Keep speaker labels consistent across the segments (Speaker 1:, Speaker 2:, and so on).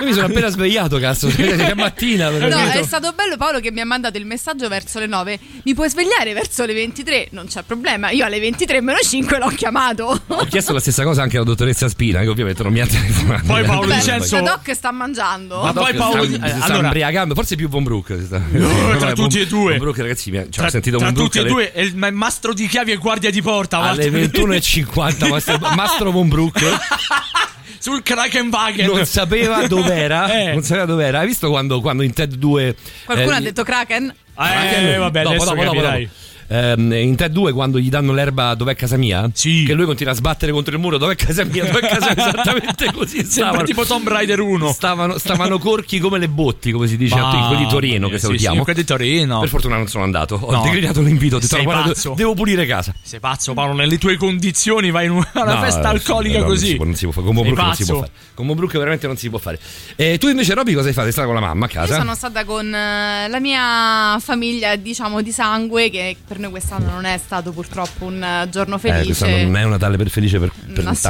Speaker 1: Io mi sono appena svegliato, cazzo. È mattina.
Speaker 2: No,
Speaker 1: capito?
Speaker 2: è stato bello Paolo che mi ha mandato il messaggio verso le 9. Mi puoi svegliare verso le 23? Non c'è problema. Io alle 23 meno 5 l'ho chiamato.
Speaker 1: Ho chiesto la stessa cosa anche alla dottoressa Spina, che ovviamente non mi ha telefonato.
Speaker 3: Poi Paolo
Speaker 2: Beh,
Speaker 3: Vincenzo-
Speaker 2: la doc sta mangiando.
Speaker 3: Ma poi Paolo-
Speaker 1: sta,
Speaker 3: eh,
Speaker 1: sta
Speaker 3: allora-
Speaker 1: imbriagando, forse più Von Brook. si sta-
Speaker 3: tra
Speaker 1: Vabbè,
Speaker 3: tutti e due.
Speaker 1: Von Brook, ragazzi, mi ha- cioè,
Speaker 3: tra
Speaker 1: ho sentito
Speaker 3: tra
Speaker 1: Von Brook
Speaker 3: tutti e
Speaker 1: alle-
Speaker 3: due, è il ma- mastro di chiavi e guardia di porta.
Speaker 1: alle
Speaker 3: guarda.
Speaker 1: 21.50 Mastro, Mastro Von Brook
Speaker 3: Sul Krakenwagen.
Speaker 1: non sapeva dov'era.
Speaker 3: Eh.
Speaker 1: Non sapeva dov'era. Hai visto quando, quando in Ted 2
Speaker 2: Qualcuno
Speaker 1: eh,
Speaker 2: ha detto Kraken?
Speaker 3: Eh, vabbè,
Speaker 1: Dopo,
Speaker 3: adesso
Speaker 1: dopo, dopo,
Speaker 3: capirai.
Speaker 1: dopo. Ehm, in Ted 2 quando gli danno l'erba dov'è casa mia?
Speaker 3: Sì.
Speaker 1: Che lui continua a sbattere contro il muro dov'è casa mia? Dov'è casa mia? Esattamente così.
Speaker 3: Sembra
Speaker 1: stavano.
Speaker 3: tipo Tomb Raider 1.
Speaker 1: Stavano, stavano corchi come le botti, come si dice, in quelli di Torino che
Speaker 3: Sì,
Speaker 1: salutiamo.
Speaker 3: sì, quelli di Torino.
Speaker 1: Per fortuna non sono andato. Ho
Speaker 3: No.
Speaker 1: declinato l'invito. Ho detto,
Speaker 3: Sei
Speaker 1: "Guarda,
Speaker 3: pazzo."
Speaker 1: devo pulire casa.
Speaker 3: Sei pazzo Paolo, nelle tue condizioni vai in una
Speaker 1: No,
Speaker 3: festa
Speaker 1: no,
Speaker 3: alcolica
Speaker 1: no, no,
Speaker 3: così.
Speaker 1: Non si può, non si può fare. Con Mobrook
Speaker 3: Sei
Speaker 1: non si può
Speaker 3: pazzo.
Speaker 1: fare. Con Mobrook veramente non si può fare. E tu invece, Robby, cosa hai fatto? Sei stata con la mamma a
Speaker 2: Io
Speaker 1: casa?
Speaker 2: sono stata con eh, la mia famiglia, diciamo, di sangue, che per noi quest'anno non è stato purtroppo un eh, giorno
Speaker 1: Eh, questa
Speaker 2: felice.
Speaker 1: non è una tale per felice per, per tanti,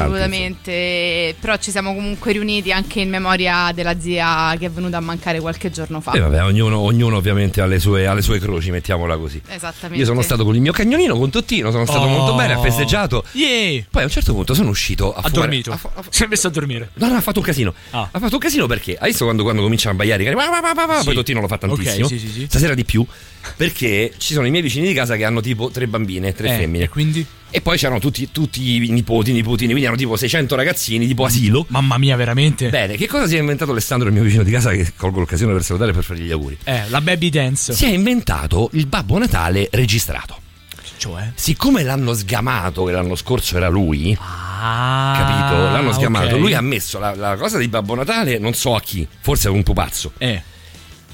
Speaker 2: Assolutamente, però ci siamo comunque riuniti anche in memoria della zia che è venuta a mancare qualche giorno fa.
Speaker 1: E Eh, vabbè, ognuno, ognuno ovviamente ha le, sue, ha le sue croci, mettiamola così.
Speaker 2: Esattamente.
Speaker 1: Io sono stato con il mio cagnolino, con Tottino, sono stato
Speaker 3: Oh.
Speaker 1: molto bene, ha festeggiato.
Speaker 3: Yeah.
Speaker 1: Poi a un certo punto sono uscito a
Speaker 3: Ha
Speaker 1: fumare-
Speaker 3: dormito.
Speaker 1: a fu- a fu-
Speaker 3: si è messo a dormire.
Speaker 1: No, no, ha fatto un casino.
Speaker 3: Ah.
Speaker 1: Ha fatto un casino perché hai visto quando, quando cominciano a baiare i cani, "Wa, wa, wa, wa",
Speaker 3: Sì.
Speaker 1: Ah, poi Tottino lo fa tantissimo.
Speaker 3: Ok, sì, sì, sì.
Speaker 1: Stasera di più perché ci sono i miei vicini di casa che hanno tipo tre bambine, tre
Speaker 3: Eh,
Speaker 1: femmine.
Speaker 3: e quindi?
Speaker 1: E poi c'erano tutti, tutti i nipoti, i nipotini, quindi erano tipo 600 ragazzini, tipo asilo.
Speaker 3: Mamma mia, veramente.
Speaker 1: Bene, che cosa si è inventato Alessandro, il mio vicino di casa, che colgo l'occasione per salutare e per fargli gli auguri?
Speaker 3: Eh, la baby dance.
Speaker 1: Si è inventato il Babbo Natale registrato.
Speaker 3: Cioè.
Speaker 1: Siccome l'hanno sgamato, che l'anno scorso era lui,
Speaker 3: Ah.
Speaker 1: capito? L'hanno sgamato.
Speaker 3: ok.
Speaker 1: Lui ha messo la, la cosa di Babbo Natale, non so a chi, forse a un pupazzo.
Speaker 3: Eh.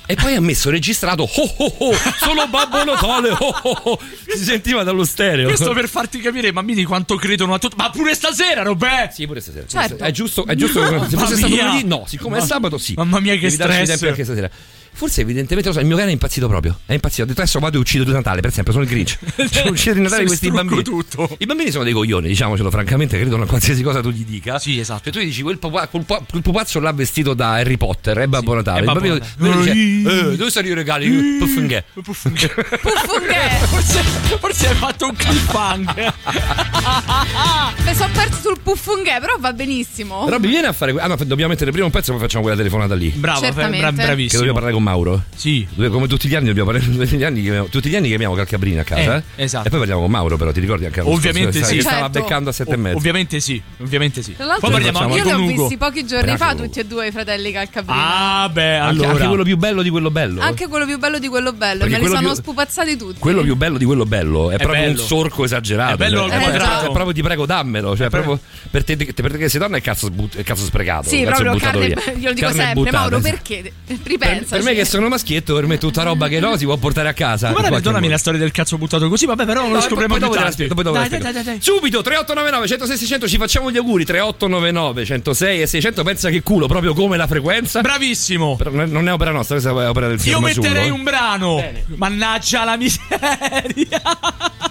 Speaker 1: E poi ha messo registrato oh, oh, oh, solo Babbo Natale. Oh, oh, oh. Si sentiva dallo stereo.
Speaker 3: Questo per farti capire ai bambini quanto credono a tutto. Ma pure stasera, Robè!
Speaker 1: Sì, pure stasera.
Speaker 2: Certo.
Speaker 1: È giusto, è giusto. se
Speaker 3: Mamma
Speaker 1: fosse stato
Speaker 3: mia.
Speaker 1: lunedì, no. Siccome è
Speaker 3: Ma-
Speaker 1: sabato, sì.
Speaker 3: mamma mia, che
Speaker 1: Devi darci
Speaker 3: stress.
Speaker 1: tempo anche stasera. Forse evidentemente lo so, il mio cane è impazzito proprio. È impazzito. Ha detto adesso vado e uccido di Natale, per esempio, sono il Grinch. Cioè, uccido di Natale
Speaker 3: Se
Speaker 1: questi
Speaker 3: distruggo
Speaker 1: bambini.
Speaker 3: tutto.
Speaker 1: I bambini sono dei coglioni, diciamocelo francamente, credono a qualsiasi cosa tu gli dica.
Speaker 3: Sì, esatto.
Speaker 1: Cioè, tu gli dici quel, pupa- quel pupa- quel pupazzo là vestito da Harry Potter, è Babbo Natale.
Speaker 3: è
Speaker 1: Il
Speaker 3: Babbo
Speaker 1: bambino-
Speaker 3: Natale.
Speaker 1: lui dice,
Speaker 3: Ui.
Speaker 1: "Eh, dove sono i regali? Puffinghe.
Speaker 2: Puffunghe!
Speaker 3: Forse, forse hai fatto un
Speaker 1: Ah,
Speaker 3: cliffhanger.
Speaker 2: Ah, Mi sono perso sul puffunghe, però va benissimo.
Speaker 1: Robby, vieni a fare. que- Ah, no, dobbiamo mettere prima un pezzo e poi facciamo quella telefonata lì. Che
Speaker 3: Bravo, bra-
Speaker 2: Certamente.
Speaker 3: bravissimo.
Speaker 1: dobbiamo parlare con Mauro.
Speaker 3: Sì.
Speaker 1: Dove- Come tutti gli anni dobbiamo parlare, tutti gli anni chiamiamo, tutti gli anni chiamiamo Calcabrina a casa.
Speaker 3: Eh, esatto.
Speaker 1: E poi parliamo con Mauro, però ti ricordi anche l'anno
Speaker 3: Ovviamente
Speaker 1: scorso,
Speaker 3: sì.
Speaker 1: che Stava
Speaker 2: Certo.
Speaker 1: beccando a sette e
Speaker 3: Ov-
Speaker 1: mezzo.
Speaker 3: ovviamente sì, ovviamente sì.
Speaker 2: Tra
Speaker 3: Poi
Speaker 2: l'altro,
Speaker 3: parliamo
Speaker 2: io
Speaker 3: anche
Speaker 2: li ho
Speaker 3: con Ugo.
Speaker 2: visti pochi giorni fa,
Speaker 1: Bravo.
Speaker 2: tutti e due i fratelli Calcabrina.
Speaker 3: Ah, beh,
Speaker 1: Anche,
Speaker 3: allora.
Speaker 1: anche quello più bello di quello
Speaker 3: eh?
Speaker 1: bello.
Speaker 2: Anche quello più bello di quello bello,
Speaker 1: Perché
Speaker 2: me li
Speaker 1: quello
Speaker 2: sono
Speaker 1: più-
Speaker 2: spupazzati tutti.
Speaker 1: Quello più bello di quello bello è, proprio
Speaker 3: bello.
Speaker 1: un sorco esagerato.
Speaker 3: È bello al
Speaker 1: cioè, proprio-
Speaker 2: quadrato.
Speaker 1: è proprio ti prego dammelo. Cioè,
Speaker 3: pre-
Speaker 1: proprio per te, per te che sei donna è cazzo, sbut- è cazzo sprecato.
Speaker 2: Sì,
Speaker 1: cazzo
Speaker 2: proprio
Speaker 1: buttato
Speaker 2: carne,
Speaker 1: via.
Speaker 2: io lo dico
Speaker 1: Carne
Speaker 2: sempre,
Speaker 1: buttata,
Speaker 2: Mauro,
Speaker 1: esatto.
Speaker 2: perché?
Speaker 1: Per,
Speaker 2: Ripensaci.
Speaker 1: per me che sono maschietto, per me tutta roba che no si può portare a casa. in
Speaker 3: Come
Speaker 1: qualche
Speaker 3: perdonami
Speaker 1: modo.
Speaker 3: la storia del cazzo buttato così? Vabbè, però lo
Speaker 1: No,
Speaker 3: scopriremo
Speaker 1: poi-
Speaker 3: più
Speaker 1: poi dopo te la
Speaker 3: tardi.
Speaker 1: spiego, dopo te la
Speaker 3: Dai, dai,
Speaker 1: spiego.
Speaker 3: dai, dai, dai.
Speaker 1: Subito 3899 106 600 ci facciamo gli auguri 3899 106 e 600 pensa che culo proprio come la frequenza
Speaker 3: Bravissimo.
Speaker 1: Però non è- non è opera nostra questa è opera del eh. film
Speaker 3: Io metterei
Speaker 1: giuro.
Speaker 3: un brano. Mannaggia la miseria.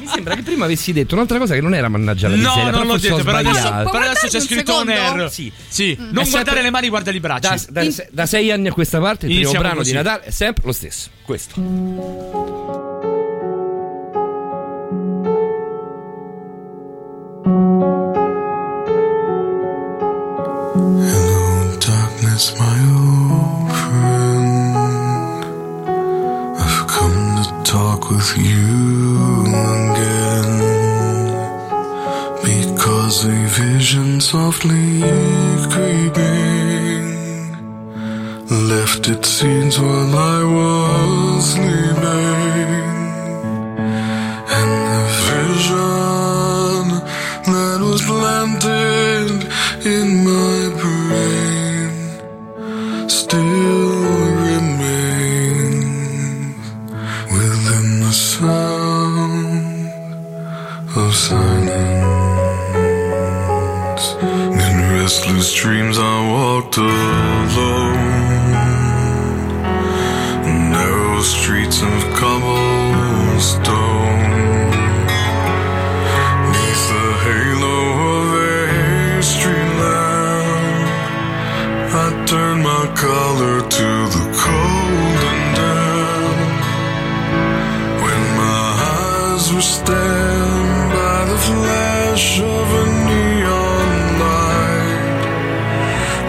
Speaker 1: mi sembra che prima avessi detto un'altra cosa che non era mannaggia Cioè, la miseria
Speaker 3: no, non l'ho
Speaker 1: forse ho
Speaker 3: detto, però adesso,
Speaker 1: sbagliato.
Speaker 2: Posso-
Speaker 3: però adesso c'è
Speaker 2: un
Speaker 3: scritto on
Speaker 2: secondo?
Speaker 3: air.
Speaker 1: Sì.
Speaker 3: Sì. Non
Speaker 1: È
Speaker 3: guardare
Speaker 1: sempre-
Speaker 3: le mani, guardare i bracci.
Speaker 1: da, da- da sei anni a questa parte il primo
Speaker 3: Iniziamo
Speaker 1: brano
Speaker 3: così.
Speaker 1: di Natale è sempre lo stesso questo
Speaker 4: Hello, darkness, my old friend. I've come to talk with you again because a vision softly creeping left its seeds while I was sleeping. And the vision that was planted in my brain still remains within the sound of silence. In restless dreams, I walked alone narrow streets of cobblestone. Neath the halo of a street lamp, I turned my collar to the cold and damp. When my eyes were stabbed by the flash of a neon light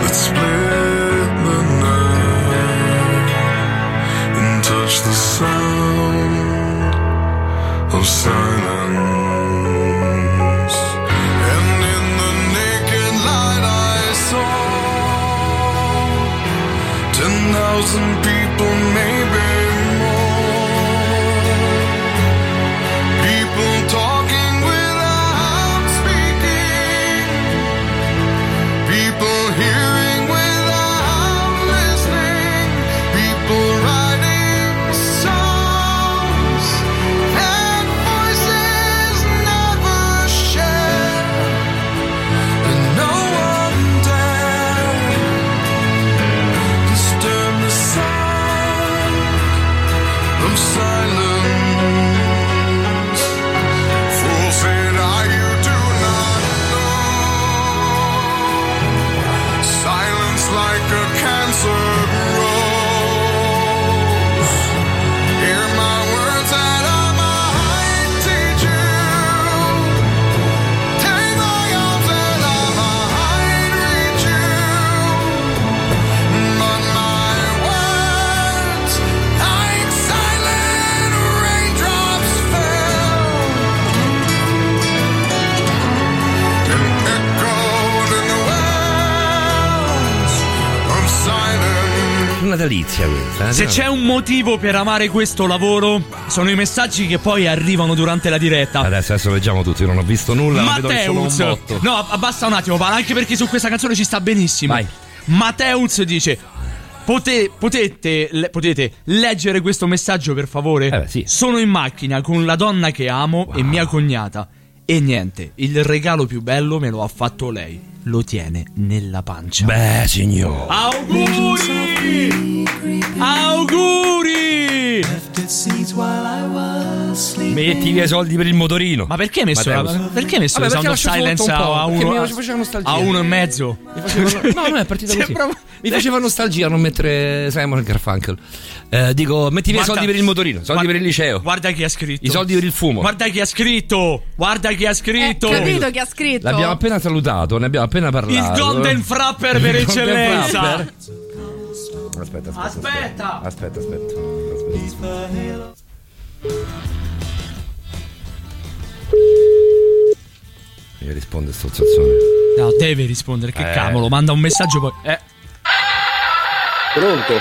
Speaker 4: that split the night and touch the sound of silence. And in the naked light I saw ten thousand people, maybe more. People talking without speaking. People hearing without listening. People writing songs that voices never share. And no one dare disturb the sound of silence. Fool said, I you do not know. Silence like a cancer grows. Hear my words and I might teach you. Take my arms and I might reach you. But my words, like silent raindrops fell. Echoed in the wells of silence.
Speaker 1: natalizia questa eh?
Speaker 3: Se c'è un motivo per amare questo lavoro, sono i messaggi che poi arrivano durante la diretta.
Speaker 1: adesso, adesso leggiamo tutti io non ho visto nulla ma vedo che sono un
Speaker 3: Matteus,
Speaker 1: botto
Speaker 3: no, abbassa un attimo, Paola, anche perché su questa canzone ci sta benissimo.
Speaker 1: Vai.
Speaker 3: Matteus dice: Pote- potete, le- potete leggere questo messaggio per favore?
Speaker 1: Eh beh, sì.
Speaker 3: Sono in macchina con la donna che amo e mia cognata. E niente, il regalo più bello me lo ha fatto lei. Lo tiene nella pancia.
Speaker 1: Beh, signore.
Speaker 3: Auguri! Auguri!
Speaker 1: Metti via i soldi per il motorino.
Speaker 3: Ma perché hai messo,
Speaker 1: Mateus.
Speaker 3: la, perché hai messo
Speaker 1: Vabbè,
Speaker 3: la
Speaker 1: perché
Speaker 3: sound of
Speaker 1: lascio sotto
Speaker 3: silence
Speaker 1: un po',
Speaker 3: a,
Speaker 1: perché
Speaker 3: uno,
Speaker 1: mi faceva nostalgia.
Speaker 3: a uno e mezzo?
Speaker 1: No, no, è partita così. Mi faceva nostalgia non mettere Simon e Garfunkel. Eh, dico, metti via i
Speaker 3: Guarda-
Speaker 1: soldi per il motorino, soldi
Speaker 3: guarda-
Speaker 1: per il liceo.
Speaker 3: Guarda chi ha scritto.
Speaker 1: I soldi per il fumo.
Speaker 3: Guarda chi ha scritto. Guarda chi ha
Speaker 2: Eh,
Speaker 3: scritto.
Speaker 2: capito chi ha scritto?
Speaker 1: L'abbiamo appena salutato, ne abbiamo appena
Speaker 3: il
Speaker 1: parlato.
Speaker 3: Golden Frapper
Speaker 1: Il
Speaker 3: per
Speaker 1: Golden
Speaker 3: eccellenza.
Speaker 1: Frapper. Aspetta, aspetta.
Speaker 3: Aspetta.
Speaker 1: Aspetta, aspetta. aspetta. Mi risponde sto zazzone.
Speaker 3: No, deve rispondere. Che
Speaker 1: Eh.
Speaker 3: cavolo, manda un messaggio poi. Eh.
Speaker 5: Pronto?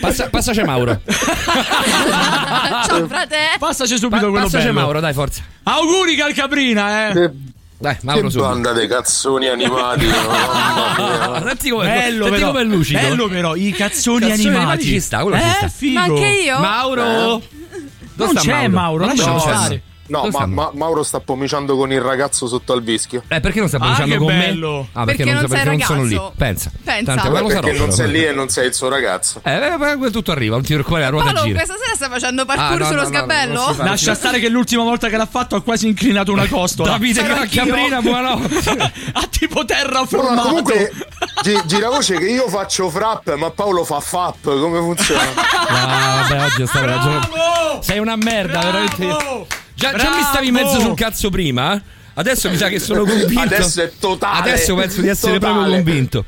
Speaker 1: Passa, passaci Mauro.
Speaker 2: Ciao, frate.
Speaker 3: Passaci
Speaker 1: Pa-
Speaker 3: subito quello
Speaker 1: passaci
Speaker 3: bello.
Speaker 1: Mauro, dai, forza.
Speaker 3: Auguri Calcabrina, eh.
Speaker 5: Che,
Speaker 1: Dai, Mauro
Speaker 5: che
Speaker 1: su.
Speaker 5: banda dei cazzoni animati, oh, mamma mia.
Speaker 1: Senti come,
Speaker 3: Bello
Speaker 1: senti
Speaker 3: però.
Speaker 1: come è lucido.
Speaker 3: Bello però, i cazzoni,
Speaker 1: Cazzoni
Speaker 3: animati.
Speaker 1: animati ci sta, quello
Speaker 3: eh,
Speaker 1: ci sta.
Speaker 3: Figo. Eh?
Speaker 2: Ma anche io?
Speaker 5: Eh?
Speaker 1: Mauro! Dove
Speaker 3: Non
Speaker 1: sta
Speaker 3: c'è Mauro,
Speaker 1: Non
Speaker 3: lascialo
Speaker 1: c'è.
Speaker 3: stare.
Speaker 5: No,
Speaker 1: Dove
Speaker 5: ma,
Speaker 1: sta
Speaker 5: ma- Mauro sta pomiciando con il ragazzo sotto al vischio.
Speaker 1: Eh, perché non sta
Speaker 3: Ah,
Speaker 1: pensando
Speaker 3: che
Speaker 1: con me?
Speaker 3: bello.
Speaker 1: Ah,
Speaker 2: Perché non
Speaker 1: so-
Speaker 2: sei
Speaker 1: sono lì.
Speaker 2: ragazzo.
Speaker 1: Pensa.
Speaker 2: Pensa.
Speaker 1: Tante,
Speaker 2: Ma
Speaker 1: lo sarò,
Speaker 5: perché non
Speaker 1: però.
Speaker 5: sei lì e non sei il suo ragazzo.
Speaker 1: Eh, beh, beh, tutto arriva, non ti preoccupare, la ruota
Speaker 2: Paolo,
Speaker 1: gira.
Speaker 2: questa sera stai facendo parkour
Speaker 1: Ah, no,
Speaker 2: sullo
Speaker 1: no, no,
Speaker 2: sgabello?
Speaker 1: non si fa.
Speaker 3: Lascia stare che l'ultima volta che l'ha fatto ha quasi inclinato una costola.
Speaker 1: Davide
Speaker 2: Sarò anch'io.
Speaker 1: Caprina, buonanotte.
Speaker 3: ha tipo
Speaker 5: Però
Speaker 3: terraformato.
Speaker 5: comunque gi- giravoce che io faccio frap, ma Paolo fa fap, come funziona?
Speaker 1: Ah, vabbè, oggi è stata una giornata-
Speaker 3: Bravo!
Speaker 1: Sei una merda, veramente.
Speaker 3: Bravo!
Speaker 1: Già, già mi stavi in
Speaker 3: Bravo!
Speaker 1: mezzo sul cazzo prima. eh? Adesso mi sa che sono convinto.
Speaker 5: Adesso è totale.
Speaker 1: Adesso penso di essere
Speaker 5: Totale.
Speaker 1: proprio convinto.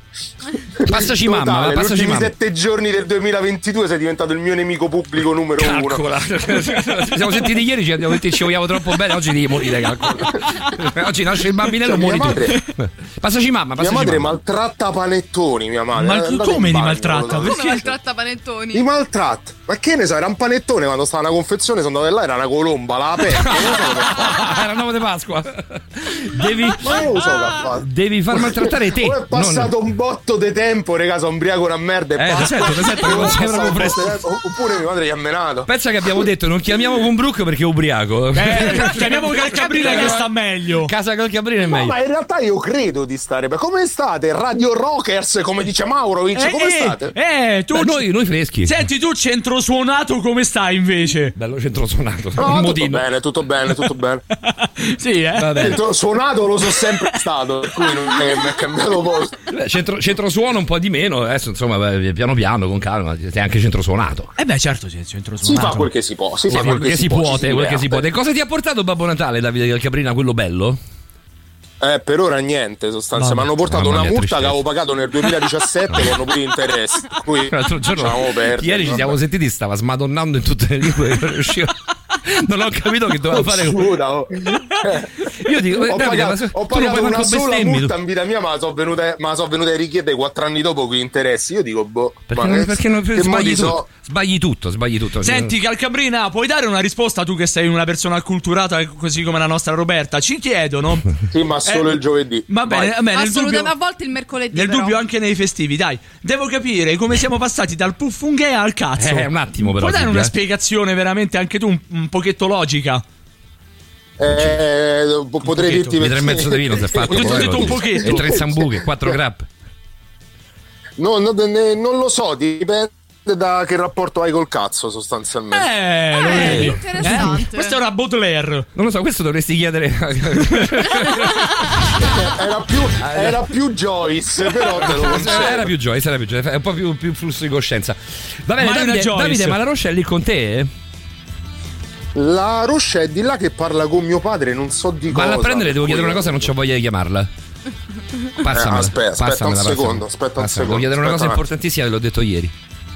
Speaker 1: Passaci
Speaker 5: Totale,
Speaker 1: mamma, va,
Speaker 5: gli
Speaker 1: passaci
Speaker 5: ultimi
Speaker 1: mamma.
Speaker 5: sette giorni del 2022 sei diventato il mio nemico pubblico numero uno.
Speaker 1: Calcola. Ci siamo sentiti ieri, ci abbiamo detto che ci vogliamo troppo bene, oggi devi morire, calcola. Oggi nasce il bambinello,
Speaker 5: Cioè,
Speaker 1: muori
Speaker 5: mia
Speaker 1: tu.
Speaker 5: madre-
Speaker 1: Passaci mamma,
Speaker 5: Mia
Speaker 1: passaci
Speaker 5: madre
Speaker 1: mamma.
Speaker 5: maltratta panettoni, mia madre.
Speaker 3: Ma
Speaker 5: Eh,
Speaker 3: chi-
Speaker 5: andate
Speaker 3: come
Speaker 5: in
Speaker 3: li
Speaker 5: bagno,
Speaker 3: maltratta?
Speaker 5: guardate.
Speaker 2: Come maltratta panettoni?
Speaker 5: I maltratti. Ma che ne so, era un panettone quando stava una confezione, sono andato là, era una colomba, l'ha aperta. non lo so come fa.
Speaker 1: Era il nome di Pasqua. Devi,
Speaker 5: Ma io lo so che ha fatto.
Speaker 1: devi far maltrattare te.
Speaker 5: Poi è passato un botto di tempo, raga, sono umbriaco una merda e
Speaker 1: Eh, lo
Speaker 5: basta.
Speaker 1: sento, lo sento che non sei proprio
Speaker 5: Passato un
Speaker 1: preso.
Speaker 5: botto di tempo. Oppure mia madre gli ha menato. cioè,
Speaker 1: Pensa che abbiamo detto non chiamiamo Pumbruk perché è ubriaco.
Speaker 3: Eh, chiamiamo Calcabrina che sta meglio.
Speaker 1: Casa col Cabrino è
Speaker 5: No,
Speaker 1: meglio.
Speaker 5: ma in realtà io credo di stare. bene. Come state? Radio Rockers, come dice Mauro, vince,
Speaker 3: Eh,
Speaker 5: come
Speaker 3: eh,
Speaker 5: state?
Speaker 3: eh, tu
Speaker 1: Beh, noi, noi freschi.
Speaker 3: Senti tu centro suonato come stai invece?
Speaker 1: Bello centrosonato.
Speaker 5: No,
Speaker 1: un
Speaker 5: tutto
Speaker 1: modino.
Speaker 5: bene, tutto bene, tutto bene.
Speaker 3: sì, eh.
Speaker 1: Vabbè.
Speaker 5: Dentro- Suonato lo so sempre stato, per cui non è, mi è cambiato posto.
Speaker 1: Beh, Centro, centrosuono un po' di meno, adesso insomma beh, piano piano con calma, sei anche centrosuonato.
Speaker 3: Eh beh, certo, sì, centro
Speaker 5: Si
Speaker 3: suonato.
Speaker 5: fa quel che si può, si fa
Speaker 1: Quel
Speaker 5: quel
Speaker 1: che si
Speaker 5: può, ci
Speaker 1: può,
Speaker 5: si
Speaker 1: te, quel che si può.
Speaker 5: diverte.
Speaker 1: te. Cosa ti ha portato Babbo Natale, Davide Calcabrina, quello bello?
Speaker 5: Eh, per ora niente, sostanza. Mi
Speaker 1: Mamma-
Speaker 5: hanno portato
Speaker 1: mamma
Speaker 5: una
Speaker 1: mia,
Speaker 5: multa che
Speaker 1: tristezza.
Speaker 5: avevo pagato nel 2017 con pure interessi. Qui
Speaker 1: L'altro giorno,
Speaker 5: facciamo perdere.
Speaker 1: ieri ci siamo sentiti, stava smadonnando in tutte le lingue che riuscivo. Non ho capito che doveva fare.
Speaker 5: Scusa, oh.
Speaker 1: Io dico, eh,
Speaker 5: ho
Speaker 1: Davide, ma
Speaker 5: pagato,
Speaker 1: se-
Speaker 5: ho
Speaker 1: tu non
Speaker 5: pagato
Speaker 1: puoi
Speaker 5: una
Speaker 1: manco
Speaker 5: sola
Speaker 1: bestemmi. tu.
Speaker 5: multa in vita mia, ma sono venuta, ma sono venuta a richiedere quattro anni dopo qui interessi. Io dico, boh,
Speaker 1: Perché,
Speaker 5: ma
Speaker 1: non,
Speaker 5: che-
Speaker 1: perché non-
Speaker 5: che
Speaker 1: sbagli,
Speaker 5: modi
Speaker 1: tutto,
Speaker 5: so?
Speaker 1: sbagli tutto, sbagli tutto.
Speaker 3: Senti Calcabrina, puoi dare una risposta tu che sei una persona acculturata così come la nostra Roberta? Ci chiedono.
Speaker 5: Sì, ma solo
Speaker 3: Eh,
Speaker 5: il giovedì.
Speaker 3: Va bene,
Speaker 5: Vai.
Speaker 3: va bene, nel
Speaker 2: Assolutamente,
Speaker 3: dubbio-
Speaker 2: a volte il mercoledì.
Speaker 3: Nel
Speaker 2: però.
Speaker 3: dubbio anche nei festivi, dai. Devo capire come siamo passati dal puffunghea al cazzo.
Speaker 1: Eh, un attimo però,
Speaker 3: Puoi dare
Speaker 1: Silvia,
Speaker 3: una
Speaker 1: eh.
Speaker 3: spiegazione veramente anche tu un, un pochetto logica?
Speaker 5: Eh, po-
Speaker 3: pochetto,
Speaker 5: potrei dirti
Speaker 1: Mi tre e mezzo di vino si è fatto.
Speaker 3: Ho detto- ho detto un
Speaker 1: E
Speaker 3: pochetto.
Speaker 1: tre sambuche, quattro grappe.
Speaker 5: No, no, ne- non lo so, dipende da che rapporto hai col cazzo, sostanzialmente.
Speaker 3: Eh, lo
Speaker 2: Eh,
Speaker 3: vedi?
Speaker 2: interessante.
Speaker 3: Questa è una Baudelaire.
Speaker 1: Non lo so, questo dovresti chiedere.
Speaker 5: Era, più,
Speaker 1: Eh,
Speaker 5: eh, era più Joyce, però te lo concedo.
Speaker 1: era più Joyce, era più Joyce, è un po' più, più flusso di coscienza. Va bene,
Speaker 3: Ma è una
Speaker 1: Davide,
Speaker 3: Joyce.
Speaker 1: Davide, ma la Roscia è lì con te?
Speaker 5: La Roscia è di là che parla con mio padre, non so di
Speaker 1: Vado
Speaker 5: cosa.
Speaker 1: a prendere, devo chiedere una cosa, non c'ho voglia di chiamarla. Passamela,
Speaker 5: Eh, aspetta, aspetta
Speaker 1: passamela,
Speaker 5: un
Speaker 1: passamela.
Speaker 5: secondo, aspetta un
Speaker 1: Passamela,
Speaker 5: secondo,
Speaker 1: Devo chiedere una cosa
Speaker 5: aspetta un
Speaker 1: importantissima che l'ho detto ieri.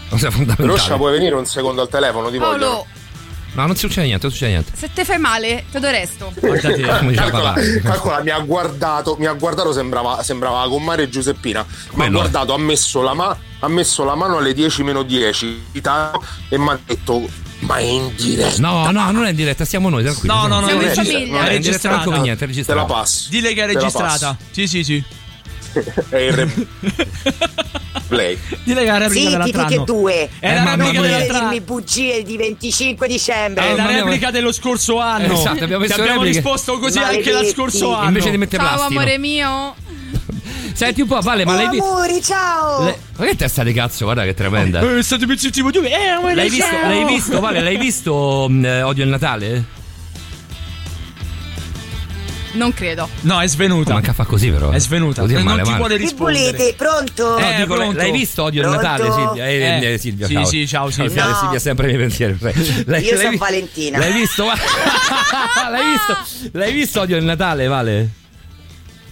Speaker 1: Cosa fondamentale.
Speaker 5: Roscia, puoi venire un secondo al telefono, ti voglio.
Speaker 2: Paolo,
Speaker 1: No, non succede niente, non succede niente.
Speaker 2: se te fai male, te do resto.
Speaker 3: Guarda te.
Speaker 1: Come diceva
Speaker 5: Calcola,
Speaker 1: papà.
Speaker 5: calcola, mi ha guardato, mi ha guardato, sembrava, sembrava Gommare Giuseppina. Mi ha
Speaker 1: Bello.
Speaker 5: guardato, ha messo, la ma- ha messo la mano alle 10 meno 10 di tardo, e mi ha detto: Ma è in diretta.
Speaker 1: No, no, non è in diretta, siamo noi, tranquillo.
Speaker 3: No, no, no,
Speaker 2: Siamo
Speaker 3: è
Speaker 2: in
Speaker 3: regis- è
Speaker 2: famiglia.
Speaker 1: È registrato
Speaker 3: registrata.
Speaker 1: come niente, è
Speaker 5: Te
Speaker 1: registrato.
Speaker 5: la passo.
Speaker 3: Dille che è
Speaker 5: Te la
Speaker 3: registrata. Sì, sì, sì.
Speaker 5: passo. È il replay.
Speaker 3: Dille che è la replica
Speaker 6: Sì,
Speaker 3: dell'altro
Speaker 6: tipo che
Speaker 3: anno.
Speaker 6: due.
Speaker 3: È
Speaker 1: Eh,
Speaker 3: la
Speaker 1: mamma
Speaker 6: Non
Speaker 3: replica
Speaker 1: mia.
Speaker 6: potete
Speaker 3: dell'altro
Speaker 6: dirmi
Speaker 3: anno.
Speaker 6: bugie di 25
Speaker 3: È
Speaker 6: dicembre.
Speaker 1: Eh,
Speaker 3: la
Speaker 1: mamma mia.
Speaker 3: replica dello scorso anno.
Speaker 1: Esatto, abbiamo messo
Speaker 3: Ci abbiamo
Speaker 1: repliche.
Speaker 3: risposto così anche l'anno
Speaker 6: Maledetti.
Speaker 3: scorso anno.
Speaker 1: Invece di mettere
Speaker 2: Ciao
Speaker 1: plastino.
Speaker 2: amore mio.
Speaker 1: Senti un po', Vale, ma
Speaker 6: Oh,
Speaker 1: l'hai visto?
Speaker 6: amori, ciao!
Speaker 1: Le- Ma che testa di cazzo, guarda che tremenda.
Speaker 3: Eh, state tipo di Eh, amore,
Speaker 1: L'hai visto,
Speaker 3: ciao.
Speaker 1: l'hai visto, Vale, l'hai visto mh, eh, Odio il Natale?
Speaker 2: Non credo.
Speaker 3: No, è svenuta.
Speaker 1: Manca fa così però. eh.
Speaker 3: È svenuta.
Speaker 1: Oddio,
Speaker 3: non
Speaker 1: male,
Speaker 3: ti
Speaker 1: male.
Speaker 3: vuole
Speaker 6: Che
Speaker 3: rispondere.
Speaker 6: volete? Pronto?
Speaker 3: Eh,
Speaker 1: No, dico, l'hai-
Speaker 3: pronto?
Speaker 1: l'hai visto Odio il
Speaker 6: Pronto?
Speaker 1: Natale, Silvia? Eh,
Speaker 3: Eh,
Speaker 1: eh, Silvia,
Speaker 3: sì,
Speaker 1: ciao.
Speaker 3: sì, ciao, Silvia.
Speaker 1: Silvia,
Speaker 6: No.
Speaker 1: Silvia, sempre nei pensieri. Lei-
Speaker 6: Io sono
Speaker 1: vi-
Speaker 6: Valentina.
Speaker 1: L'hai visto? l'hai visto? L'hai visto Odio il Natale, Vale?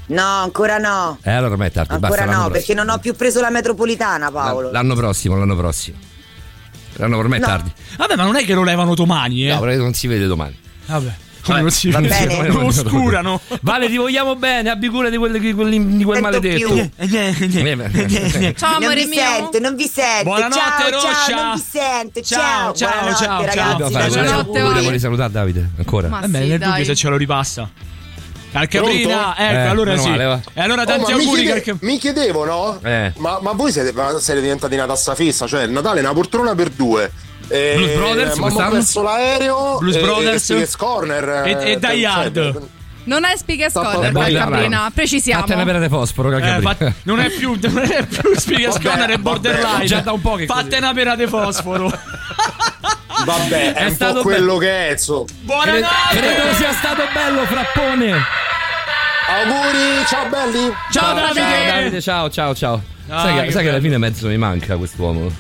Speaker 6: No, ancora no.
Speaker 1: Eh, allora ormai è tardi,
Speaker 6: Ancora
Speaker 1: basta l'anno
Speaker 6: no,
Speaker 1: prossimo.
Speaker 6: perché non ho più preso la metropolitana, Paolo.
Speaker 1: L'anno prossimo, l'anno prossimo. L'anno ormai è
Speaker 6: No.
Speaker 1: tardi.
Speaker 3: Vabbè, ma non è che lo levano domani, eh.
Speaker 1: No, però non si vede domani.
Speaker 3: Vabbè. Come non si
Speaker 1: Vabbè,
Speaker 3: vede?
Speaker 6: Bene.
Speaker 1: domani
Speaker 3: Lo
Speaker 1: non si vede.
Speaker 3: oscurano.
Speaker 1: Vale, ti vogliamo bene, abbi cura di quel, di quel, di quel
Speaker 6: Sento
Speaker 1: maledetto.
Speaker 3: Eh,
Speaker 6: più.
Speaker 2: Ciao
Speaker 6: Non
Speaker 2: amore
Speaker 6: vi
Speaker 2: mio.
Speaker 6: sento, non vi sento.
Speaker 3: Buonanotte,
Speaker 6: ciao,
Speaker 3: Roscia.
Speaker 6: ciao, non vi sento.
Speaker 3: Ciao,
Speaker 6: Ciao,
Speaker 3: ciao,
Speaker 6: buonanotte,
Speaker 3: ciao,
Speaker 6: ragazzi.
Speaker 1: Dobbiamo
Speaker 2: ciao.
Speaker 1: fare
Speaker 6: tanti
Speaker 1: qualcosa.
Speaker 2: Buonanotte,
Speaker 6: auguri.
Speaker 2: Vale.
Speaker 1: Volevo risalutare Davide, ancora.
Speaker 2: Ma
Speaker 3: Eh beh,
Speaker 2: sì,
Speaker 3: nel dubbio
Speaker 2: dai.
Speaker 3: se ce lo ripassa. Calcabrina,
Speaker 5: Pronto?
Speaker 3: ecco,
Speaker 1: Eh,
Speaker 3: allora
Speaker 1: meno
Speaker 3: sì.
Speaker 1: male, va.
Speaker 3: E allora tanti
Speaker 5: Oh, ma
Speaker 3: auguri,
Speaker 5: mi, chiede-
Speaker 3: Calca-
Speaker 5: mi chiedevo, no?
Speaker 1: Eh.
Speaker 5: Ma, ma voi siete, ma siete diventati una tassa fissa, cioè il Natale è una poltrona per due. Eh,
Speaker 1: Blues Brothers
Speaker 5: mamma
Speaker 1: quest'anno?
Speaker 5: ho perso l'aereo.
Speaker 3: Blues
Speaker 5: eh,
Speaker 3: Brothers?
Speaker 5: e Spears Corner. eh,
Speaker 3: E- e Die
Speaker 5: cioè,
Speaker 3: Hard.
Speaker 2: Non è spiga scorre,
Speaker 1: Vabbè,
Speaker 2: quella
Speaker 1: brava.
Speaker 2: caprina. Precisiamo.
Speaker 1: Fattene pera di fosforo,
Speaker 3: Eh,
Speaker 1: Calcabrina.
Speaker 3: fa- non è più, non è più Spiga
Speaker 5: Vabbè,
Speaker 3: Scorner, è
Speaker 5: vabbè.
Speaker 3: borderline.
Speaker 1: Già da un po' che
Speaker 3: Fatte
Speaker 1: così.
Speaker 3: una pera di fosforo.
Speaker 5: Vabbè, è,
Speaker 1: È
Speaker 5: un
Speaker 1: stato
Speaker 5: po' quello che è. so.
Speaker 1: Cre-
Speaker 3: Buonanotte!
Speaker 1: credo sia stato bello, Frappone.
Speaker 5: Auguri, ciao belli.
Speaker 3: Ciao
Speaker 1: Ciao
Speaker 3: Davide!
Speaker 1: Davide, ciao, ciao, ciao.
Speaker 3: Ah,
Speaker 1: sai che,
Speaker 3: che
Speaker 1: sai che alla
Speaker 3: bello.
Speaker 1: fine mezzo mi manca quest'uomo.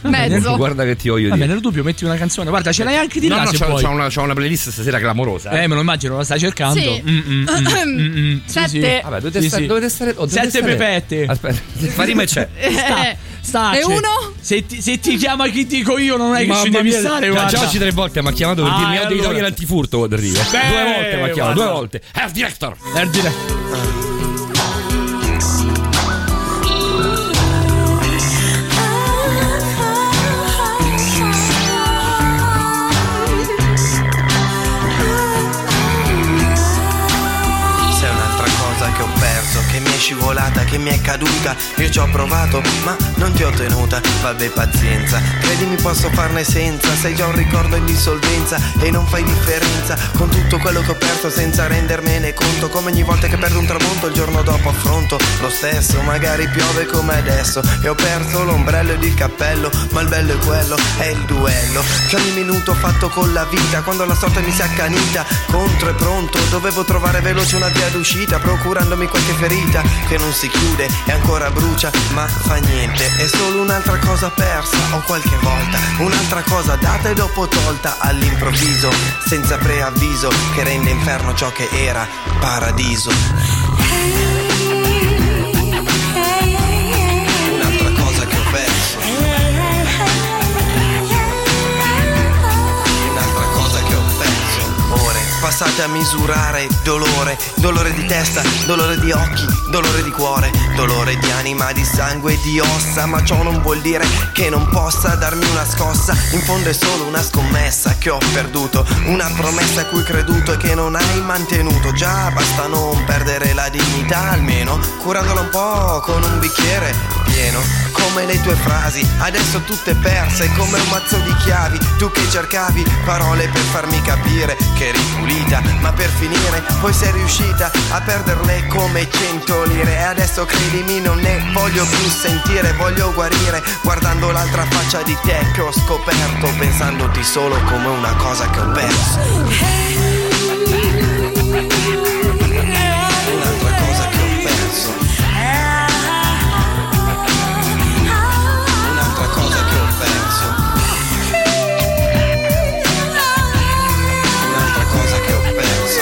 Speaker 2: Mezzo.
Speaker 1: Guarda che ti voglio
Speaker 3: Vabbè,
Speaker 1: dire.
Speaker 3: nel dubbio metti una canzone. Guarda, ce l'hai anche di là se
Speaker 1: c'ho,
Speaker 3: vuoi.
Speaker 1: c'ho una, c'ho una playlist stasera clamorosa. eh.
Speaker 3: Eh, me lo immagino, la stai cercando.
Speaker 2: Sì.
Speaker 3: Mm, mm, mm, mm, mm. Sì, sì.
Speaker 2: Sette.
Speaker 1: Vabbè, dovete,
Speaker 3: Sì,
Speaker 1: sta-
Speaker 3: sì.
Speaker 1: dovete stare. oh, dovete
Speaker 3: Sette
Speaker 1: stare-
Speaker 3: pepette.
Speaker 1: Aspetta, farima e c'è.
Speaker 2: Eh,
Speaker 3: Sta,
Speaker 2: E
Speaker 3: cioè,
Speaker 2: uno?
Speaker 3: Se ti, se ti chiama chi dico io, non è che
Speaker 1: Mamma
Speaker 3: ci devi
Speaker 1: mia, eh,
Speaker 3: stare,
Speaker 1: già-
Speaker 3: guarda.
Speaker 1: Già oggi tre volte mi ha chiamato per
Speaker 3: Ah,
Speaker 1: dirmi
Speaker 3: e
Speaker 1: "Oh, devi
Speaker 3: allora?"
Speaker 1: togliere l'antifurto quando arrivo. Due volte mi ha chiamato,
Speaker 3: guarda.
Speaker 1: due volte. Health director.
Speaker 3: Eh, dire-
Speaker 7: Sei un'altra cosa che ho perso, che mi è scivolata, che mi è caduta. Io ci ho provato, ma non ti ho tenuta. Vabbè, pazienza, credimi posso farne senza. Sei già un ricordo in dissolvenza e non fai differenza con tutto quello che ho perso senza rendermene conto. Come ogni volta che perdo un tramonto, il giorno dopo affronto lo stesso. Magari piove come adesso e ho perso l'ombrello ed il cappello. Ma il bello è quello, è il duello che ogni minuto ho fatto con la vita. Quando la sorte mi si è accanita, contro e pronto, dovevo trovare veloce una via d'uscita, procurandomi qualche ferita che non si chiude e ancora brucia, ma fa niente. È solo un'altra cosa persa o qualche volta, un'altra cosa data e dopo tolta all'improvviso, senza preavviso, che rende inferno ciò che era paradiso. Un'altra cosa che ho perso. un'altra cosa che ho perso. Ore passate a misurare dolore, dolore di testa, dolore di occhi, dolore di cuore, dolore di anima, di sangue e di ossa, ma ciò non vuol dire che non possa darmi una scossa, in fondo è solo una scommessa che ho perduto, una promessa a cui ho creduto e che non hai mantenuto, già basta non perdere la dignità almeno, curandola un po' con un bicchiere pieno, come le tue frasi, adesso tutte perse, come un mazzo di chiavi, tu che cercavi parole per farmi capire che eri pulita, ma per finire poi sei riuscita a perderle come cento lire e adesso credimi non ne voglio più sentire, voglio guarire guardando l'altra faccia di te che ho scoperto pensandoti solo come una cosa che ho perso. Un'altra cosa che ho perso. Un'altra cosa che ho perso. Un'altra cosa che ho perso.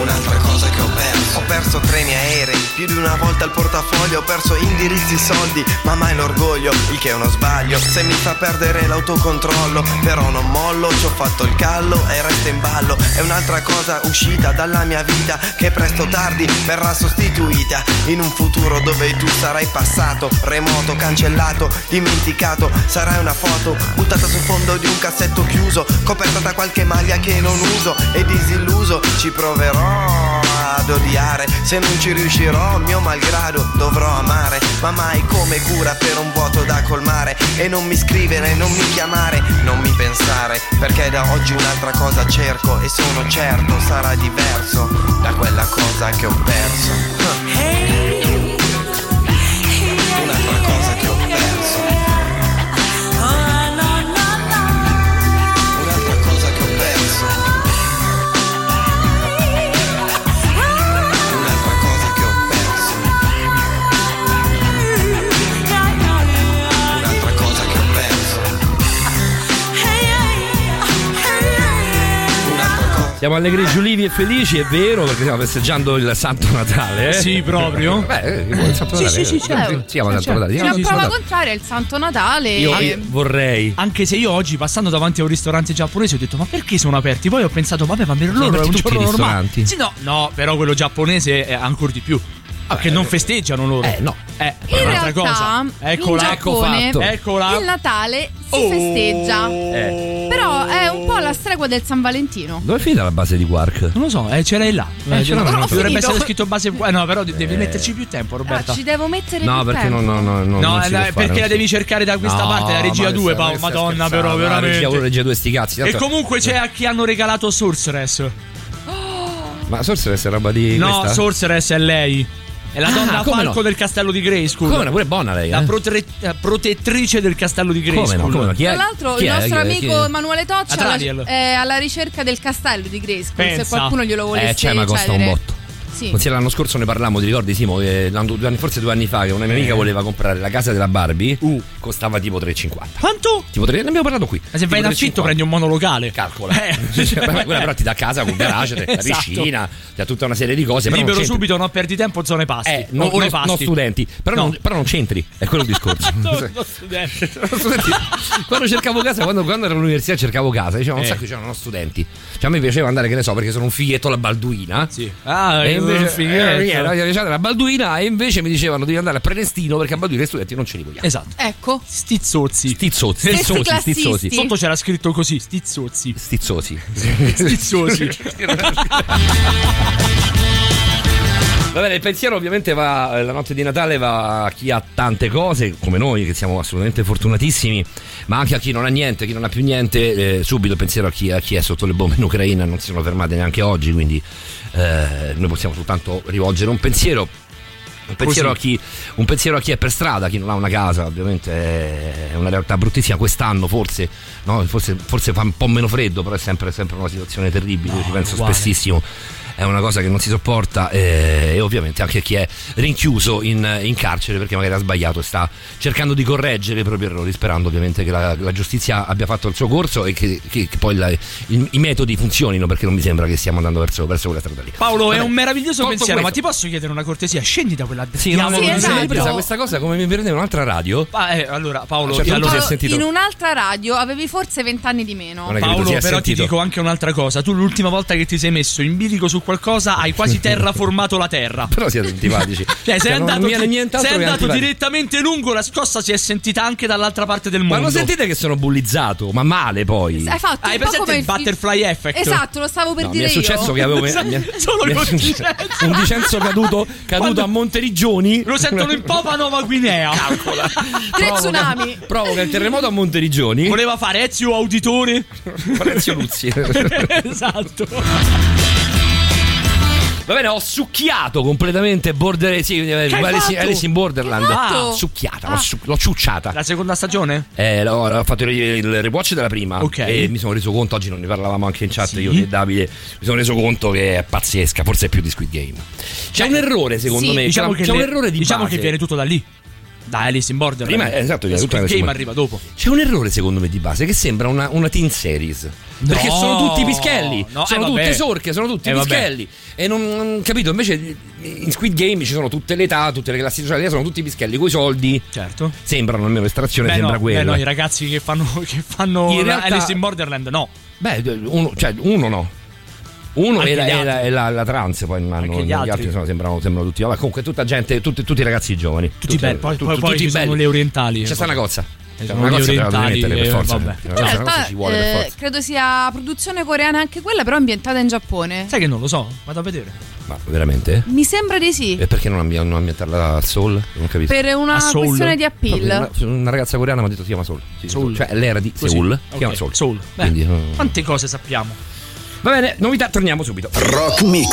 Speaker 7: Un'altra cosa che ho perso. Ho perso treni aerei, più di una volta il portafoglio, ho perso indirizzi soldi, ma mai l'orgoglio, il che è uno sbaglio. Se mi fa perdere l'autocontrollo, però non mollo, ci ho fatto il callo e resto in ballo. è un'altra cosa uscita dalla mia vita che presto o tardi verrà sostituita in un futuro dove tu sarai passato, remoto, cancellato, dimenticato, sarai una foto buttata sul fondo di un cassetto chiuso, coperta da qualche maglia che non uso e disilluso ci proverò ad odiare, se non ci riuscirò mio malgrado dovrò amare, ma mai come cura per un vuoto da colmare e non mi scrivere, non mi chiamare, non mi pensare, perché da oggi un'altra cosa cerco e sono certo sarà diverso da quella cosa che ho perso. Un'altra cosa che ho perso. Un'altra cosa che ho perso. Un'altra cosa che ho perso. Un'altra cosa che ho perso. Un'altra cosa.
Speaker 1: Siamo allegri, giulivi e felici, è vero, perché stiamo festeggiando il Santo Natale. Eh?
Speaker 3: Sì, proprio.
Speaker 1: Beh, eh, che vuoi, il Santo
Speaker 3: Sì,
Speaker 1: Natale.
Speaker 3: sì, sì, certo.
Speaker 1: Si chiama Santo Natale. si
Speaker 3: Certo.
Speaker 2: C'è
Speaker 1: chiama
Speaker 2: una
Speaker 3: sì,
Speaker 1: Santo
Speaker 2: prova
Speaker 1: Natale.
Speaker 2: contraria, il Santo Natale.
Speaker 1: Io
Speaker 2: eh,
Speaker 1: eh, vorrei.
Speaker 3: Anche se io oggi, passando davanti a un ristorante giapponese, ho detto: Ma perché sono aperti? Poi ho pensato: Vabbè, ma per loro è
Speaker 1: aperti
Speaker 3: un
Speaker 1: tutti i
Speaker 3: giorno normale.
Speaker 1: ristoranti.
Speaker 3: Sì, no, no, però quello giapponese è ancora di più. Perché non festeggiano loro.
Speaker 1: eh, no.
Speaker 3: Eh,
Speaker 2: in
Speaker 3: è un'altra
Speaker 2: realtà,
Speaker 3: cosa.
Speaker 2: in
Speaker 3: Eccola, ecco
Speaker 2: Giappone,
Speaker 1: fatto.
Speaker 3: Eccola. Oh.
Speaker 2: il Natale si festeggia.
Speaker 1: Eh.
Speaker 2: Però è un po' la stregua del San Valentino.
Speaker 1: Dove è finita la base di Quark?
Speaker 3: Non lo so, eh, ce l'hai là.
Speaker 1: Eh, ce l'ho,
Speaker 3: Dovrebbe
Speaker 1: non ho
Speaker 3: dovrebbe
Speaker 2: finito.
Speaker 3: essere scritto base. Eh, no, però devi metterci più tempo,
Speaker 2: Ah,
Speaker 3: Roberta.
Speaker 2: ci devo mettere
Speaker 1: No,
Speaker 2: più
Speaker 1: perché
Speaker 2: tempo.
Speaker 1: no, no, no, no,
Speaker 3: No,
Speaker 1: non si
Speaker 3: eh,
Speaker 1: può
Speaker 3: perché
Speaker 1: fare, non
Speaker 3: la
Speaker 1: si-
Speaker 3: devi cercare da questa
Speaker 1: No,
Speaker 3: parte, la regia
Speaker 1: ma
Speaker 3: 2,
Speaker 1: stai-
Speaker 3: Paolo.
Speaker 1: stai
Speaker 3: Madonna,
Speaker 1: scherzando,
Speaker 3: però,
Speaker 1: la Regia 1,
Speaker 3: veramente.
Speaker 1: regia 2, sti cazzi.
Speaker 3: E
Speaker 1: tanto-
Speaker 3: comunque c'è a chi hanno regalato Sorceress.
Speaker 1: Ma Sorceress è roba di.
Speaker 3: No,
Speaker 1: questa?
Speaker 3: Sorceress è lei. È la
Speaker 1: Ah,
Speaker 3: donna
Speaker 1: come
Speaker 3: falco
Speaker 1: no?
Speaker 3: del castello di Grayskull.
Speaker 1: Come no, pure è buona lei.
Speaker 3: La
Speaker 1: eh?
Speaker 3: protre- eh, protettrice del castello di
Speaker 1: Come
Speaker 3: Grayskull.
Speaker 1: no, come no? Chi è?
Speaker 2: Tra l'altro,
Speaker 1: chi
Speaker 2: il
Speaker 1: è?
Speaker 2: nostro
Speaker 1: Chi è? Chi
Speaker 2: amico
Speaker 1: è?
Speaker 2: Emanuele Toccia alla-
Speaker 3: Adrariel.
Speaker 2: è alla ricerca del castello di Grayskull. Se
Speaker 3: Pensa.
Speaker 2: qualcuno glielo volesse
Speaker 1: Eh, c'è, ma costa un
Speaker 2: cedere.
Speaker 1: botto.
Speaker 2: Sì.
Speaker 1: Consigliere, l'anno scorso ne parlammo, ti ricordi Simo? Che l'anno- due anni- forse due anni fa che una mia amica voleva comprare la casa della Barbie,
Speaker 3: Eh. Uh.
Speaker 1: costava tipo 3,50.
Speaker 3: Quanto?
Speaker 1: Tipo 3, ne abbiamo parlato qui.
Speaker 3: Ma se vai in affitto prendi un monolocale.
Speaker 1: Calcola,
Speaker 3: Eh.
Speaker 1: Cioè, vabbè, quella però ti dà casa con garage, la
Speaker 3: Esatto.
Speaker 1: piscina, ti dà tutta una serie di cose. però non
Speaker 3: Libero
Speaker 1: c'entri.
Speaker 3: subito, non perdi tempo, zone pasti.
Speaker 1: Eh, no,
Speaker 3: O- o
Speaker 1: no,
Speaker 3: ne pasti.
Speaker 1: no studenti, però,
Speaker 3: No.
Speaker 1: Non, però non c'entri, è quello il discorso.
Speaker 3: No, no, studenti.
Speaker 1: Studenti. quando cercavo casa, quando, quando ero all'università cercavo casa, dicevano un
Speaker 3: Eh.
Speaker 1: sacco c'erano no, studenti. Cioè, a me piaceva andare, che ne so, perché sono un figlietto alla Balduina.
Speaker 3: Sì. Ah,
Speaker 1: E
Speaker 3: è un
Speaker 1: invece eh,
Speaker 3: fighetto.
Speaker 1: era- era la Balduina e invece mi dicevano devi andare a Prenestino perché a Balduina i studenti non ce li vogliamo. Eh.
Speaker 3: Esatto.
Speaker 2: Ecco.
Speaker 3: Stizzozzi.
Speaker 1: Stizzozzi,
Speaker 2: Stessi
Speaker 1: stizzosi,
Speaker 2: classisti.
Speaker 1: stizzosi,
Speaker 3: Sotto c'era scritto così, stizzozzi.
Speaker 1: stizzosi.
Speaker 3: Stizzosi.
Speaker 1: Va bene, il pensiero ovviamente va, eh, la notte di Natale va a chi ha tante cose, come noi che siamo assolutamente fortunatissimi, ma anche a chi non ha niente, chi non ha più niente, eh, subito il pensiero a chi, a chi è sotto le bombe in Ucraina, non si sono fermate neanche oggi, quindi eh, noi possiamo soltanto rivolgere un pensiero. Un pensiero, a chi, un pensiero a chi è per strada, chi non ha una casa, ovviamente è una realtà bruttissima. Quest'anno forse, no? forse, forse fa un po' meno freddo, però è sempre, sempre una situazione terribile, io ci penso
Speaker 3: uguale.
Speaker 1: spessissimo. È una cosa che non si sopporta eh, e ovviamente anche chi è rinchiuso in, in carcere perché magari ha sbagliato e sta cercando di correggere i propri errori, sperando ovviamente che la, la giustizia abbia fatto il suo corso e che, che- che poi la- il- i metodi funzionino perché non mi sembra che stiamo andando verso, verso quella strada lì.
Speaker 3: Paolo, è
Speaker 1: Vabbè,
Speaker 3: un meraviglioso
Speaker 1: tolto
Speaker 3: pensiero, ma
Speaker 1: questo.
Speaker 3: ti posso chiedere una cortesia? Scendi da quella
Speaker 1: Sì, no,
Speaker 3: diavolo
Speaker 1: no,
Speaker 2: Sì,
Speaker 3: di
Speaker 1: mi sono
Speaker 2: esatto.
Speaker 1: ripresa questa cosa come mi prendeva un'altra radio.
Speaker 3: Ah, eh, allora, Paolo,
Speaker 1: Certo,
Speaker 3: allora,
Speaker 1: si è
Speaker 2: Paolo,
Speaker 1: sentito.
Speaker 2: in un'altra radio avevi forse vent'anni di meno.
Speaker 1: Non è che
Speaker 3: Paolo,
Speaker 1: credo sia
Speaker 3: però ti
Speaker 1: sentito.
Speaker 3: dico anche un'altra cosa. Tu l'ultima volta che ti sei messo in bilico su qualcosa hai quasi terraformato la terra.
Speaker 1: Però siete antipatici.
Speaker 3: Cioè, sei
Speaker 1: non- non
Speaker 3: andato,
Speaker 1: mi viene nient'altro
Speaker 3: sei
Speaker 1: che
Speaker 3: andato
Speaker 1: antipatici.
Speaker 3: direttamente lungo, la scossa si è sentita anche dall'altra parte del mondo.
Speaker 1: Ma lo sentite che sono bullizzato, ma male poi.
Speaker 2: Hai fatto
Speaker 3: Hai
Speaker 2: un po'
Speaker 3: presente
Speaker 2: come
Speaker 3: il
Speaker 2: fi-
Speaker 3: butterfly effect? Esatto,
Speaker 2: Esatto, lo stavo per
Speaker 1: No, mi
Speaker 2: dire
Speaker 1: è successo
Speaker 2: io.
Speaker 1: che avevo mi è-
Speaker 3: Solo
Speaker 1: mi è
Speaker 3: con
Speaker 1: successo-
Speaker 3: Vincenzo.
Speaker 1: un Vincenzo caduto, caduto
Speaker 3: Quando-
Speaker 1: a Monteriggioni.
Speaker 3: Lo sentono in Papua Nuova Guinea.
Speaker 2: Tre
Speaker 1: Provoca-
Speaker 2: tsunami.
Speaker 1: Provoca il terremoto a Monteriggioni.
Speaker 3: Voleva fare Ezio Auditore.
Speaker 1: Prezio Luzzi.
Speaker 3: esatto.
Speaker 1: Va bene, ho succhiato completamente Border. Sì, eh,
Speaker 3: hai
Speaker 1: Alice,
Speaker 3: fatto?
Speaker 1: Alice in Borderland.
Speaker 2: Che hai fatto?
Speaker 1: Ah, succhiata,
Speaker 2: Ah.
Speaker 1: l'ho, su- l'ho ciucciata.
Speaker 3: La seconda stagione?
Speaker 1: Eh, l'ho- ho fatto il, il rewatch della prima
Speaker 3: Ok.
Speaker 1: e mi sono reso conto, oggi non ne parlavamo anche in chat
Speaker 3: Sì.
Speaker 1: io e Davide, mi sono reso conto che è pazzesca, forse è più di Squid Game. C'è un errore secondo
Speaker 2: sì,
Speaker 1: me,
Speaker 3: diciamo
Speaker 1: c'è,
Speaker 3: che
Speaker 1: c'è un
Speaker 3: le-
Speaker 1: errore di
Speaker 3: diciamo
Speaker 1: base.
Speaker 3: che viene tutto da lì. Da Alice in Borderland.
Speaker 1: Prima, eh, esatto, viene tutto da
Speaker 3: Squid
Speaker 1: Alice in
Speaker 3: Game
Speaker 1: Borderland.
Speaker 3: arriva dopo.
Speaker 1: C'è un errore secondo me di base che sembra una, una teen series. Perché sono tutti pischelli,
Speaker 3: No, eh,
Speaker 1: sono
Speaker 3: vabbè.
Speaker 1: tutte sorche, sono tutti
Speaker 3: Eh, vabbè.
Speaker 1: pischelli. E non, non capito, invece in Squid Game ci sono tutte le età, tutte le classi sociali, sono tutti pischelli, coi soldi.
Speaker 3: Certo.
Speaker 1: Sembrano almeno l'estrazione,
Speaker 3: Beh,
Speaker 1: sembra
Speaker 3: no,
Speaker 1: quella.
Speaker 3: beh, no, i ragazzi che fanno, che fanno
Speaker 1: In realtà-
Speaker 3: Alice in Borderland, no.
Speaker 1: Beh, uno, cioè, uno no. Uno
Speaker 3: Anche
Speaker 1: e la,
Speaker 3: gli
Speaker 1: e la-
Speaker 3: altri.
Speaker 1: e la- la trans, poi ma
Speaker 3: Anche
Speaker 1: non-
Speaker 3: gli
Speaker 1: gli altri,
Speaker 3: altri.
Speaker 1: insomma, sembrano, sembrano tutti. Vabbè, comunque, tutta gente, tutti, tutti i ragazzi giovani.
Speaker 3: Tutti belli, poi- poi- poi ci sono le orientali.
Speaker 1: C'è sta una cozza.
Speaker 3: Ci
Speaker 1: C'è
Speaker 3: sono
Speaker 1: una
Speaker 3: gli
Speaker 1: cozza te la devi
Speaker 3: orientali,
Speaker 1: mettere per
Speaker 3: eh,
Speaker 1: forza.
Speaker 3: vabbè.
Speaker 1: Una
Speaker 2: in
Speaker 1: cosa- una cosa
Speaker 2: realtà
Speaker 1: ci vuole per
Speaker 2: eh,
Speaker 1: forza.
Speaker 2: credo sia produzione coreana anche quella, però ambientata in Giappone.
Speaker 3: Sai eh, che non lo so, vado a vedere.
Speaker 1: Ma veramente?
Speaker 2: Mi sembra di sì.
Speaker 1: E perché non, ambi- non ambientarla al Soul? Non capisco.
Speaker 2: Per una
Speaker 3: A Seoul?
Speaker 2: questione di appeal.
Speaker 1: Una, una ragazza coreana mi ha detto si chiama Soul. Sì,
Speaker 3: Seoul.
Speaker 1: Cioè lei era di
Speaker 3: Così.
Speaker 1: Seoul. Si
Speaker 3: Ok,
Speaker 1: chiama Soul.
Speaker 3: Seoul. Beh,
Speaker 1: Quindi, eh,
Speaker 3: Quante cose sappiamo?
Speaker 1: Va bene, novità, torniamo subito.
Speaker 8: Rock Mix.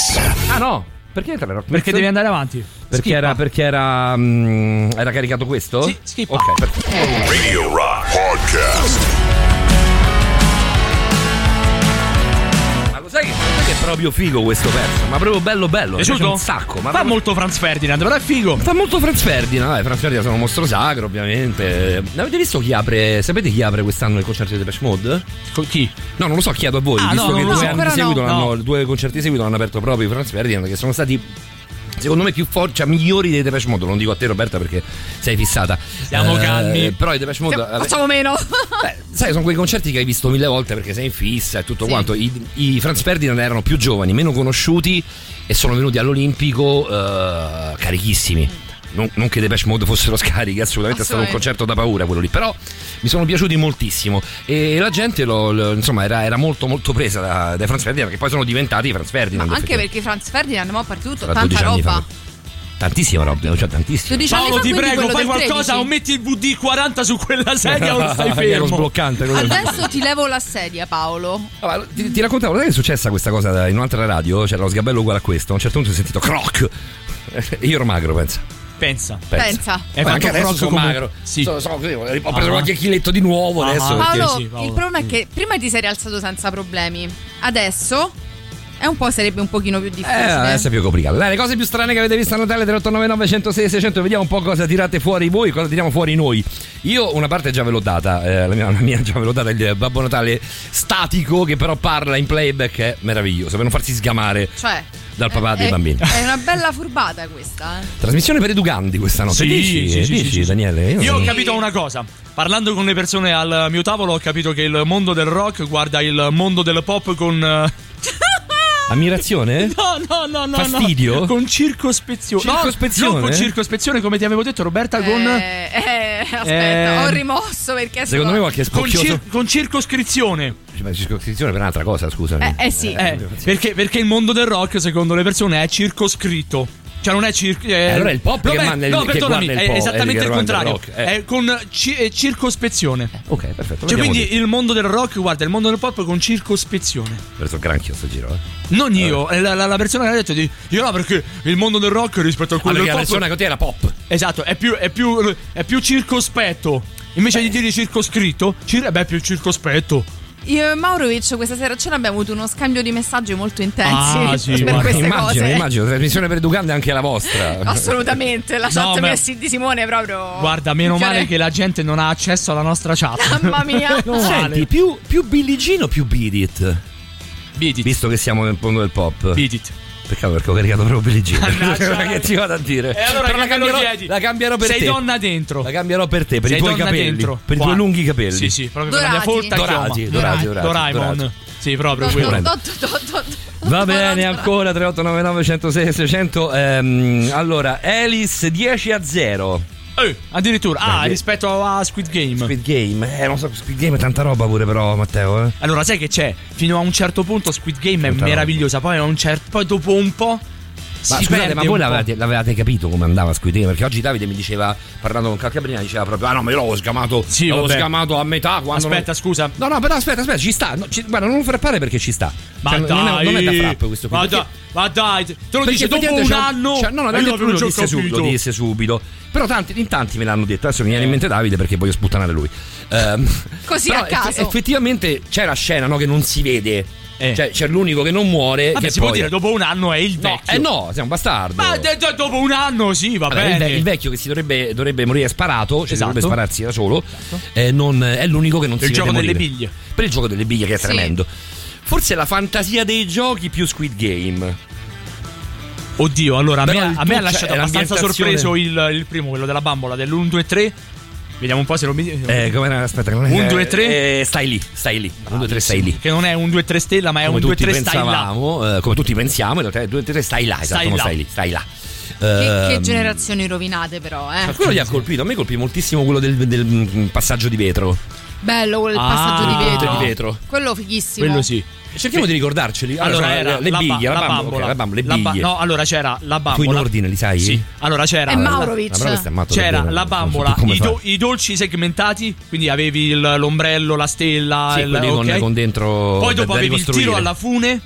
Speaker 1: Ah no, perché entra la Rock
Speaker 3: Perché
Speaker 1: Mix?
Speaker 3: devi andare avanti.
Speaker 1: Perché
Speaker 3: Schippa.
Speaker 1: era, perché era, mm, era caricato questo?
Speaker 3: Sì, Eh. skippa.
Speaker 1: Ok, perfetto.
Speaker 9: Radio Rock Podcast.
Speaker 1: Ma lo sai che, sai che è proprio figo questo pezzo? Ma proprio bello bello. mi piace
Speaker 3: Piaciuto?
Speaker 1: Un sacco. Ma
Speaker 3: Fa
Speaker 1: proprio-
Speaker 3: molto Franz Ferdinand, però è figo.
Speaker 1: Fa molto Franz Ferdinand, dai, Franz Ferdinand sono un mostro sacro ovviamente. Ne Avete visto chi apre, sapete chi apre quest'anno il concerto di Depeche Mode?
Speaker 3: chi?
Speaker 1: No, non lo so, chiedo a voi,
Speaker 3: Ah,
Speaker 1: visto
Speaker 3: no,
Speaker 1: che due,
Speaker 3: no, no,
Speaker 1: anni di
Speaker 3: ancora
Speaker 1: seguito
Speaker 3: no,
Speaker 1: l'hanno-
Speaker 3: no.
Speaker 1: due concerti di seguito l'hanno aperto proprio i Franz Ferdinand, che sono stati secondo me più forti, cioè migliori dei Depeche Mode. Non dico a te Roberta perché sei fissata. Eh,
Speaker 3: Siamo calmi.
Speaker 1: Però i Depeche Mode... vabbè,
Speaker 2: Facciamo meno.
Speaker 1: Eh, Beh, sai, sono quei concerti che hai visto mille volte perché sei in fissa e tutto
Speaker 2: Sì.
Speaker 1: quanto. I, i Franz Ferdinand erano più giovani, meno conosciuti e sono venuti all'Olimpico eh, carichissimi. Non, non che Depeche Mode fossero scarichi, assolutamente, è stato un
Speaker 2: Assolutamente.
Speaker 1: concerto da paura quello lì. Però mi sono piaciuti moltissimo. E la gente lo- lo- insomma, era, era molto molto presa da- dai Franz Ferdinand, che poi sono diventati i Franz Ferdinand.
Speaker 2: Anche
Speaker 1: effettivamente.
Speaker 2: perché Franz Ferdinand mo' ha partito
Speaker 1: Sarà
Speaker 2: tanta
Speaker 1: 12 anni fa.
Speaker 2: roba.
Speaker 1: Tantissima roba, cioè tantissima.
Speaker 2: 12 anni
Speaker 3: Paolo,
Speaker 2: fa,
Speaker 3: ti
Speaker 2: quindi
Speaker 3: prego,
Speaker 2: quello
Speaker 3: fai
Speaker 2: del
Speaker 3: qualcosa
Speaker 2: 13.
Speaker 3: o metti il VD40 su quella sedia o stai
Speaker 1: Era lo
Speaker 3: fermo.
Speaker 1: sbloccante quello lì.
Speaker 2: Adesso ti levo la sedia, Paolo.
Speaker 1: Allora,
Speaker 3: Ah,
Speaker 1: ti, ti raccontavo, sai che è successa questa cosa da- in un'altra radio? C'era lo sgabello uguale a questo. A un certo punto ho sentito croc. Io ero magro, pensa.
Speaker 3: Pensa.
Speaker 2: Pensa.
Speaker 3: Hai
Speaker 1: Ma
Speaker 3: fatto
Speaker 1: anche adesso
Speaker 3: croc
Speaker 1: sono
Speaker 3: come-
Speaker 1: magro.
Speaker 3: Sì.
Speaker 1: Sono- sono così, ho preso
Speaker 3: Ah.
Speaker 1: qualche chiletto di nuovo
Speaker 3: Ah.
Speaker 1: adesso. perché- Eh,
Speaker 2: Paolo,
Speaker 3: sì, Paolo.
Speaker 2: il problema è che prima ti sei rialzato senza problemi. Adesso è un po' sarebbe un pochino più
Speaker 1: Eh,
Speaker 2: difficile.
Speaker 1: adesso è più complicato. Dai, le cose più strane che avete visto a Natale 3899 106 600 vediamo un po' cosa tirate fuori voi, cosa tiriamo fuori noi. Io una parte già ve l'ho data, eh, la, mia, la mia già ve l'ho data, il Babbo Natale statico che però parla in playback è meraviglioso, per non farsi sgamare
Speaker 2: cioè,
Speaker 1: dal papà
Speaker 2: è-
Speaker 1: dei
Speaker 2: è-
Speaker 1: bambini.
Speaker 2: È una bella furbata questa. eh.
Speaker 1: Trasmissione per educandi questa notte.
Speaker 3: Sì,
Speaker 1: dici,
Speaker 3: sì, sì,
Speaker 1: dici,
Speaker 3: sì, sì.
Speaker 1: Daniele?
Speaker 3: Eh, Io ho
Speaker 1: non-
Speaker 3: capito una cosa. Parlando con le persone al mio tavolo, ho capito che il mondo del rock guarda il mondo del pop con. eh,
Speaker 1: Ammirazione?
Speaker 3: No, no, no, no.
Speaker 1: Fastidio?
Speaker 3: No. Con circospezione. No,
Speaker 1: Circospezione?
Speaker 3: non con circospezione, come ti avevo detto, Roberta, con.
Speaker 2: Eh, eh, aspetta,
Speaker 3: Eh.
Speaker 2: ho rimosso perché
Speaker 1: Secondo me
Speaker 2: sono-
Speaker 1: qualche
Speaker 3: Con,
Speaker 1: spocchioso.
Speaker 3: cir- con circoscrizione.
Speaker 1: Ma circoscrizione per un'altra cosa, scusami.
Speaker 2: Eh, eh sì.
Speaker 3: Eh, perché, perché il mondo del rock, secondo le persone, è circoscritto. Cioè, non è cir- eh,
Speaker 1: allora è il pop che
Speaker 3: Robert-
Speaker 1: manda il-
Speaker 3: No,
Speaker 1: che
Speaker 3: perdonami,
Speaker 1: guarda il
Speaker 3: è
Speaker 1: pop,
Speaker 3: esattamente
Speaker 1: eh,
Speaker 3: il
Speaker 1: che guarda il
Speaker 3: contrario.
Speaker 1: rock, eh.
Speaker 3: È con ci- eh, circospezione.
Speaker 1: Ok, perfetto.
Speaker 3: Cioè,
Speaker 1: vediamo
Speaker 3: quindi
Speaker 1: di-
Speaker 3: il mondo del rock guarda il mondo del pop con circospezione.
Speaker 1: Ho preso il granchio sto giro, eh.
Speaker 3: Non io, eh, la, la- la persona che ha detto di io no, perché il mondo del rock rispetto a
Speaker 1: Ah,
Speaker 3: quello
Speaker 1: perché
Speaker 3: del
Speaker 1: la
Speaker 3: pop
Speaker 1: persona che te era pop.
Speaker 3: Esatto, è più, è più, è più circospetto. Invece
Speaker 1: Eh.
Speaker 3: di dire circoscritto, cir- beh, è più circospetto.
Speaker 2: Io e Maurovic questa sera a cena abbiamo avuto uno scambio di messaggi molto intensi
Speaker 3: Ah, sì,
Speaker 2: Eh, per
Speaker 3: guarda,
Speaker 2: queste
Speaker 1: immagino,
Speaker 2: cose.
Speaker 1: immagino, trasmissione per educandi anche la vostra.
Speaker 2: Assolutamente, la chat
Speaker 3: No, ma-
Speaker 2: messi di Simone è proprio.
Speaker 3: Guarda, meno male che la gente non ha accesso alla nostra chat.
Speaker 2: Mamma mia.
Speaker 3: Meno male.
Speaker 1: Senti, più, più Billie Jean o più Beat It?
Speaker 3: Beat it,
Speaker 1: Visto che siamo nel mondo del pop.
Speaker 3: beat it.
Speaker 1: Peccato perché ho caricato proprio Billie
Speaker 3: Mannaggia.
Speaker 1: Jean. che ti vado a dire?
Speaker 3: E allora
Speaker 1: Però
Speaker 3: che
Speaker 1: la
Speaker 3: me lo
Speaker 1: cambierò,
Speaker 3: chiedi?
Speaker 1: la cambierò per
Speaker 3: Sei
Speaker 1: te.
Speaker 3: donna dentro.
Speaker 1: La cambierò per te, per
Speaker 3: Sei
Speaker 1: i tuoi
Speaker 3: donna
Speaker 1: capelli.
Speaker 3: dentro.
Speaker 1: Per i
Speaker 3: Qua.
Speaker 1: tuoi lunghi capelli.
Speaker 3: Sì, sì, proprio per la
Speaker 2: Dorati.
Speaker 3: folta
Speaker 1: Dorati,
Speaker 3: chioma.
Speaker 1: dorati, dorati,
Speaker 3: Doraemon.
Speaker 1: dorati.
Speaker 3: Sì, proprio
Speaker 2: Do-
Speaker 3: quello.
Speaker 2: do- do- do- do- do-
Speaker 1: Va
Speaker 2: do-
Speaker 1: bene,
Speaker 2: do- do-
Speaker 1: ancora 3899 106 600. Ehm, allora, Alice 10 a 0.
Speaker 3: Eh, addirittura, ah,
Speaker 1: Beh,
Speaker 3: rispetto a Squid Game.
Speaker 1: Speed Game. Eh, non so, Speed Game è tanta roba pure però, Matteo, eh.
Speaker 3: Allora, sai che c'è? Fino a un certo punto Squid Game è
Speaker 1: Tanta roba.
Speaker 3: meravigliosa, poi, a un certo, poi dopo un po'. si
Speaker 1: Ma scusate,
Speaker 3: perde
Speaker 1: ma
Speaker 3: un
Speaker 1: voi
Speaker 3: po'.
Speaker 1: l'avevate, l'avevate capito come andava Squid Game? Perché oggi Davide mi diceva, parlando con Calcabrina, diceva proprio: Ah no, ma io l'ho sgamato.
Speaker 3: Sì,
Speaker 1: l'ho
Speaker 3: vabbè.
Speaker 1: sgamato a metà quando.
Speaker 3: Aspetta,
Speaker 1: non-
Speaker 3: scusa.
Speaker 1: No, no, però aspetta, aspetta, ci sta. No, ci- guarda, non lo frappare perché ci sta.
Speaker 3: Ma
Speaker 1: Cioè, non,
Speaker 3: dai,
Speaker 1: è, non è da frappe questo qui.
Speaker 3: Ma,
Speaker 1: perché-
Speaker 3: dai, ma dai, te lo
Speaker 1: perché
Speaker 3: dice dopo un
Speaker 1: effettivamente c'è
Speaker 3: anno.
Speaker 1: c'è- no, no,
Speaker 3: e
Speaker 1: Davide
Speaker 3: io
Speaker 1: lui lo
Speaker 3: non ci ho
Speaker 1: disse, subito,
Speaker 3: capito.
Speaker 1: lo disse subito. Però tanti, in tanti me l'hanno detto. Adesso mi viene
Speaker 3: Eh.
Speaker 1: in mente Davide perché voglio sputtanare lui. Ehm,
Speaker 2: Così
Speaker 1: però
Speaker 2: a caso.
Speaker 1: effettivamente c'è la scena no, che non si vede.
Speaker 3: Eh.
Speaker 1: Cioè, c'è l'unico che non muore.
Speaker 3: Vabbè,
Speaker 1: che
Speaker 3: si
Speaker 1: poi...
Speaker 3: può dire, dopo un anno è il
Speaker 1: No,
Speaker 3: vecchio.
Speaker 1: eh no, sei un bastardo.
Speaker 3: Ma d- d- dopo un anno, sì, va
Speaker 1: Vabbè, il,
Speaker 3: bene.
Speaker 1: ve- il vecchio che si dovrebbe, dovrebbe morire sparato, cioè si
Speaker 3: Esatto.
Speaker 1: dovrebbe spararsi da solo, eh, non- è l'unico che non
Speaker 3: Per
Speaker 1: si
Speaker 3: il
Speaker 1: vede
Speaker 3: gioco delle
Speaker 1: morire.
Speaker 3: biglie.
Speaker 1: Per il gioco delle biglie che è
Speaker 2: Sì.
Speaker 1: tremendo. Forse la fantasia dei giochi più Squid Game.
Speaker 3: Oddio, allora a me,
Speaker 1: Però il
Speaker 3: a me ha
Speaker 1: tu-
Speaker 3: lasciato
Speaker 1: cioè,
Speaker 3: abbastanza
Speaker 1: l'ambientazione-
Speaker 3: sorpreso il, il primo, quello della bambola dell'1, 2, 3. Vediamo un po' se lo mi.
Speaker 1: Eh, come era? Aspetta, non è.
Speaker 3: Un, due, tre. Ah,
Speaker 1: Eh, stai lì, stai lì. Un, due, tre, stai lì.
Speaker 3: Che non è un 2-3 stella, ma è
Speaker 1: Come
Speaker 3: un 2-3
Speaker 1: tutti
Speaker 3: stai là.
Speaker 1: pensavamo, eh, come tutti pensiamo, in realtà è due, tre, stai là. Esatto,
Speaker 3: Stai
Speaker 1: non
Speaker 3: là.
Speaker 1: stai lì, stai là.
Speaker 2: Che, che
Speaker 1: Ehm,
Speaker 2: generazioni rovinate, però,
Speaker 1: Ma
Speaker 3: Certo.
Speaker 2: eh.
Speaker 1: quello gli ha colpito, a me colpì moltissimo quello del, del, mm, passaggio di vetro.
Speaker 2: Bello quel
Speaker 3: Ah,
Speaker 2: passaggio di vetro.
Speaker 1: di vetro.
Speaker 2: Quello fighissimo.
Speaker 3: Quello sì.
Speaker 1: Cerchiamo di ricordarceli.
Speaker 3: Allora era
Speaker 1: le
Speaker 3: la, ba-
Speaker 1: biglie, la,
Speaker 3: la
Speaker 1: bambola,
Speaker 3: bambola,
Speaker 1: ok, la bambola, le
Speaker 3: la ba-
Speaker 1: biglie.
Speaker 3: no, allora c'era la
Speaker 1: tu
Speaker 3: bambola.
Speaker 1: in ordine li sai?
Speaker 3: Sì. Allora c'era
Speaker 2: E
Speaker 3: la-
Speaker 2: Maurovic.
Speaker 1: Ma però questo è matto
Speaker 3: C'era
Speaker 1: davvero,
Speaker 3: la
Speaker 1: non so
Speaker 3: bambola,
Speaker 1: più come
Speaker 3: i,
Speaker 1: fa.
Speaker 3: do- i dolci segmentati, quindi avevi il- l'ombrello, la stella,
Speaker 1: Sì,
Speaker 3: il-
Speaker 1: quelli con-
Speaker 3: ok.
Speaker 1: con dentro
Speaker 3: Poi
Speaker 1: da-
Speaker 3: dopo
Speaker 1: da
Speaker 3: avevi il tiro
Speaker 1: ricostruire.
Speaker 3: alla fune,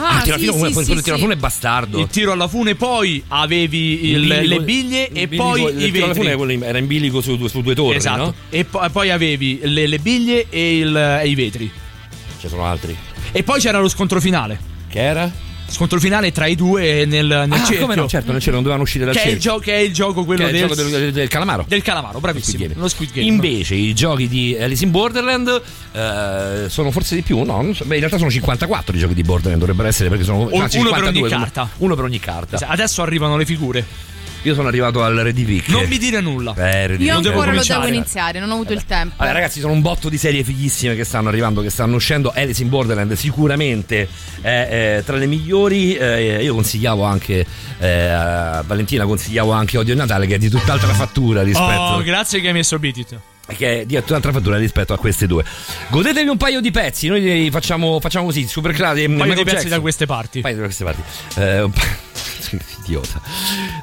Speaker 2: Ah,
Speaker 1: tira
Speaker 2: sì,
Speaker 1: fino-
Speaker 2: sì,
Speaker 1: come-
Speaker 2: sì,
Speaker 1: quello
Speaker 2: sì,
Speaker 1: tira
Speaker 2: sì.
Speaker 1: fune è bastardo.
Speaker 3: il tiro alla fune, poi avevi il-
Speaker 1: In bilico-
Speaker 3: le biglie
Speaker 1: in
Speaker 3: e
Speaker 1: bilico-
Speaker 3: poi
Speaker 1: il
Speaker 3: i
Speaker 1: tiro alla fune
Speaker 3: vetri.
Speaker 1: era quello in- era in bilico su, due- su due torri,
Speaker 3: esatto.
Speaker 1: no?
Speaker 3: E po- poi avevi le, le biglie e, il- e i vetri.
Speaker 1: Ci sono altri.
Speaker 3: E poi c'era lo scontro finale.
Speaker 1: Che era?
Speaker 3: Scontro finale tra i due nel, nel
Speaker 1: ah,
Speaker 3: cerchio.
Speaker 1: come no? Certo, non c'erano, non dovevano uscire dal
Speaker 3: che, è il
Speaker 1: cerchio.
Speaker 3: gio- che è il gioco quello
Speaker 1: Che è il
Speaker 3: del,
Speaker 1: gioco del, del- del calamaro.
Speaker 3: del calamaro,
Speaker 1: Squid
Speaker 3: bravissimo.
Speaker 1: Game.
Speaker 3: Lo Squid Game.
Speaker 1: Invece i giochi di Alice in Borderland eh, sono forse di più, no? non so, beh, in realtà sono 54 i giochi di Borderland, dovrebbero essere perché sono
Speaker 3: uno per
Speaker 1: 52,
Speaker 3: ogni
Speaker 1: come-
Speaker 3: carta. Esatto.
Speaker 1: Uno per ogni carta.
Speaker 3: Adesso arrivano le figure.
Speaker 1: Io sono arrivato al Redivic.
Speaker 3: Non mi dire nulla.
Speaker 1: Eh, Red
Speaker 2: Io
Speaker 1: Divic,
Speaker 3: devo
Speaker 2: ancora lo devo
Speaker 3: cominciare.
Speaker 2: iniziare, non ho avuto il tempo.
Speaker 1: Allora, ragazzi, sono un botto di serie fighissime che stanno arrivando, che stanno uscendo. Alice in Borderland sicuramente è eh, tra le migliori. Eh, io consigliavo anche eh, a Valentina, consigliavo anche Odio e Natale, che è di tutt'altra fattura rispetto.
Speaker 3: Oh, grazie che hai messo Beat It.
Speaker 1: che è di tutt'altra fattura rispetto a queste due. Godetevi un paio di pezzi, noi li facciamo, facciamo così, super classico.
Speaker 3: Un paio di pezzi da queste parti.
Speaker 1: Paio da queste parti. Eh, un pa- Sì, Idiota.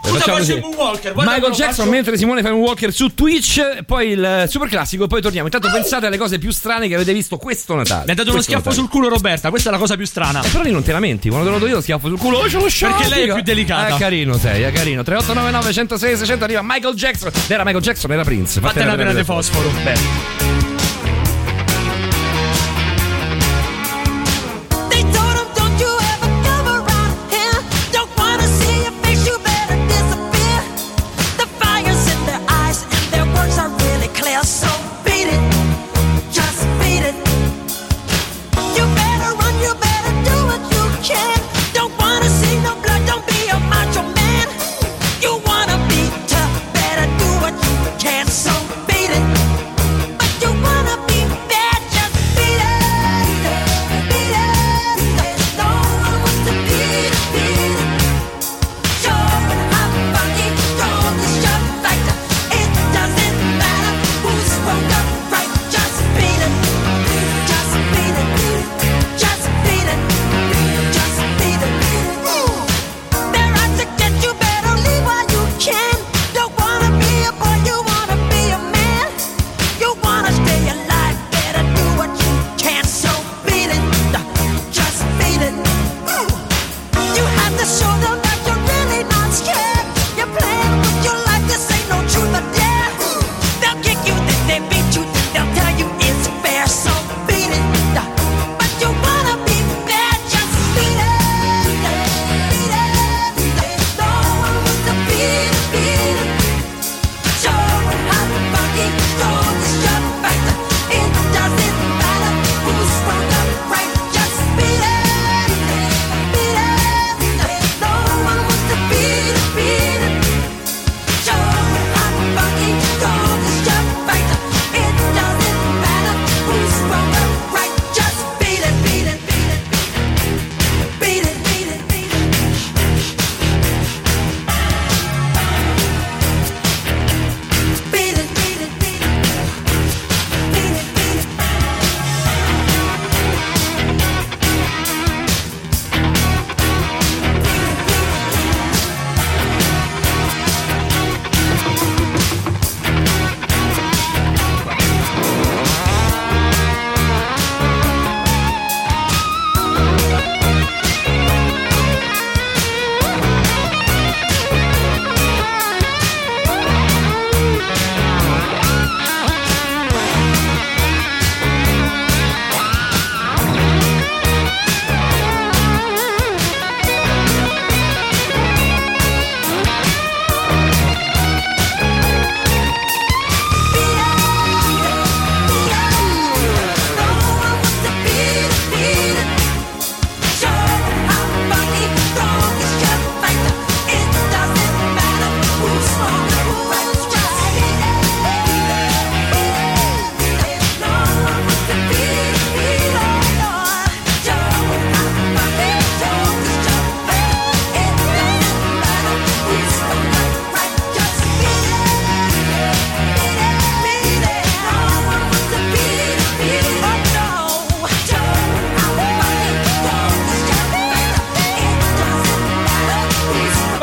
Speaker 1: Eh,
Speaker 3: Scusa,
Speaker 1: facciamo
Speaker 3: faccio
Speaker 1: così.
Speaker 3: Moonwalker, guarda
Speaker 1: Michael
Speaker 3: come lo
Speaker 1: Jackson
Speaker 3: faccio.
Speaker 1: mentre Simone fa un walker su Twitch, poi il super classico e poi torniamo. Intanto pensate alle cose più strane che avete visto questo Natale.
Speaker 3: Mi ha dato uno
Speaker 1: Questo
Speaker 3: schiaffo
Speaker 1: Natale.
Speaker 3: sul culo Roberta, questa è la cosa più strana.
Speaker 1: Eh, Però lì non te lamenti, quando te lo do io lo schiaffo sul culo. Oh, ce lo sciocco.
Speaker 3: Perché lei è più delicata.
Speaker 1: È carino, sei, è carino. 3899 106 600 arriva Michael Jackson. Non era Michael Jackson, era Prince.
Speaker 3: Fatte una pena di
Speaker 1: foto.
Speaker 3: fosforo.
Speaker 10: They told him, don't you ever come around here. Don't wanna see your face, you better disappear. The fire's in their eyes and their words are really clear. So beat it, just beat it. You better run, you better do what you can. Don't wanna see no blood, don't be a macho man. You wanna be tough, better do what you can. So beat it, but you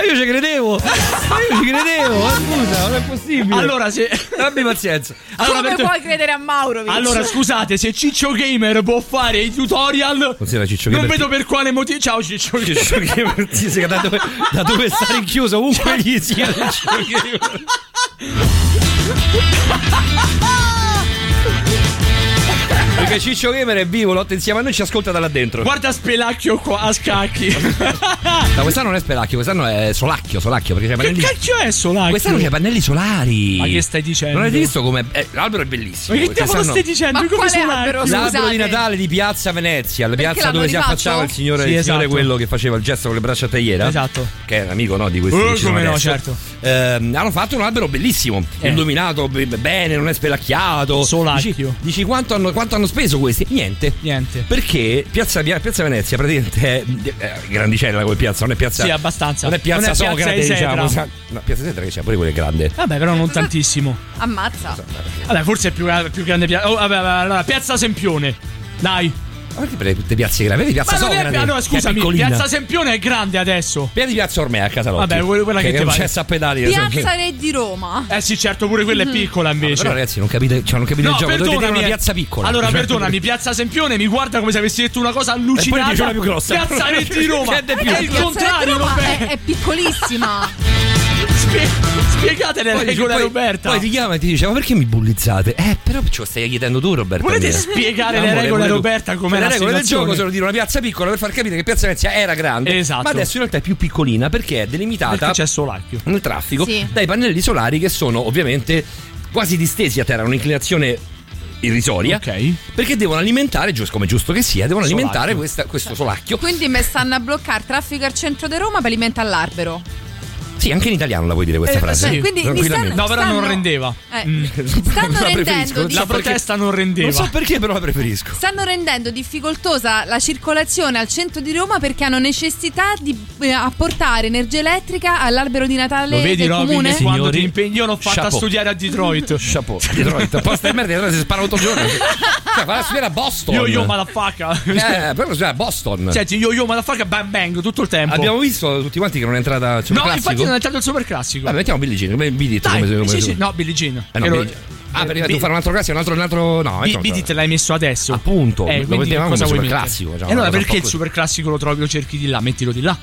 Speaker 1: io ci credevo, eh, scusa, non è possibile.
Speaker 3: Allora, se.
Speaker 1: Abbi pazienza.
Speaker 3: Allora,
Speaker 2: Come
Speaker 3: per to-
Speaker 2: puoi credere a Maurovic?
Speaker 3: allora, scusate, se Ciccio Gamer può fare i tutorial.
Speaker 1: Considera Ciccio
Speaker 3: non
Speaker 1: Gamer-
Speaker 3: vedo per quale motivo. Ciao, Ciccio Gamer.
Speaker 1: Ciccio Gamer, sì, sì, da dove, da dove sta rinchiuso ovunque gli sia Ciccio Gamer. Perché Ciccio Gamer è vivo, lotta insieme a noi, ci ascolta da là dentro.
Speaker 3: Guarda Spelacchio qua a scacchi. che
Speaker 1: Ma quest'anno non è Spelacchio, quest'anno è Solacchio, Solacchio, perché c'è pannelli...
Speaker 3: cacchio è Solacchio?
Speaker 1: Quest'anno c'è pannelli solari.
Speaker 3: Ma che stai dicendo?
Speaker 1: Non hai visto come... eh, l'albero è bellissimo.
Speaker 3: Ma che diavolo
Speaker 1: Quest'anno-
Speaker 3: stai dicendo?
Speaker 2: Ma
Speaker 3: Come
Speaker 2: quale
Speaker 3: Solacchio?
Speaker 2: albero?
Speaker 1: L'albero
Speaker 2: Scusate.
Speaker 1: di Natale di Piazza Venezia, la
Speaker 2: Perché
Speaker 1: piazza dove si
Speaker 2: l'hanno
Speaker 1: affacciava il
Speaker 2: rifatto?
Speaker 1: signore,
Speaker 3: Sì,
Speaker 1: il signore
Speaker 3: esatto.
Speaker 1: quello che faceva il gesto con le braccia a tagliera.
Speaker 3: Esatto.
Speaker 1: Che era amico no, di questi
Speaker 3: Eh,
Speaker 1: che ci sono
Speaker 3: come no,
Speaker 1: adesso.
Speaker 3: certo.
Speaker 1: Ehm, hanno fatto un albero bellissimo,
Speaker 3: Eh.
Speaker 1: illuminato be- bene, non è spelacchiato.
Speaker 3: Solacchio.
Speaker 1: Dici, dici quanto, hanno, quanto hanno speso questi? Niente.
Speaker 3: Niente.
Speaker 1: Perché Piazza, Via- Piazza Venezia praticamente è, è grandicella come piazza, non è piazza.
Speaker 3: Sì, abbastanza.
Speaker 1: Non è piazza
Speaker 3: Non è Piazza
Speaker 1: Socrate,
Speaker 3: Isetra.
Speaker 1: diciamo. sa- No, piazza Setra che c'è, pure quella è grande.
Speaker 3: Vabbè, però non tantissimo.
Speaker 2: Ammazza.
Speaker 3: Vabbè, forse è più, più grande piazza. Oh, vabbè, vabbè, allora, Piazza Sempione. Dai.
Speaker 1: Ma perché per tutte piazze grandi? Vedi Piazza
Speaker 3: Ma non è-
Speaker 1: Socrate.
Speaker 3: allora,
Speaker 1: che è
Speaker 3: scusami,
Speaker 1: piccolina.
Speaker 3: Piazza Sempione è grande adesso.
Speaker 1: Piedi Piazza Ormea a Casalotti
Speaker 3: Vabbè, quella- quella che ti
Speaker 1: è un
Speaker 3: pare.
Speaker 1: cesso a pedali
Speaker 2: Piazza Re di Roma.
Speaker 3: Eh sì, certo, pure quella è piccola invece.
Speaker 1: Però ragazzi non capite, cioè, non capite il
Speaker 3: No,
Speaker 1: gioco Dovete dire
Speaker 3: perdonami.
Speaker 1: una
Speaker 3: eh.
Speaker 1: piazza piccola
Speaker 3: Allora,
Speaker 1: Cioè,
Speaker 3: perdonami, Piazza Sempione mi guarda come se avessi detto una cosa allucinante.
Speaker 1: dice una più grossa.
Speaker 3: Piazza Re di Roma.
Speaker 1: Che è di Eh. più.
Speaker 3: È il
Speaker 2: Piazza Re di
Speaker 3: contrario,
Speaker 2: Roma è,
Speaker 3: Roberto.
Speaker 2: è piccolissima.
Speaker 3: Spie- spiegate le
Speaker 1: poi-
Speaker 3: regole a
Speaker 1: poi-
Speaker 3: Roberta.
Speaker 1: Poi ti chiama e ti dice Ma perché mi bullizzate? Eh però ce lo stai chiedendo tu Roberta
Speaker 3: Volete
Speaker 1: mia.
Speaker 3: spiegare le
Speaker 1: Amore,
Speaker 3: regole a
Speaker 1: pure tu.
Speaker 3: Roberta come
Speaker 1: Cioè,
Speaker 3: la
Speaker 1: Le regole del
Speaker 3: situazione?
Speaker 1: gioco sono dire una piazza piccola Per far capire che Piazza Venezia era grande
Speaker 3: Esatto.
Speaker 1: Ma adesso in realtà è più piccolina Perché è
Speaker 3: Perché
Speaker 1: delimitata
Speaker 3: c'è Solacchio.
Speaker 1: nel traffico
Speaker 2: Sì.
Speaker 1: dai pannelli solari che sono ovviamente quasi distesi a terra, un'inclinazione irrisoria.
Speaker 3: Ok.
Speaker 1: Perché devono alimentare, giusto come giusto che sia, devono
Speaker 3: Solacchio.
Speaker 1: alimentare questa- questo solacchio.
Speaker 2: Quindi mi stanno a bloccare traffico al centro di Roma per alimentare l'albero.
Speaker 1: Sì, anche in italiano la puoi dire questa
Speaker 2: Eh,
Speaker 1: frase.
Speaker 2: cioè, quindi mi
Speaker 1: tranquillamente.
Speaker 2: stanno-
Speaker 3: No, però non
Speaker 2: Stanno-
Speaker 3: rendeva.
Speaker 2: Eh,
Speaker 3: Mm.
Speaker 2: Stanno
Speaker 1: La
Speaker 2: rendendo
Speaker 1: preferisco.
Speaker 2: di-
Speaker 3: eh. La
Speaker 1: so perché-
Speaker 3: protesta non rendeva.
Speaker 1: Non so perché, però la preferisco.
Speaker 2: Stanno rendendo difficoltosa la circolazione al centro di Roma perché hanno necessità di eh, apportare energia elettrica all'albero di Natale
Speaker 3: Lo vedi,
Speaker 2: del comune.
Speaker 3: Robin? Quando
Speaker 1: Signori,
Speaker 3: ti impegni, io l'ho fatta
Speaker 1: chapeau.
Speaker 3: studiare a Detroit.
Speaker 1: Chapeau. Detroit, apposta di merda, Detroit si spara otto giorni. Cioè, va a studiare a Boston.
Speaker 3: Yo yo malafaka.
Speaker 1: Eh, però studiare a Boston.
Speaker 3: Senti, yo yo malafaka bang bang tutto il tempo.
Speaker 1: Abbiamo visto tutti quanti che non è entrata. Cioè,
Speaker 3: No,
Speaker 1: classico.
Speaker 3: infatti non è entrato il super classico.
Speaker 1: Vabbè, mettiamo Billie Jean. come- Billie Jean, come,
Speaker 3: Dai,
Speaker 1: come-
Speaker 3: sì, sì, no, Billie Jean.
Speaker 1: Eh, no,
Speaker 3: Ero-
Speaker 1: Billie- Ah, perché
Speaker 3: Bi-
Speaker 1: devo fare un altro classico, un altro, un altro. No, Ah,
Speaker 3: Bi-
Speaker 1: ecco,
Speaker 3: Billie te l'hai messo adesso.
Speaker 1: Appunto,
Speaker 3: Eh,
Speaker 1: lo
Speaker 3: quindi
Speaker 1: mettevamo
Speaker 3: cosa
Speaker 1: come
Speaker 3: vuoi mettere?
Speaker 1: superclassico, diciamo,
Speaker 3: E allora
Speaker 1: una cosa
Speaker 3: perché
Speaker 1: un
Speaker 3: il
Speaker 1: po'
Speaker 3: super classico lo trovi o cerchi di là? Mettilo di là.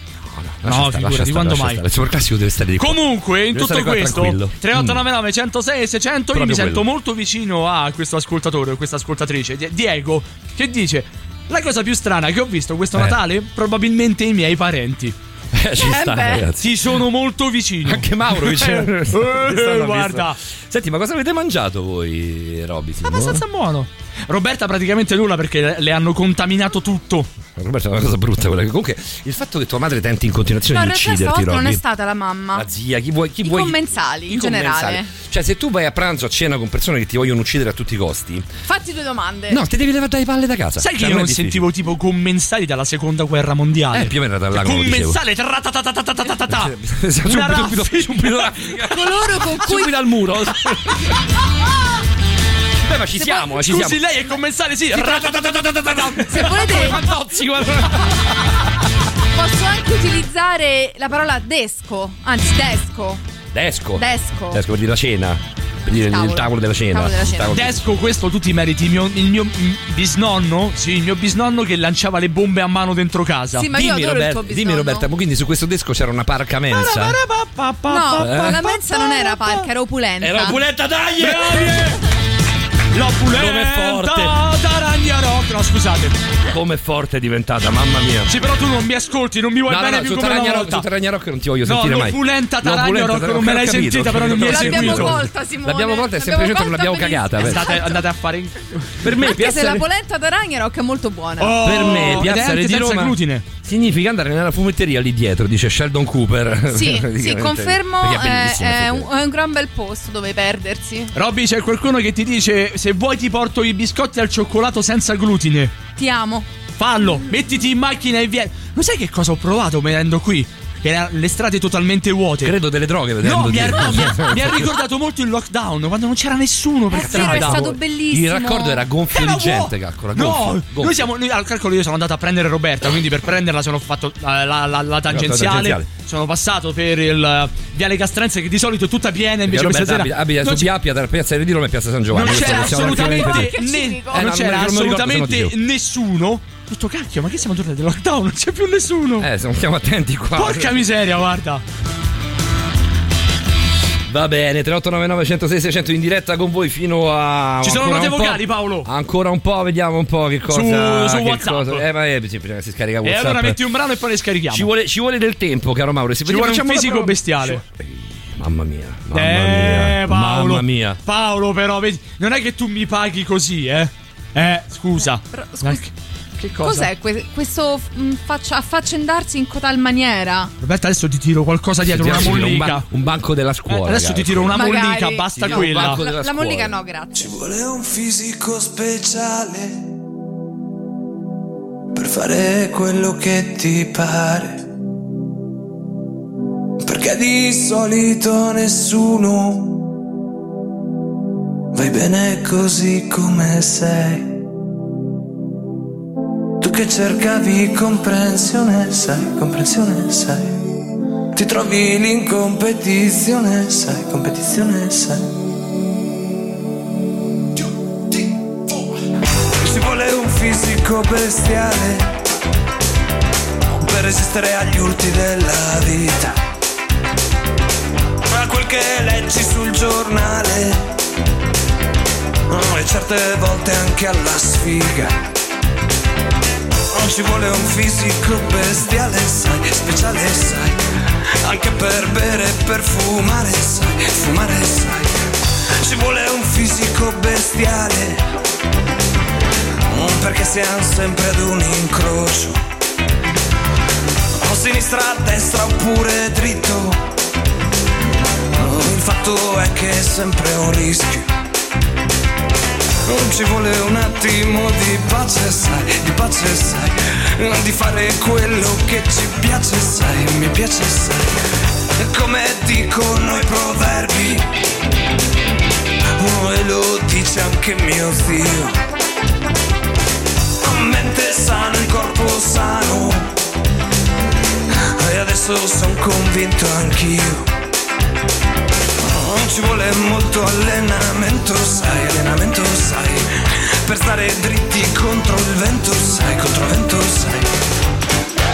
Speaker 1: Lascia
Speaker 3: No,
Speaker 1: stare,
Speaker 3: figurati,
Speaker 1: lascia stare,
Speaker 3: quando
Speaker 1: lascia
Speaker 3: mai?
Speaker 1: stare. Il superclassico deve stare di qua.
Speaker 3: Comunque, in
Speaker 1: Deve stare
Speaker 3: tutto
Speaker 1: qua
Speaker 3: questo,
Speaker 1: tranquillo. Mm.
Speaker 3: 3899 106 e 600, io mi
Speaker 1: Proprio
Speaker 3: sento
Speaker 1: quello.
Speaker 3: molto vicino a questo ascoltatore o questa ascoltatrice, Die- Diego, che dice: La cosa più strana che ho visto questo
Speaker 1: Eh.
Speaker 3: Natale, probabilmente i miei parenti.
Speaker 1: Eh, ci sta,
Speaker 2: beh.
Speaker 1: ragazzi.
Speaker 3: Ti sono molto vicino.
Speaker 1: Anche Mauro
Speaker 3: Eh,
Speaker 1: vicino.
Speaker 3: eh, guarda.
Speaker 1: Senti, ma cosa avete mangiato voi, Robby?
Speaker 3: Abbastanza buono. Roberta praticamente nulla perché le- le hanno contaminato tutto.
Speaker 1: Roberto, è una cosa brutta quella. che- Comunque, il fatto che tua madre tenti in continuazione
Speaker 2: No, in
Speaker 1: di
Speaker 2: realtà
Speaker 1: ucciderti,
Speaker 2: stavolta non è
Speaker 1: Robby.
Speaker 2: stata la mamma.
Speaker 1: La zia, chi vuoi? Chi
Speaker 2: I
Speaker 1: vuoi
Speaker 2: commensali,
Speaker 1: i
Speaker 2: in
Speaker 1: commensali.
Speaker 2: generale.
Speaker 1: Cioè, se tu vai a pranzo a cena con persone che ti vogliono uccidere a tutti i costi,
Speaker 2: Fatti due domande.
Speaker 1: no, ti devi levare dalle palle da casa.
Speaker 3: Sai che
Speaker 1: Cioè,
Speaker 3: io
Speaker 1: è
Speaker 3: non
Speaker 1: difficile.
Speaker 3: sentivo tipo commensali dalla seconda guerra mondiale?
Speaker 1: Eh, più o meno era da là, come dicevo. Eh,
Speaker 3: Commensale, tra-ta-ta-ta-ta-ta-ta-ta.
Speaker 1: Sì, subito,
Speaker 3: Una
Speaker 1: subito,
Speaker 3: raffica.
Speaker 1: subito, raffica.
Speaker 2: Coloro con cui
Speaker 1: subito al muro. Beh, ma ci
Speaker 2: Se
Speaker 1: siamo,
Speaker 2: poi-
Speaker 1: ci
Speaker 3: Scusi,
Speaker 1: siamo.
Speaker 3: lei è commensale, sì.
Speaker 2: se volete
Speaker 1: Fantozzi, guarda.
Speaker 2: posso anche utilizzare la parola desco, anzi desco.
Speaker 1: Desco.
Speaker 2: Desco.
Speaker 1: Desco per dire la cena. Per dire il tavolo della cena.
Speaker 2: Tavolo della cena.
Speaker 1: Tavolo-
Speaker 3: Desco, questo tu ti meriti. Il mio, il mio mm, bisnonno? Sì, il mio bisnonno che lanciava le bombe a mano dentro casa.
Speaker 2: Sì, ma io
Speaker 1: Dimmi,
Speaker 2: adoro il
Speaker 1: Roberta,
Speaker 2: tuo bisnonno.
Speaker 1: dimmi Roberta, ma quindi su questo desco c'era una parca mensa?
Speaker 2: No,
Speaker 1: Eh?
Speaker 2: la mensa non era parca, era opulenta.
Speaker 1: Era opulenta, dai!
Speaker 3: L'opulenta
Speaker 1: Com'è forte.
Speaker 3: Taragnarocco. No, scusate.
Speaker 1: Come forte è diventata, mamma mia.
Speaker 3: Sì, però tu non mi ascolti, non mi vuoi
Speaker 1: No, no,
Speaker 3: bene
Speaker 1: no,
Speaker 3: più
Speaker 1: su
Speaker 3: come una
Speaker 1: Taragnaro,
Speaker 3: volta.
Speaker 1: su Taragnaro che non ti voglio
Speaker 3: No,
Speaker 1: sentire mai.
Speaker 3: l'opulenta
Speaker 1: No,
Speaker 3: Taragnaro
Speaker 1: opulenta,
Speaker 3: che non me l'hai
Speaker 1: ho capito,
Speaker 3: sentita, però non mi hai
Speaker 2: L'abbiamo
Speaker 3: seguito.
Speaker 2: colta, Simone.
Speaker 1: L'abbiamo volta e
Speaker 2: L'abbiamo
Speaker 1: semplicemente non l'abbiamo
Speaker 2: colta
Speaker 1: cagata.
Speaker 2: benissimo.
Speaker 1: penso.
Speaker 3: Andate, andate a fare in...
Speaker 1: Per me,
Speaker 2: Anche se
Speaker 1: piazza,
Speaker 2: la polenta da Ragnarok è molto buona.
Speaker 1: per me,
Speaker 3: Oh, ed è
Speaker 1: piazza
Speaker 3: anche
Speaker 1: Re di
Speaker 3: senza
Speaker 1: Roma
Speaker 3: glutine.
Speaker 1: significa andare nella fumetteria lì dietro, dice Sheldon Cooper.
Speaker 2: Sì, sì,
Speaker 1: Praticamente.
Speaker 2: confermo,
Speaker 1: Perché è
Speaker 2: eh,
Speaker 1: bellissimo,
Speaker 2: è, un,
Speaker 1: effettivamente.
Speaker 2: è un gran bel posto dove perdersi.
Speaker 3: Robby, c'è qualcuno che ti dice: Se vuoi, ti porto i biscotti al cioccolato senza glutine.
Speaker 2: Ti amo.
Speaker 3: Fallo, mettiti in macchina e vieni. Lo sai che cosa ho provato venendo qui? Era le strade totalmente vuote.
Speaker 1: Credo delle droghe,
Speaker 3: No, mi ha,
Speaker 1: vedendoti.
Speaker 3: no, mi ha- mi ha ricordato molto il lockdown quando non c'era nessuno per
Speaker 2: Eh, vero,
Speaker 3: strada.
Speaker 2: è stato bellissimo.
Speaker 1: Il raccordo era gonfio
Speaker 3: Era
Speaker 1: di gente,
Speaker 3: vuo-
Speaker 1: calcola.
Speaker 3: No,
Speaker 1: gonfio, gonfio.
Speaker 3: noi siamo. Noi, al calcolo, io sono andato a prendere Roberta. Quindi, per prenderla, sono fatto la, la- la- la tangenziale,
Speaker 1: tangenziale.
Speaker 3: Sono passato per il eh, viale Castrense, che di solito è tutta piena. Invece,
Speaker 1: Perché Roberta
Speaker 3: questa
Speaker 1: abita,
Speaker 3: sera
Speaker 1: abita
Speaker 3: non
Speaker 1: su Biappia tra Piazza di Roma e Piazza San Giovanni.
Speaker 3: non
Speaker 1: Questo
Speaker 3: c'era
Speaker 1: possiamo tranquillamente
Speaker 3: assolutamente, ne-
Speaker 2: dire. Che civico.
Speaker 3: non
Speaker 1: Eh, no, non
Speaker 3: c'era
Speaker 1: me lo ricordo,
Speaker 3: assolutamente
Speaker 1: se no ti
Speaker 3: nessuno. Ho detto, cacchio, ma che siamo tornati? Lockdown, non c'è più nessuno.
Speaker 1: dire. Eh, se non stiamo attenti qua.
Speaker 3: Porca miseria, guarda.
Speaker 1: Va bene, 3899 106 600 in diretta con voi fino a.
Speaker 3: Ci sono
Speaker 1: Ah, ancora
Speaker 3: note
Speaker 1: un po'.
Speaker 3: vocali, Paolo.
Speaker 1: Ancora un po', vediamo un po' che
Speaker 3: Su-
Speaker 1: cosa.
Speaker 3: su
Speaker 1: che
Speaker 3: WhatsApp.
Speaker 1: cosa- Eh, ma è, sì, prima che si scarica
Speaker 3: E
Speaker 1: WhatsApp.
Speaker 3: allora metti un brano e poi ne scarichiamo.
Speaker 1: ci, vuole, ci vuole del tempo, caro Mauro. Se
Speaker 3: Ci vuole un fisico bestiale.
Speaker 1: Mamma mia, mamma
Speaker 3: Eh,
Speaker 1: mia.
Speaker 3: Paolo.
Speaker 1: Mamma mia.
Speaker 3: Paolo, però, vedi, non è che tu mi paghi così, eh? Eh, scusa.
Speaker 2: però, scusa.
Speaker 3: Ma che- Che cosa?
Speaker 2: Cos'è que- questo f- mh, faccia- affaccendarsi in cotal maniera?
Speaker 1: Eh,
Speaker 3: Roberta, adesso ti tiro qualcosa dietro, una
Speaker 1: Sì, un,
Speaker 3: mollica.
Speaker 1: ba- un banco della
Speaker 3: Eh,
Speaker 1: scuola.
Speaker 3: adesso ti
Speaker 1: ragazzi.
Speaker 3: tiro una
Speaker 2: Magari.
Speaker 3: mollica, basta
Speaker 2: Sì, no,
Speaker 3: quella.
Speaker 1: banco-
Speaker 2: La,
Speaker 1: della
Speaker 2: la mollica
Speaker 1: scuola.
Speaker 2: no, grazie.
Speaker 11: Vuole un fisico speciale per fare quello che ti pare. Perché di solito nessuno vai bene così come sei. Tu che cercavi comprensione, sai, comprensione, sai. Ti trovi l'incompetizione, sai, competizione, sai. Ci vuole un fisico bestiale per resistere agli urti della vita. Ma quel che leggi sul giornale oh, e certe volte anche alla sfiga. Oh, ci vuole un fisico bestiale, sai, speciale, sai. Anche per bere e per fumare, sai, fumare, sai. Ci vuole un fisico bestiale. Mm, perché siamo sempre ad un incrocio. O sinistra, destra oppure dritto. Oh, Il fatto è che è sempre un rischio. Non ci vuole un attimo di pace, sai, di pace, sai, mm, di fare quello che ci piace, sai, mi piace, sai. Come dicono i proverbi, Oh, e lo dice anche mio zio. Mente sana, il corpo sano E adesso sono convinto anch'io Non ci vuole molto allenamento, sai, allenamento, sai Per stare dritti contro il vento, sai, contro il vento, sai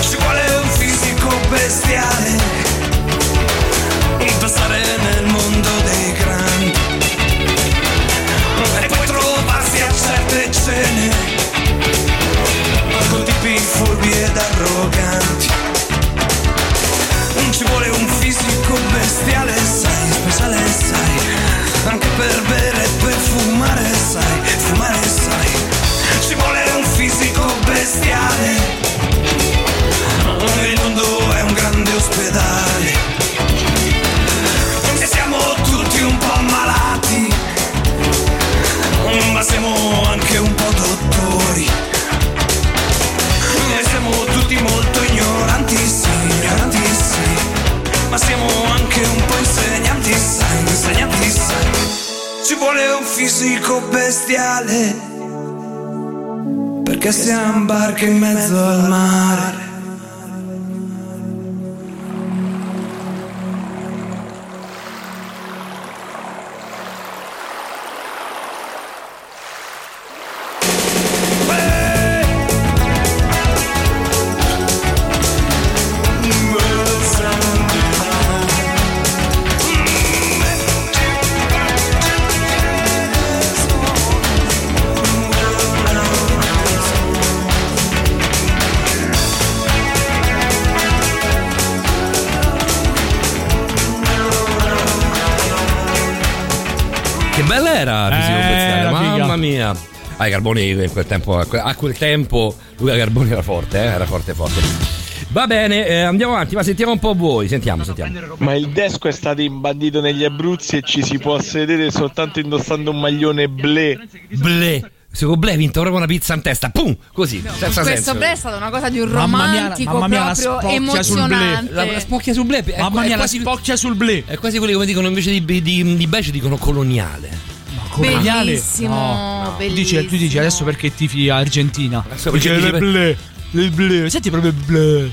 Speaker 11: Ci vuole un fisico bestiale per stare nel mondo dei grandi E poi trovarsi a certe cene Con tipi furbi ed arroganti Ci vuole un fisico bestiale, sai, speciale, sai Anche per bere e per fumare, sai, fumare, sai Ci vuole un fisico bestiale il mondo è un grande ospedale E siamo tutti un po' malati Ma siamo anche un po' dottori E siamo tutti molto ignoranti, sì, ignoranti, sì Ma siamo anche un po' insegnanti, sai, insegnanti, sai Ci vuole un fisico bestiale perché siamo barche in mezzo al mare
Speaker 1: bella era Fisico
Speaker 3: Eh,
Speaker 1: Pezzale,
Speaker 3: era
Speaker 1: mamma
Speaker 3: figa.
Speaker 1: mia. Ah, i Carboni in quel tempo, a quel tempo Luca Carboni era forte, eh, era forte forte. Va bene, eh, andiamo avanti, ma sentiamo un po' voi, sentiamo, sentiamo.
Speaker 11: Ma il desco è stato imbandito negli Abruzzi e ci si può sedere soltanto indossando un maglione ble.
Speaker 1: Ble. Se con Ble ha vinto proprio una pizza in testa, pum, così, senza senso.
Speaker 2: Questo bre è stata una cosa di un
Speaker 1: Mamma mia,
Speaker 2: romantico
Speaker 1: mamma mia, la
Speaker 2: proprio
Speaker 1: spocchia sul ble.
Speaker 2: emozionante.
Speaker 1: La- la spocchia sul eh, ble. È-
Speaker 3: Mamma
Speaker 1: è
Speaker 3: mia, la
Speaker 1: quasi-
Speaker 3: spocchia sul ble.
Speaker 1: È quasi quelli come dicono invece di, di, di Beh ci dicono coloniale.
Speaker 3: Coloniale?
Speaker 2: Bellissimo,
Speaker 3: Tu dici, tu dici adesso perché tifi Argentina?
Speaker 1: perché
Speaker 3: Dice,
Speaker 1: dici-
Speaker 3: "Le ble, le ble". Senti proprio il ble.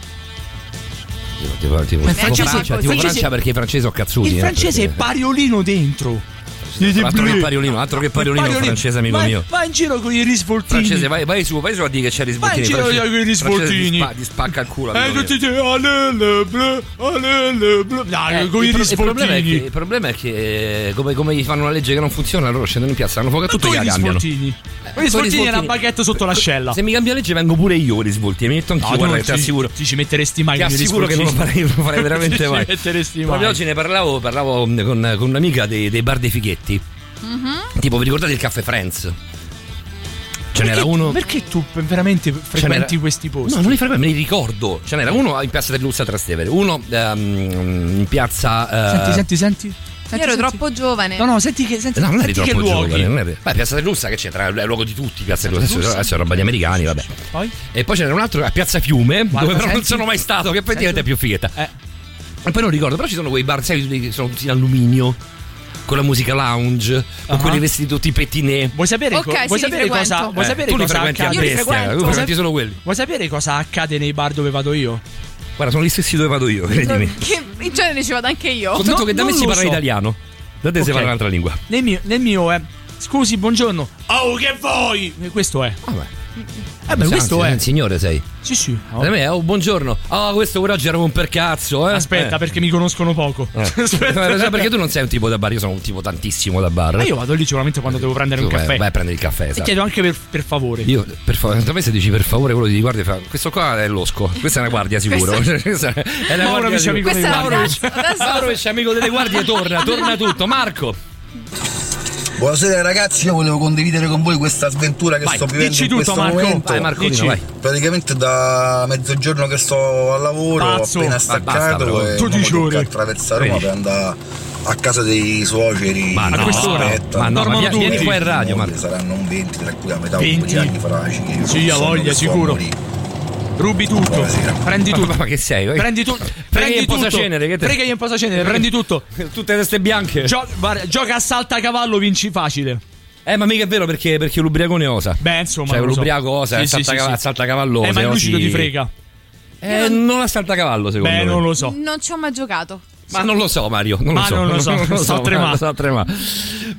Speaker 1: Tipo, tipo, tipo,
Speaker 3: Ma il
Speaker 1: tipo
Speaker 3: francese-
Speaker 1: Francia, tipo
Speaker 3: il francese-
Speaker 1: Francia perché i francesi sono cazzuti.
Speaker 3: Il
Speaker 1: eh,
Speaker 3: francese è
Speaker 1: perché-
Speaker 3: pariolino dentro. Gli dici
Speaker 1: Altro
Speaker 3: ble.
Speaker 1: che pariolino, altro che pariolino,
Speaker 3: Pariolino.
Speaker 1: francese amico
Speaker 3: Vai-
Speaker 1: mio.
Speaker 3: Vai in giro con i risvoltini.
Speaker 1: Francese, vai, vai su, vai su a dire che c'è
Speaker 3: Vai in
Speaker 1: risvoltini.
Speaker 3: giro
Speaker 1: francese-
Speaker 3: con i
Speaker 1: francese ti
Speaker 3: risvoltini.
Speaker 1: spa- Ti spacca il culo.
Speaker 3: Eh,
Speaker 1: amico mio.
Speaker 3: tutti dice, "Ale, le ble, ale, le ble". Dai,
Speaker 1: Eh,
Speaker 3: con i
Speaker 1: pro- problema è che,
Speaker 3: risvoltini.
Speaker 1: il problema è che eh, come, come gli fanno una legge che non funziona, loro scendono in piazza, hanno fuoco a tutto e
Speaker 3: Con
Speaker 1: la
Speaker 3: i
Speaker 1: cambiano.
Speaker 3: risvoltini.
Speaker 1: Eh,
Speaker 3: Con i risvoltini e la Ah,
Speaker 1: risvoltini.
Speaker 3: baguette sotto l'ascella.
Speaker 1: Se mi cambia legge vengo pure io con i risvoltini, mi metto anch'io,
Speaker 3: tu
Speaker 1: guarda,
Speaker 3: non
Speaker 1: che ti
Speaker 3: ci-
Speaker 1: assicuro.
Speaker 3: Ti ci metteresti mai
Speaker 1: Ti
Speaker 3: con i
Speaker 1: assicuro che non lo farei,
Speaker 3: risvoltini.
Speaker 1: non lo farei veramente
Speaker 3: Ti
Speaker 1: mai.
Speaker 3: ci metteresti mai.
Speaker 1: Proprio oggi ne parlavo, parlavo mh, con, con un'amica dei, dei bar dei fighetti.
Speaker 3: Mm?
Speaker 1: Tipo, vi ricordate il caffè Friends? Ce n'era
Speaker 3: Perché-
Speaker 1: uno.
Speaker 3: Perché tu veramente frequenti questi posti?
Speaker 1: No, non li frequento, me li ricordo. Ce n'era uno in piazza Terluzza Trastevere, uno ehm, in piazza. eh,
Speaker 3: Senti, senti, senti.
Speaker 2: Io ero troppo giovane.
Speaker 3: No, no, senti che senti,
Speaker 1: No, non eri
Speaker 3: senti che
Speaker 1: troppo
Speaker 3: luoghi.
Speaker 1: giovane. Non eri... Beh, Piazza Terlussa che c'entra? È il luogo di tutti, Piazza Terlussa. Adesso, adesso è roba di americani, vabbè.
Speaker 3: Poi?
Speaker 1: E poi c'era un altro a Piazza Fiume,
Speaker 3: Guarda,
Speaker 1: dove però non
Speaker 3: senti- Eh.
Speaker 1: sono mai stato, che effettivamente è più fighetta. E poi non ricordo, però ci sono quei bar, sai, che sono tutti in alluminio, con la musica lounge, con
Speaker 3: Ah.
Speaker 1: quelli vestiti tutti pettinè.
Speaker 3: Vuoi sapere,
Speaker 2: Ok,
Speaker 3: co-
Speaker 2: sì,
Speaker 3: vuoi
Speaker 2: li
Speaker 3: sapere
Speaker 2: frequento.
Speaker 3: cosa, vuoi
Speaker 1: Eh,
Speaker 3: sapere
Speaker 1: tu li
Speaker 3: cosa
Speaker 1: frequenti a
Speaker 3: accade?
Speaker 2: Io li
Speaker 1: bestia,
Speaker 2: frequento.
Speaker 1: tu
Speaker 2: Vuoi
Speaker 1: frequenti solo quelli.
Speaker 3: Vuoi sapere cosa accade nei bar dove vado io?
Speaker 1: Guarda, sono gli stessi dove vado io, credimi.
Speaker 2: Che in genere ci vado anche io.
Speaker 1: Soltanto
Speaker 3: no,
Speaker 1: che da
Speaker 3: non
Speaker 1: me si
Speaker 3: lo
Speaker 1: parla
Speaker 3: so.
Speaker 1: italiano, da te si
Speaker 3: Ok.
Speaker 1: parla un'altra lingua.
Speaker 3: Nel mio, nel mio è Scusi, buongiorno. Oh, che vuoi? E Questo è.
Speaker 1: Vabbè.
Speaker 3: Eh Ah, beh, questo è.
Speaker 1: signore sei.
Speaker 3: Sì, sì. oh.
Speaker 1: Da me è, oh, buongiorno. Ah, questo pure oggi era un per cazzo, eh.
Speaker 3: Aspetta,
Speaker 1: Eh.
Speaker 3: perché mi conoscono poco. Aspetta.
Speaker 1: Eh, sai perché tu non sei un tipo da bar, io sono un tipo tantissimo da bar.
Speaker 3: Ma io vado lì sicuramente quando devo prendere
Speaker 1: Tu
Speaker 3: un
Speaker 1: vai-
Speaker 3: caffè.
Speaker 1: Vai a prendere il caffè,
Speaker 3: E
Speaker 1: esatto.
Speaker 3: chiedo anche per, per favore.
Speaker 1: Io, per favore, a me se dici per favore quello ti guarda e fa questo qua è l'osco, questa è una guardia sicuro. Questa è la
Speaker 3: Mauro
Speaker 1: guardia
Speaker 3: Vici,
Speaker 1: sicuro.
Speaker 3: amico
Speaker 2: Questa è la
Speaker 3: Mauro
Speaker 2: ragazza. Adesso-
Speaker 1: Mauro Vici, amico delle guardie, torna, torna tutto. Marco,
Speaker 12: Buonasera ragazzi, io volevo condividere con voi questa sventura che
Speaker 1: Vai,
Speaker 12: sto vivendo
Speaker 1: dici
Speaker 12: in
Speaker 1: tutto,
Speaker 12: questo
Speaker 1: Marco.
Speaker 12: momento.
Speaker 1: Vai, Marcolino, Dici. vai.
Speaker 12: Praticamente da mezzogiorno che sto al lavoro,
Speaker 1: Pazzo.
Speaker 12: ho appena
Speaker 1: Ah, basta,
Speaker 12: staccato
Speaker 1: però.
Speaker 12: e
Speaker 1: Tu
Speaker 12: mi
Speaker 1: dici
Speaker 12: tocca
Speaker 1: ore.
Speaker 12: attraversare Roma
Speaker 1: Vedi.
Speaker 12: per andare a casa dei suoceri.
Speaker 1: Ma
Speaker 12: che
Speaker 1: no,
Speaker 12: mi
Speaker 1: quest'ora?
Speaker 12: aspettano.
Speaker 1: Ma no, ma Dormono vieni- vieni tutti. qua in radio, Marco.
Speaker 12: Saranno un 20, tra cui la metà
Speaker 3: 20.
Speaker 12: 20 anni farà che
Speaker 3: Sì, ha
Speaker 12: sono
Speaker 3: voglia,
Speaker 12: che sto a
Speaker 3: sicuro.
Speaker 12: morire.
Speaker 3: Rubi tutto.
Speaker 12: Buonasera.
Speaker 3: Prendi
Speaker 1: Ma-
Speaker 3: tutto.
Speaker 1: ma che sei?
Speaker 3: Prendi tutto. Prendi
Speaker 1: in
Speaker 3: tutto.
Speaker 1: posacenere, che te-
Speaker 3: Preghi in posacenere, prendi tutto.
Speaker 1: tutte teste bianche.
Speaker 3: Gio- guarda, gioca a salta a cavallo, vinci facile.
Speaker 1: Eh, ma mica è vero perché, perché l'ubriaco ne osa.
Speaker 3: Beh, insomma.
Speaker 1: Cioè,
Speaker 3: non lo so.
Speaker 1: l'ubriaco osa,
Speaker 3: Sì,
Speaker 1: è
Speaker 3: sì, sì, sì.
Speaker 1: saltacavallo, saltacavallose,
Speaker 3: Eh, ma il
Speaker 1: osi-
Speaker 3: lucido ti frega.
Speaker 1: Eh, non la saltacavallo, secondo
Speaker 3: Beh,
Speaker 1: me.
Speaker 3: non lo so.
Speaker 2: Non ci ho mai giocato.
Speaker 1: Ma non lo so, Mario. Non
Speaker 3: Ma
Speaker 1: lo so.
Speaker 3: non lo so, sto tremando.
Speaker 1: Sto tremando.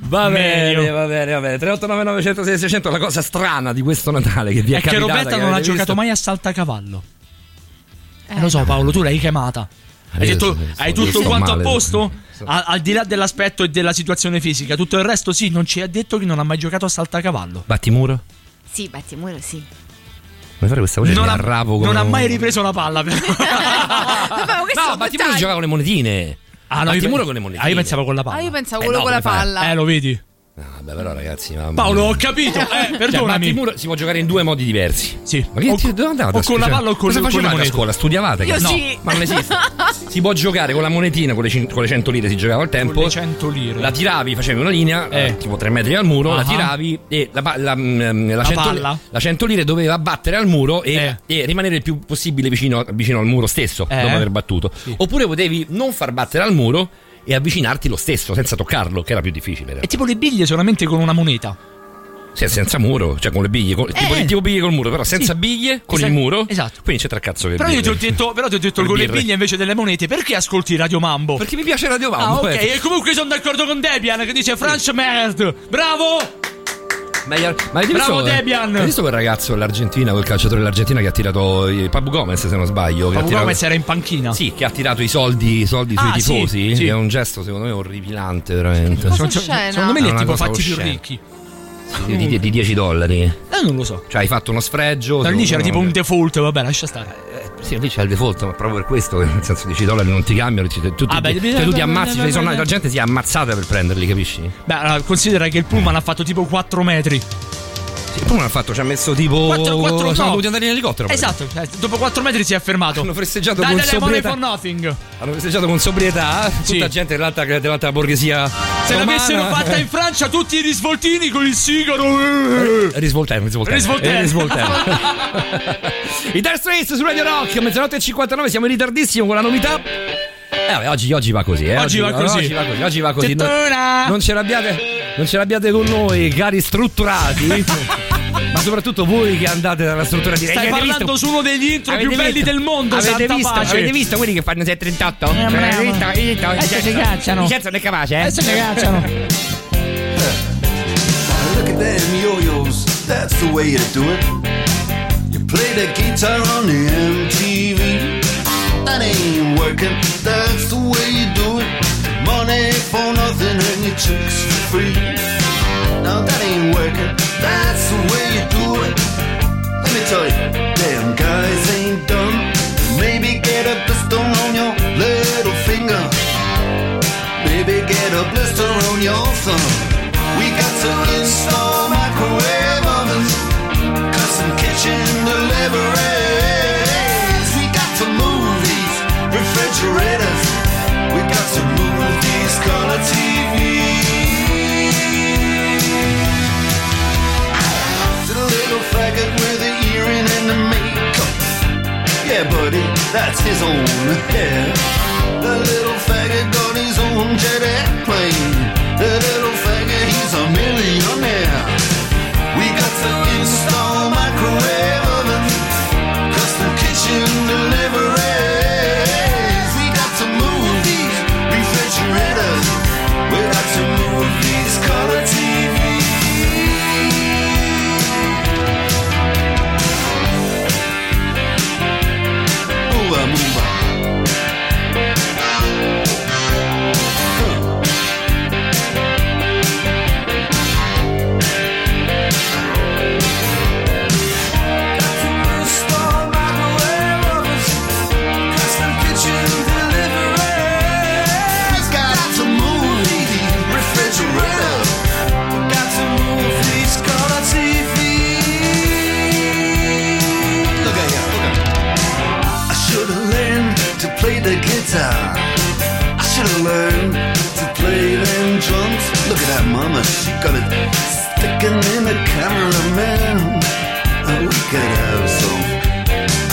Speaker 1: Va
Speaker 3: Meglio.
Speaker 1: bene, va bene, va bene. 3899 106 600 la cosa strana di questo Natale che vi è,
Speaker 3: È che
Speaker 1: capitata,
Speaker 3: Roberta
Speaker 1: che
Speaker 3: non ha
Speaker 1: avete
Speaker 3: giocato
Speaker 1: visto.
Speaker 3: mai a saltacavallo. Eh, lo so, Paolo, tu l'hai chiamata. Hai,
Speaker 1: Ah, Io
Speaker 3: detto,
Speaker 1: sono-
Speaker 3: hai
Speaker 1: sono-
Speaker 3: tutto
Speaker 1: sto
Speaker 3: quanto
Speaker 1: male.
Speaker 3: a posto? Al, al di là dell'aspetto e della situazione fisica, tutto il resto sì, non ci ha detto che non ha mai giocato a saltacavallo.
Speaker 1: Battimuro?
Speaker 2: Sì, Battimuro, sì.
Speaker 1: Vuoi fare questa voce?
Speaker 3: Non,
Speaker 1: Mi
Speaker 3: ha,
Speaker 1: arravo
Speaker 3: non
Speaker 1: come
Speaker 3: ha
Speaker 1: un-
Speaker 3: mai ripreso la palla. però.
Speaker 2: Vabbè, ma questo è
Speaker 1: No,
Speaker 2: un
Speaker 1: Battimuro
Speaker 2: dettaglio.
Speaker 1: giocava con le monetine.
Speaker 3: Ah, no, io
Speaker 1: Battimuro
Speaker 3: pe-
Speaker 1: con le monetine.
Speaker 3: Ah, io pensavo con la palla.
Speaker 2: Ah, io pensavo
Speaker 1: Eh,
Speaker 2: quello
Speaker 1: no,
Speaker 2: con la
Speaker 1: come fai?
Speaker 2: palla.
Speaker 3: Eh, lo vedi?
Speaker 1: No, vabbè, però ragazzi, mamma
Speaker 3: Paolo,
Speaker 1: mia.
Speaker 3: ho capito. Eh,
Speaker 1: Cioè,
Speaker 3: perdonami.
Speaker 1: Battimuro si può giocare in due modi diversi.
Speaker 3: Sì.
Speaker 1: Ma che
Speaker 3: O-
Speaker 1: dove andavate?
Speaker 3: o con la palla o con-
Speaker 1: Cosa
Speaker 3: con le
Speaker 1: facevate a
Speaker 3: monete?
Speaker 1: scuola? Studiavate?
Speaker 2: Io
Speaker 1: no,
Speaker 2: sì.
Speaker 1: ma non esiste. si può giocare con la monetina, con le, cin- con le 100 lire si giocava al tempo.
Speaker 3: Con le 100 lire.
Speaker 1: La tiravi, facevi una linea,
Speaker 3: Eh.
Speaker 1: eh, tipo 3 metri dal muro, la
Speaker 3: Ah.
Speaker 1: tiravi e la, pa- la, mm, la
Speaker 3: La
Speaker 1: 100 li-
Speaker 3: palla?
Speaker 1: la 100 lire doveva battere al muro e,
Speaker 3: Eh.
Speaker 1: e rimanere il più possibile vicino, vicino al muro stesso
Speaker 3: Eh.
Speaker 1: dopo aver battuto.
Speaker 3: Sì.
Speaker 1: Oppure potevi non far battere al muro e avvicinarti lo stesso senza toccarlo, che era più difficile. in
Speaker 3: È
Speaker 1: realtà.
Speaker 3: tipo le biglie solamente con una moneta.
Speaker 1: Sì, senza muro, cioè con le biglie, con- tipo, tipo biglie col muro, però senza
Speaker 3: Eh. Sì.
Speaker 1: biglie, con
Speaker 3: Esatto.
Speaker 1: il muro.
Speaker 3: Esatto.
Speaker 1: Quindi c'è tra cazzo che
Speaker 3: Però io ti ho
Speaker 1: birre.
Speaker 3: detto, però ti ho detto
Speaker 1: Le
Speaker 3: con le
Speaker 1: birre.
Speaker 3: biglie invece delle monete, perché ascolti Radio Mambo?
Speaker 1: Perché mi piace Radio Mambo.
Speaker 3: Ah, ok.
Speaker 1: eh.
Speaker 3: E comunque sono d'accordo con Debian che dice French Merd. Bravo!
Speaker 1: Ma, gli- ma eh. avete
Speaker 3: Bravo,
Speaker 1: visto-
Speaker 3: Debian!
Speaker 1: Hai visto quel ragazzo dell'Argentina, quel calciatore dell'Argentina che ha tirato eh, Papu Gomez, se non sbaglio. che ha
Speaker 3: Papu
Speaker 1: tirato-
Speaker 3: Gomez era in panchina.
Speaker 1: Sì, che ha tirato i soldi, i soldi sui
Speaker 3: Ah, sì,
Speaker 1: tifosi. eh,
Speaker 3: sì.
Speaker 1: Che è un gesto, secondo me, orripilante, veramente.
Speaker 2: Cosa
Speaker 1: Sono-
Speaker 2: oscena.
Speaker 3: Secondo me li
Speaker 1: È
Speaker 3: è
Speaker 1: una
Speaker 3: tipo
Speaker 1: cosa
Speaker 3: fatti più
Speaker 1: oscena.
Speaker 3: ricchi.
Speaker 1: di, di- di 10 dollari.
Speaker 3: Eh, non lo so.
Speaker 1: Cioè, hai fatto uno sfregio.
Speaker 3: Da
Speaker 1: secondo
Speaker 3: lì c'era
Speaker 1: me-
Speaker 3: tipo un default, vabbè, lascia stare.
Speaker 1: Eh, Sì, lì c'è il default, ma proprio per questo, nel senso 10 dollari non ti cambiano, ti- tu, tu,
Speaker 3: Ah, beh,
Speaker 1: cioè, tu ti ammazzi, cioè, sono- la gente si è ammazzata per prenderli, capisci?
Speaker 3: Beh, allora, considera che il pullman ha fatto tipo 4 metri.
Speaker 1: Sì, poi non ha fatto, ci ha messo tipo.
Speaker 3: Quattro-
Speaker 1: sono
Speaker 3: quattro- no.
Speaker 1: dovuti andare in elicottero. poi.
Speaker 3: Esatto, eh, dopo 4 metri si è fermato. Hanno
Speaker 1: festeggiato
Speaker 3: Dai,
Speaker 1: con
Speaker 3: dai, dai, money
Speaker 1: sobrietà.
Speaker 3: for nothing.
Speaker 1: Hanno festeggiato con sobrietà, tutta gente dell'alta, dell'alta borghesia.
Speaker 3: Se
Speaker 1: romana.
Speaker 3: l'avessero fatta in Francia tutti i risvoltini con il sigaro. eh.
Speaker 1: Risvoltello, risvoltello.
Speaker 3: Risvoltello.
Speaker 1: Eh, I Dire Straits su Radio Rock, a mezzanotte e 59, siamo in ritardissimo con la novità. Eh, vabbè, oggi, oggi va così, eh.
Speaker 3: Oggi va così.
Speaker 1: Oggi va così, oggi va così. Non,
Speaker 3: Tettona!
Speaker 1: non ce l'abbiate, non ce l'abbiate con noi, cari strutturati. Ma soprattutto voi che andate dalla struttura di
Speaker 3: Stai
Speaker 1: Avete
Speaker 3: parlando
Speaker 1: visto?
Speaker 3: su uno degli intro
Speaker 1: Avete
Speaker 3: più belli
Speaker 1: visto?
Speaker 3: del mondo,
Speaker 1: Avete
Speaker 3: santa
Speaker 1: visto?
Speaker 3: pace.
Speaker 1: Avete visto quelli che fanno 638?
Speaker 3: Eh, bravo. Adesso ci cacciano.
Speaker 1: Vincenzo non è capace, eh?
Speaker 3: Adesso ci cacciano.
Speaker 13: Look at them yo-yos, that's the way to do it. You play the guitar on the MTV. That ain't working, that's the way you do it. Money for nothing and your chicks for free. Now that ain't working, that's the way you do it. Let me tell you, damn guys ain't dumb. Maybe get a pistol on your little finger. Maybe get a blister on your thumb. We got to install microwave ovens, custom kitchen deliveries. We got to move these refrigerators. We got to move these color TVs. To the little faggot with the earring and the makeup. Yeah, buddy, that's his own hair. The little faggot got his own jet airplane. The little faggot, he's a millionaire. We got to install microwave ovens, custom kitchen deliveries. We got to move these refrigerators. We got to move these color TVs. Move on, move on. Look at ya, look at ya. I should've learned to play the guitar. I should've learned to play them drums. Look at that mama, she got it sticking in the cameraman. Oh, we could have some.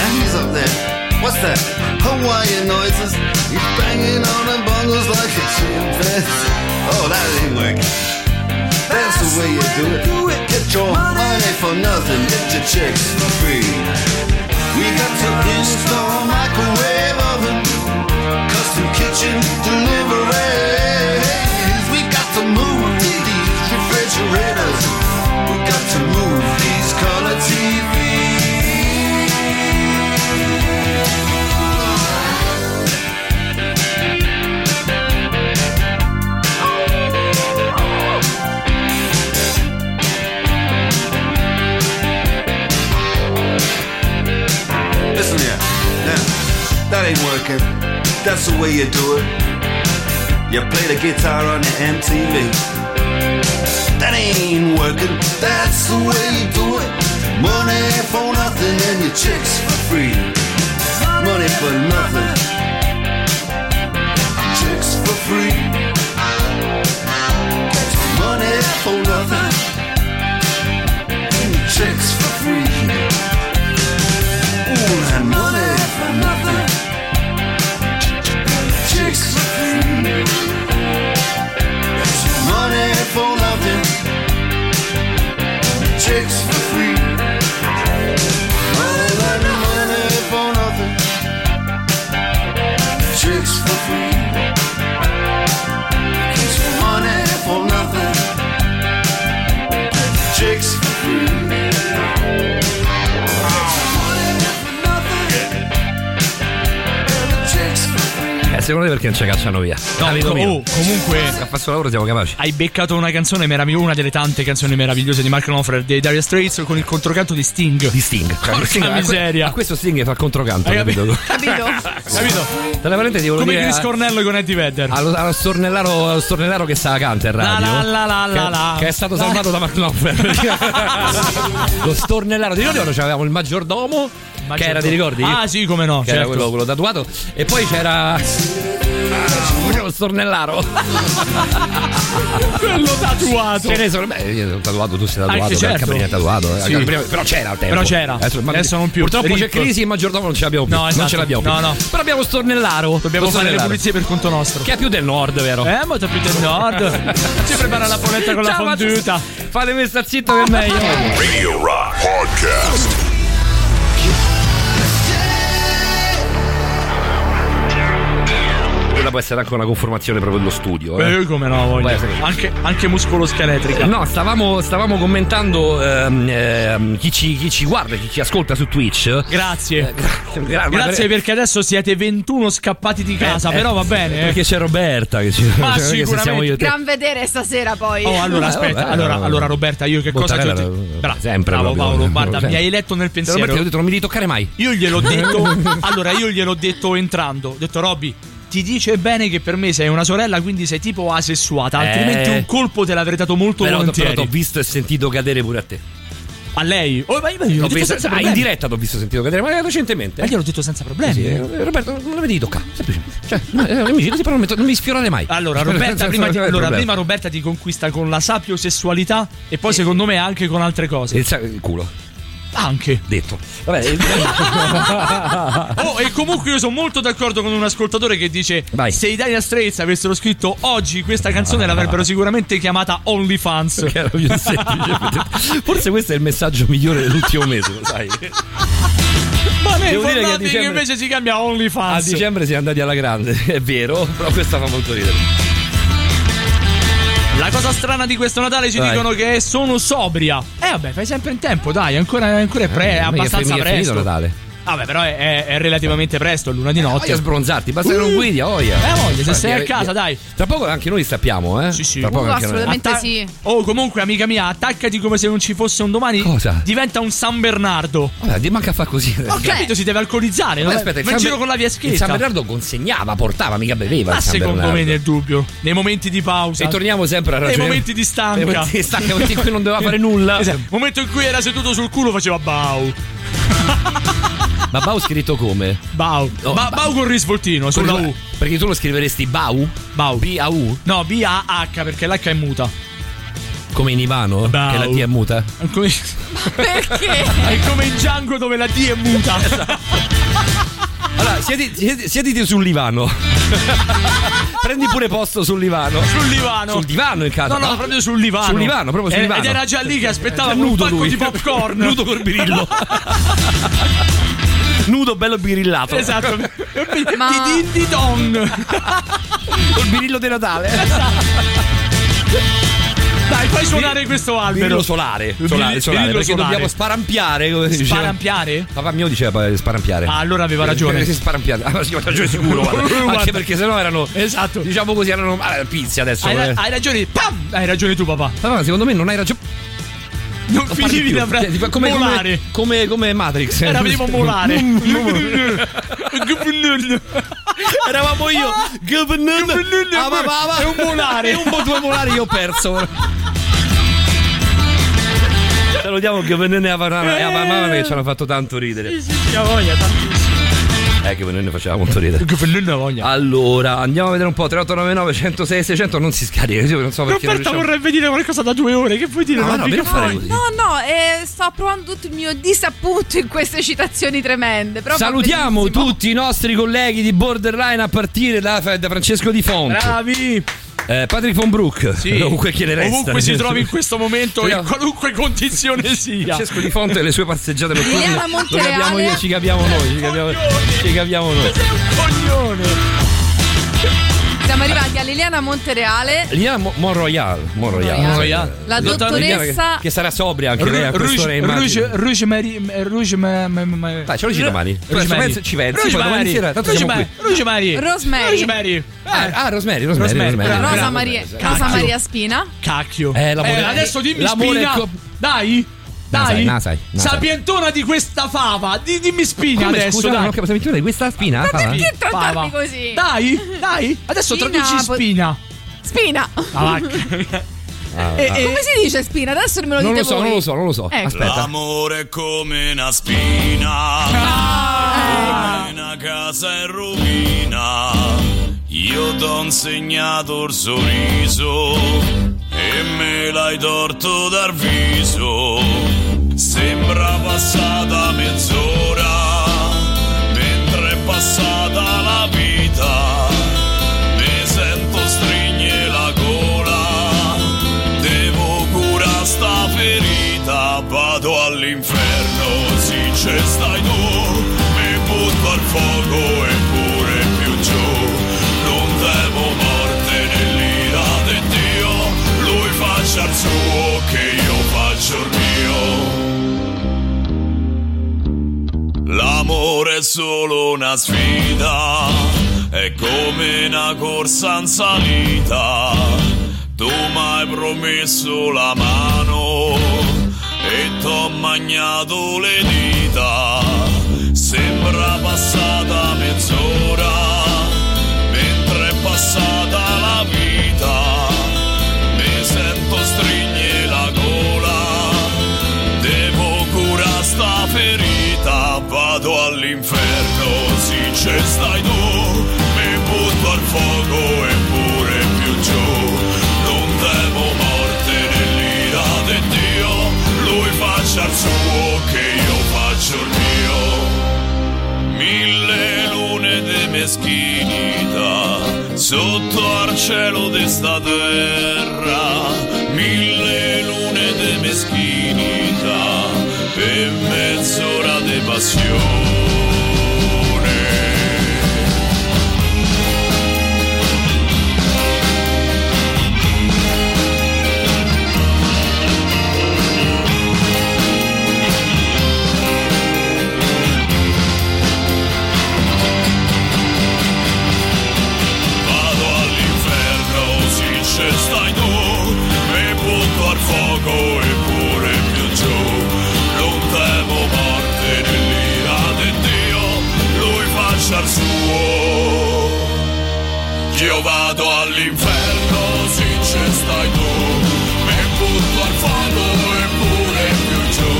Speaker 13: And he's up there. What's that? Hawaiian noises. He's banging on the bongos like a chimpanzee. Oh, that ain't working. That's the way you do it. Get your money for nothing. Get your checks for free. We got to install microwave oven, custom kitchen deliveries. We got to move these refrigerators. We got to move these color TVs. Listen here. Now, that ain't working. That's the way you do it. You play the guitar on the MTV. That ain't working. That's the way you do it. Money for nothing and your chicks for free. Money for nothing. Chicks for free. Money for nothing. and Chicks for free. Ooh, and money for nothing. Chicks for free. That's money for nothing. Chicks for free. Money, money, money for nothing.
Speaker 1: Eh, secondo te perché non ci cacciano via?
Speaker 3: No,
Speaker 1: Amico
Speaker 3: co-
Speaker 1: mio.
Speaker 3: oh, comunque.
Speaker 1: A fare lavoro siamo capaci.
Speaker 3: Hai beccato una canzone meravigliosa, una delle tante canzoni meravigliose di Mark Knopfler dei Dire Straits con il controcanto di Sting. Di
Speaker 1: Sting. Cioè,
Speaker 3: Porca
Speaker 1: Sting, a que-
Speaker 3: miseria.
Speaker 1: a questo Sting fa controcanto,
Speaker 3: Hai
Speaker 1: capito?
Speaker 2: Capito?
Speaker 3: Capito?
Speaker 1: Tra le ti volevo
Speaker 3: Come
Speaker 1: dire
Speaker 3: Chris Cornello con Eddie Vedder.
Speaker 1: allo, allo stornellaro, allo stornellaro che sta a canta in radio.
Speaker 3: La, la, la, la,
Speaker 1: che,
Speaker 3: la, la.
Speaker 1: che è stato salvato da Mark Knopfler. Lo stornellaro di Ricordo c'avevamo il maggiordomo. Che era, ti ricordi?
Speaker 3: Ah, sì, come no,
Speaker 1: Che era
Speaker 3: certo.
Speaker 1: quello, quello tatuato. E poi c'era. Ah, facevo lo stornellaro.
Speaker 3: quello tatuato.
Speaker 1: Che ne sono. Beh, io sono tatuato, tu sei tatuato.
Speaker 3: Anche
Speaker 1: però
Speaker 3: certo.
Speaker 1: Caprini è tatuato. eh.
Speaker 3: Sì.
Speaker 1: Caprini- Però c'era al tempo.
Speaker 3: Però c'era.
Speaker 1: ma-
Speaker 3: Adesso non più.
Speaker 1: Purtroppo c'è
Speaker 3: Rip.
Speaker 1: crisi, il maggiordomo non ce l'abbiamo più.
Speaker 3: No,
Speaker 1: Non
Speaker 3: esatto.
Speaker 1: ce l'abbiamo più.
Speaker 3: No, no.
Speaker 1: Però abbiamo lo stornellaro.
Speaker 3: Dobbiamo
Speaker 1: Lo
Speaker 3: fare le
Speaker 1: stornellaro.
Speaker 3: pulizie per conto nostro.
Speaker 1: Che è più del nord, vero?
Speaker 3: Eh, molto più del nord. si prepara la poletta con la
Speaker 1: Ciao, ma-
Speaker 3: fonduta.
Speaker 1: Fatemi sta zitto che è meglio.
Speaker 9: Radio Rock Podcast.
Speaker 1: Quella può essere anche una conformazione proprio dello studio. Eh,
Speaker 3: Eh, come no, voglio. Anche, anche muscoloscheletrica.
Speaker 1: No, stavamo, stavamo commentando ehm, ehm, chi, ci, chi ci guarda, chi ci ascolta su Twitch. Eh,
Speaker 3: Grazie.
Speaker 1: gra-
Speaker 3: Grazie
Speaker 1: ma-
Speaker 3: perché adesso siete 21 scappati di casa,
Speaker 1: Eh,
Speaker 3: però
Speaker 1: eh,
Speaker 3: va bene. eh.
Speaker 1: Cioè, Perché c'è Roberta che ci
Speaker 3: Ma
Speaker 1: che se
Speaker 3: sicuramente.
Speaker 1: siamo io e te. Eh,
Speaker 2: Gran vedere stasera poi.
Speaker 3: Oh, allora aspetta,
Speaker 1: vabbè,
Speaker 3: allora,
Speaker 1: vabbè.
Speaker 3: allora, Roberta, io che cosa ti ho
Speaker 1: Bottarella,
Speaker 3: detto?
Speaker 1: eh,
Speaker 3: Bra-
Speaker 1: sempre
Speaker 3: bravo
Speaker 1: proprio. Cioè,
Speaker 3: Paolo, guarda,
Speaker 1: Sempre.
Speaker 3: mi hai letto nel pensiero.
Speaker 1: Roberta, io ho detto non mi devi toccare mai.
Speaker 3: Io gliel'ho detto. allora, io gliel'ho detto entrando. Ho detto, Robby, ti dice bene che per me sei una sorella, quindi sei tipo asessuata. Altrimenti
Speaker 1: Eh.
Speaker 3: un colpo te l'avrei dato molto
Speaker 1: Però, però
Speaker 3: volentieri.
Speaker 1: ti ho visto e sentito cadere pure a te.
Speaker 3: A lei? Oh, ma io, ma io l'ho
Speaker 1: L'ho
Speaker 3: detto
Speaker 1: visto-
Speaker 3: senza
Speaker 1: ah, in
Speaker 3: problemi.
Speaker 1: diretta l'ho visto sentito cadere, ma recentemente.
Speaker 3: Ma gliel'ho detto senza problemi.
Speaker 1: Sì, eh, Roberto, non la vedi toccare, semplicemente. Cioè, eh, amici, così però non, mi to- non mi sfiorare mai.
Speaker 3: Allora, Roberta, prima, ti,
Speaker 1: Non è
Speaker 3: allora,
Speaker 1: problema.
Speaker 3: prima Roberta ti conquista con la sapiosessualità e poi secondo me anche con altre cose.
Speaker 1: Il, sa- il culo.
Speaker 3: Anche.
Speaker 1: Detto. Vabbè, eh, il-
Speaker 3: Oh, e comunque io sono molto d'accordo con un ascoltatore che dice:
Speaker 1: Vai.
Speaker 3: Se i Dire Straits avessero scritto oggi questa canzone, l'avrebbero sicuramente chiamata OnlyFans.
Speaker 1: Che era più semplice. Forse questo è il messaggio migliore dell'ultimo mese, lo sai.
Speaker 3: Ma me
Speaker 1: Devo dire che a
Speaker 3: ricordate che,
Speaker 1: dicembre-
Speaker 3: invece si cambia
Speaker 1: A
Speaker 3: OnlyFans.
Speaker 1: dicembre si è andati alla grande, è vero, però questa fa molto ridere.
Speaker 3: La cosa strana di questo Natale ci
Speaker 1: Vai.
Speaker 3: dicono che sono sobria. Eh, vabbè, fai sempre in tempo, dai, ancora, ancora è, pre-
Speaker 1: Ah. mica
Speaker 3: è
Speaker 1: Eh, è
Speaker 3: abbastanza
Speaker 1: finito
Speaker 3: presto.
Speaker 1: Natale. Eh,
Speaker 3: Vabbè, però è, è- è relativamente presto, è luna di
Speaker 1: Voglio
Speaker 3: notte.
Speaker 1: sbronzarti, basta che non
Speaker 3: Uh.
Speaker 1: guidi, a voglia.
Speaker 3: Eh, voglia, se sei a
Speaker 1: Eh,
Speaker 3: casa,
Speaker 1: eh,
Speaker 3: dai.
Speaker 1: Tra poco anche noi sappiamo, eh? Sì, sì. Tra poco
Speaker 2: Uh,
Speaker 1: anche noi.
Speaker 2: assolutamente
Speaker 3: Atta-
Speaker 2: sì.
Speaker 3: Oh, comunque, amica mia, attaccati come se non ci fosse un domani.
Speaker 1: Cosa?
Speaker 3: Diventa un San Bernardo.
Speaker 1: Vabbè, di- manca a fa così.
Speaker 3: Ho capito, si deve alcolizzare. no?
Speaker 1: aspetta, il
Speaker 3: Va in
Speaker 1: San-
Speaker 3: giro con la via schietta.
Speaker 1: Il San Bernardo consegnava, portava, mica beveva.
Speaker 3: Ma
Speaker 1: il San
Speaker 3: secondo me
Speaker 1: Bernardo.
Speaker 3: nel dubbio, nei momenti di pausa.
Speaker 1: E torniamo sempre a
Speaker 3: Nei
Speaker 1: ragione.
Speaker 3: momenti di stanca.
Speaker 1: Nei momenti di stanca, momenti in cui non doveva fare nulla.
Speaker 3: Esatto. Momento in cui era seduto sul culo faceva bau.
Speaker 1: Ma Bau scritto come?
Speaker 3: Bau.
Speaker 1: No,
Speaker 3: Ma
Speaker 1: ba-
Speaker 3: bau con risvoltino sulla
Speaker 1: Perché
Speaker 3: U.
Speaker 1: tu- Perché tu lo scriveresti Bau?
Speaker 3: Bau.
Speaker 1: B-A-U?
Speaker 3: No, B-A-H perché l'H è muta.
Speaker 1: Come in Ivano?
Speaker 3: Bau.
Speaker 1: Che la D è muta?
Speaker 3: Come-
Speaker 2: Perché?
Speaker 3: È come in Django dove la D è muta.
Speaker 1: Allora, siedi- siedi- siediti sul divano. Prendi pure posto sul divano.
Speaker 3: Sul divano.
Speaker 1: Sul divano in casa.
Speaker 3: No, no, proprio sul divano.
Speaker 1: Sul divano, proprio sul
Speaker 3: Eh,
Speaker 1: divano.
Speaker 3: Ed era già lì che aspettava
Speaker 1: Già
Speaker 3: un
Speaker 1: nudo
Speaker 3: pacco
Speaker 1: lui.
Speaker 3: di popcorn.
Speaker 1: Nudo col birillo. Nudo bello birillato.
Speaker 3: Esatto.
Speaker 2: Ma-
Speaker 3: Di din di don.
Speaker 1: Col birillo di Natale.
Speaker 3: Dai, fai suonare questo albero.
Speaker 1: Birillo solare.
Speaker 3: Birillo
Speaker 1: Solare, solare.
Speaker 3: solare.
Speaker 1: Perché dobbiamo sparampiare. come diceva-
Speaker 3: Sparampiare?
Speaker 1: Papà mio diceva eh, sparampiare.
Speaker 3: Ah, allora aveva ragione.
Speaker 1: Si sparampiate. Ah, sì, ma ragione sicuro. guarda. Anche
Speaker 3: Guarda.
Speaker 1: perché sennò erano.
Speaker 3: Esatto.
Speaker 1: Diciamo così, erano. Ah, pizzi adesso.
Speaker 3: Hai,
Speaker 1: eh.
Speaker 3: ra- hai ragione, pam! Hai ragione tu, papà.
Speaker 1: Papà, secondo me non hai ragione.
Speaker 3: Non
Speaker 1: Non parli
Speaker 3: finivi
Speaker 1: più.
Speaker 3: da fra-
Speaker 1: Cioè, tipo, come,
Speaker 3: volare.
Speaker 1: come, come, come Matrix.
Speaker 3: Era prima molare.
Speaker 1: Mm, Eravamo io. Ah, ma, ma, ma.
Speaker 3: È un Eh, molare.
Speaker 1: È un po' due molari che ho perso. Salutiamo Gavennene e Avanana e Avanana che ci hanno fatto tanto ridere.
Speaker 3: La voglia, tantissimo.
Speaker 1: Eh, Gavennene faceva molto ridere.
Speaker 3: Gavennene ha voglia.
Speaker 1: Allora, andiamo a vedere un po'. 3899 106 600 non si scarica, io non so perché
Speaker 3: Roberta
Speaker 1: non riusciamo. Ah,
Speaker 3: vorrebbe dire qualcosa da due ore. Che vuoi dire?
Speaker 1: No,
Speaker 3: Non
Speaker 1: no,
Speaker 3: dico
Speaker 1: per
Speaker 3: mai.
Speaker 1: fare così.
Speaker 2: No, no, eh, sto provando tutto il mio disappunto in queste citazioni tremende. Però va
Speaker 1: Salutiamo
Speaker 2: benissimo.
Speaker 1: tutti i nostri colleghi di Borderline a partire da, eh, da Francesco Di Font.
Speaker 3: Bravi!
Speaker 1: Eh, Patrick von Brook,
Speaker 3: Sì.
Speaker 1: ovunque chi ne resta.
Speaker 3: Ovunque si trovi in questo momento, in
Speaker 1: Speriamo.
Speaker 3: qualunque condizione sia.
Speaker 1: Francesco Di Fonte e le sue passeggiate notturne.
Speaker 2: Liliana
Speaker 1: Lo
Speaker 2: Montereale.
Speaker 1: capiamo io, ci capiamo noi, ci capiamo, ci capiamo noi.
Speaker 3: Sei un coglione!
Speaker 2: Siamo arrivati a Liliana Montereale.
Speaker 1: Liliana Mo- Monroyal. Monroyal.
Speaker 3: Monroyal. Monroyal.
Speaker 2: La
Speaker 1: Liliana che-
Speaker 2: dottoressa-
Speaker 1: Che, sarà sobria anche lei a quest'ora in
Speaker 3: Rouge, rouge, Mary- rouge, ma- ma- ma-
Speaker 1: Dai, Ah, ce lo dici domani. Cioè,
Speaker 3: Rosemary.
Speaker 1: Ci pensi- ci pensi, poi domani
Speaker 3: Rosemary.
Speaker 1: sera, tanto
Speaker 3: Rosemary.
Speaker 1: siamo qui.
Speaker 3: Rosemary.
Speaker 2: Rosemary.
Speaker 3: Rosemary.
Speaker 1: Ah, Rosemary, Rosemary, Rosemary.
Speaker 2: Rosa,
Speaker 1: Brava.
Speaker 2: Maria,
Speaker 1: Rosa
Speaker 2: Rosa
Speaker 1: Maria.
Speaker 2: Maria Spina.
Speaker 3: Cacchio.
Speaker 1: Eh, l'amore-
Speaker 3: Eh, adesso dimmi
Speaker 1: l'amore
Speaker 3: spina.
Speaker 1: è co-
Speaker 3: Dai.
Speaker 1: No, sai,
Speaker 3: Dai.
Speaker 1: no, sai, no, sai.
Speaker 3: Sapientona di questa fava. Di- dimmi spina
Speaker 1: Come,
Speaker 3: adesso,
Speaker 1: scusa,
Speaker 3: dai.
Speaker 1: non ho capito, di questa spina? Fava?
Speaker 2: Perché trattarmi
Speaker 3: Fava.
Speaker 2: così?
Speaker 3: Dai, dai. Adesso
Speaker 2: Spina, Ah,
Speaker 3: traduci
Speaker 2: po-
Speaker 3: spina.
Speaker 2: Spina. Eh,
Speaker 3: La vacca.
Speaker 1: Ah,
Speaker 3: E-
Speaker 1: ah.
Speaker 3: e-
Speaker 2: Come si dice spina? Adesso me lo
Speaker 1: Non
Speaker 2: dite
Speaker 1: lo so,
Speaker 2: voi.
Speaker 1: non lo so, non lo so.
Speaker 2: Ecco.
Speaker 1: Aspetta.
Speaker 14: L'amore è come una
Speaker 2: Ah!
Speaker 1: Ah.
Speaker 14: spina, come una casa in rovina. Io t'ho insegnato il sorriso e me l'hai torto dal viso. Sembra passata mezz'ora, mentre è passata la vita. Mi sento strigne la gola. Devo curare sta ferita, vado all'inferno, sì c'è stai tu, mi butto al fuoco e pure più giù, non devo morte nell'ira di Dio, lui faccia il suo che io faccio il mio. L'amore è solo una sfida, è come una corsa in salita. Tu m'hai promesso la mano e t'ho magnato le dita. Sembra passata mezz'ora, mentre è passata la vita. Mi sento strigne la gola, devo curare sta ferita. Vado all'inferno, sì c'è stai tu, mi butto al fuoco e pure più giù. Non devo morte nell'ira di Dio, lui faccia il suo che io faccio il mio. Mille lune di meschinità sotto al cielo di sta terra, mille lune di meschinità per mezz'ora di passione. Vado all'inferno, sì c'è stai tu Mi butto al fuoco e pure più giù Non temo morte nell'ira di Dio Lui faccia il suo Io vado all'inferno, sì c'è stai tu Mi butto al fuoco e pure più giù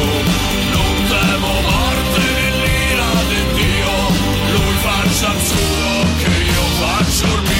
Speaker 14: Non temo morte nell'ira di Dio Lui faccia il suo che io faccio il mio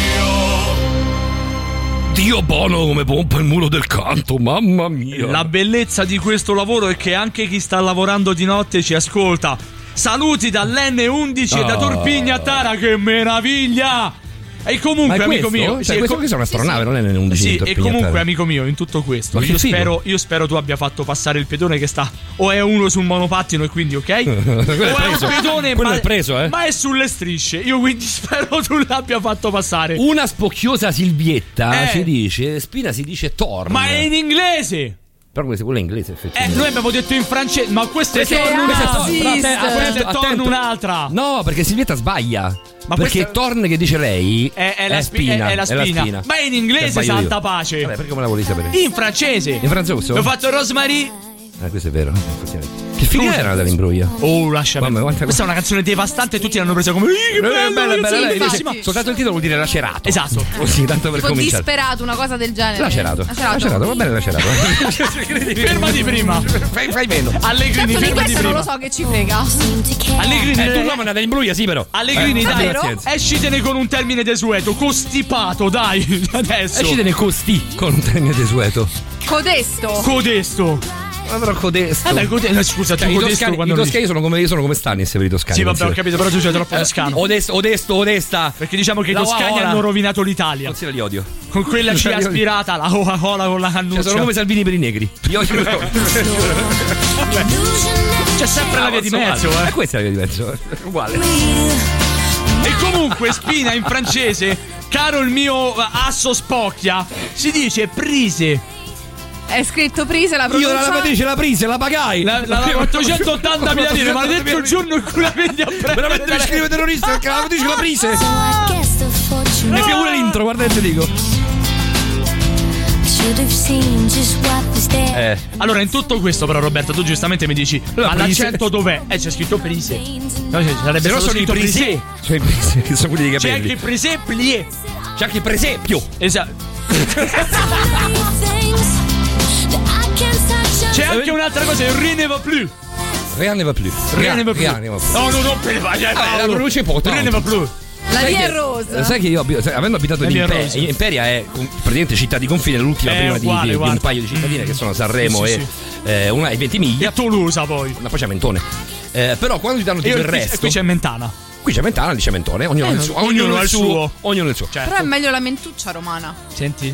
Speaker 1: Dio buono come pompa il muro del canto, mamma mia.
Speaker 3: La bellezza di questo lavoro è che anche chi sta lavorando di notte ci ascolta. Saluti dall'N11 e da
Speaker 1: Ah.
Speaker 3: Torpigna a Tara, che meraviglia! E
Speaker 1: Ma
Speaker 3: comunque,
Speaker 1: è
Speaker 3: amico
Speaker 1: questo?
Speaker 3: mio,
Speaker 1: Cioè,
Speaker 3: sì, e
Speaker 1: questo
Speaker 3: co-
Speaker 1: che sono
Speaker 3: sì,
Speaker 1: un'astronave,
Speaker 3: sì.
Speaker 1: non è un
Speaker 3: Sì,
Speaker 1: dipinto
Speaker 3: e
Speaker 1: per
Speaker 3: comunque,
Speaker 1: piantare.
Speaker 3: amico mio, in tutto questo,
Speaker 1: Ma che
Speaker 3: io
Speaker 1: figo.
Speaker 3: spero, io spero tu abbia fatto passare il pedone che sta o è uno sul monopattino e quindi ok, o
Speaker 1: Quello è
Speaker 3: è un
Speaker 1: preso.
Speaker 3: pedone
Speaker 1: Quello
Speaker 3: ma,
Speaker 1: è preso, eh.
Speaker 3: ma è sulle strisce. Io quindi spero tu l'abbia fatto passare.
Speaker 1: Una spocchiosa Silvietta
Speaker 3: Eh.
Speaker 1: ci dice, Spina si dice Thor.
Speaker 3: Ma è in inglese!
Speaker 1: Però questo- quello è inglese,
Speaker 3: Eh,
Speaker 1: effettivamente.
Speaker 3: noi abbiamo detto in francese, ma questa è
Speaker 1: Questo
Speaker 3: torna
Speaker 1: torna- questo è torna-
Speaker 3: un'altra.
Speaker 1: però atten-
Speaker 3: Questa è
Speaker 1: attento,
Speaker 3: torna
Speaker 1: attento.
Speaker 3: un'altra.
Speaker 1: No, perché Silvietta sbaglia.
Speaker 3: Ma
Speaker 1: perché Torn che dice lei
Speaker 3: È, è la spi-
Speaker 1: spina,
Speaker 3: è- è la spina. Ma in inglese,
Speaker 1: Sbaglio io.
Speaker 3: santa pace.
Speaker 1: Vabbè, perché me la volevi sapere?
Speaker 3: In francese.
Speaker 1: In francese?
Speaker 3: Ho fatto Rosemary.
Speaker 1: Eh, questo è vero, effettivamente. Che figa era dall'imbruglia?
Speaker 3: Oh, lasciami.
Speaker 1: Mamma, quanta
Speaker 3: Questa è una canzone devastante e tutti l'hanno presa come. "Ih, Che
Speaker 1: Eh,
Speaker 3: bella,
Speaker 1: bella, bella, lei
Speaker 2: infatti.
Speaker 1: dice, ma soltanto il titolo vuol dire lacerato.
Speaker 3: Esatto.
Speaker 1: Così, tanto per
Speaker 2: Tipo
Speaker 1: cominciare.
Speaker 2: disperato, una cosa del genere.
Speaker 1: Lacerato.
Speaker 2: Lacerato.
Speaker 1: Lacerato, va bene lacerato.
Speaker 3: Fermati prima.
Speaker 1: fai, fai meno.
Speaker 3: Allegrini,
Speaker 2: Certo, di
Speaker 3: fermati
Speaker 2: questo non
Speaker 3: prima.
Speaker 2: lo so che ci frega.
Speaker 3: Allegrini,
Speaker 1: Eh, tu
Speaker 3: dai.
Speaker 1: l'uomo è andata in bruglia, sì, però.
Speaker 3: Allegrini,
Speaker 1: Eh,
Speaker 3: dai,
Speaker 1: abbi pazienza.
Speaker 3: escitene con un termine desueto, costipato, dai, adesso.
Speaker 1: Escitene costi con un termine desueto.
Speaker 2: Codesto.
Speaker 3: Codesto.
Speaker 1: Ma però codesto.
Speaker 3: Eh, dai, codesto. no, Scusa,
Speaker 1: Cioè,
Speaker 3: tu
Speaker 1: i
Speaker 3: codesto
Speaker 1: toscani,
Speaker 3: quando
Speaker 1: i
Speaker 3: lo
Speaker 1: toscani
Speaker 3: dici.
Speaker 1: sono come, sono come Stannis per i toscani.
Speaker 3: Sì, vabbè, ho
Speaker 1: considera.
Speaker 3: capito, però tu sei
Speaker 1: Eh,
Speaker 3: troppo toscano.
Speaker 1: Odesto, odesto, odesta.
Speaker 3: Perché diciamo che i
Speaker 1: La
Speaker 3: toscani
Speaker 1: Oaola.
Speaker 3: hanno rovinato l'Italia.
Speaker 1: Considera, li odio.
Speaker 3: Con quella ci ha aspirata la Coca-Cola con la
Speaker 1: Cioè,
Speaker 3: cannuccia.
Speaker 1: sono come Salvini per i negri. Li odio.
Speaker 3: C'è sempre la via di mezzo,
Speaker 1: E
Speaker 3: eh.
Speaker 1: questa è la via di mezzo. Uguale.
Speaker 3: E Comunque, spina in francese, caro il mio eh, asso spocchia, si dice prise.
Speaker 2: È scritto Prise la
Speaker 1: Io
Speaker 2: pronuncia.
Speaker 1: la lavatrice la prese, la pagai.
Speaker 3: La, la, la 480 mila lire, maledetto il giorno in cui la vendi a prendere.
Speaker 1: Veramente mi scrive terrorista
Speaker 3: Ah.
Speaker 1: perché la lavatrice la prese.
Speaker 15: So I guess the fortune
Speaker 1: E c'è pure l'intro, guarda che ti dico.
Speaker 15: should have seen just what was there.
Speaker 1: Eh,
Speaker 3: Eh. Allora, in tutto questo, però, Roberto, tu giustamente mi dici: Ma
Speaker 1: Prise-
Speaker 3: l'accento dov'è? Eh, c'è scritto Prise. No, cioè, sarebbe
Speaker 1: Se no
Speaker 3: stato
Speaker 1: sono i
Speaker 3: scritto
Speaker 1: prisè.
Speaker 3: Prise.
Speaker 1: Sono i prisè, che sono quelli dei
Speaker 3: C'è anche
Speaker 1: capelli.
Speaker 3: il Prise Plie.
Speaker 1: C'è anche il presepio.
Speaker 3: Esatto. C'è
Speaker 1: eh,
Speaker 15: C'è
Speaker 3: anche un'altra cosa, il Rien ne va plus.
Speaker 1: Rien ne va plus.
Speaker 3: Rien ne va plus.
Speaker 1: Rien ne va plus.
Speaker 3: No, non rompere le palle,
Speaker 1: Eh, la
Speaker 3: Paolo.
Speaker 1: pronuncia è poco.
Speaker 3: Rien ne va plus.
Speaker 2: La
Speaker 1: Sai
Speaker 2: via è
Speaker 1: che-
Speaker 2: rosa.
Speaker 1: Sai che io, abito- sai, avendo abitato
Speaker 3: La
Speaker 1: in
Speaker 3: via è
Speaker 1: Imperia,
Speaker 3: rosa.
Speaker 1: Imperia è com- praticamente città di confine, l'ultima
Speaker 3: Eh,
Speaker 1: prima di-
Speaker 3: uguale,
Speaker 1: di, di un
Speaker 3: guarda.
Speaker 1: paio di cittadine che sono Sanremo
Speaker 3: Sì, sì,
Speaker 1: e eh, una è Ventimiglia.
Speaker 3: E Tolosa poi.
Speaker 1: Una poi c'è Mentone. Eh, però quando ti danno tutto
Speaker 3: Io-
Speaker 1: il
Speaker 3: qui-
Speaker 1: resto.
Speaker 3: qui c'è Mentana.
Speaker 1: Qui c'è Mentana, lì c'è Mentone. Ognuno
Speaker 3: Eh,
Speaker 1: ha il suo.
Speaker 3: ognuno
Speaker 1: Ognuno
Speaker 3: ha
Speaker 1: ha il
Speaker 3: il
Speaker 1: suo.
Speaker 3: suo. Certo.
Speaker 1: Ognuno ha il suo.
Speaker 2: Però è meglio la mentuccia romana.
Speaker 3: Senti,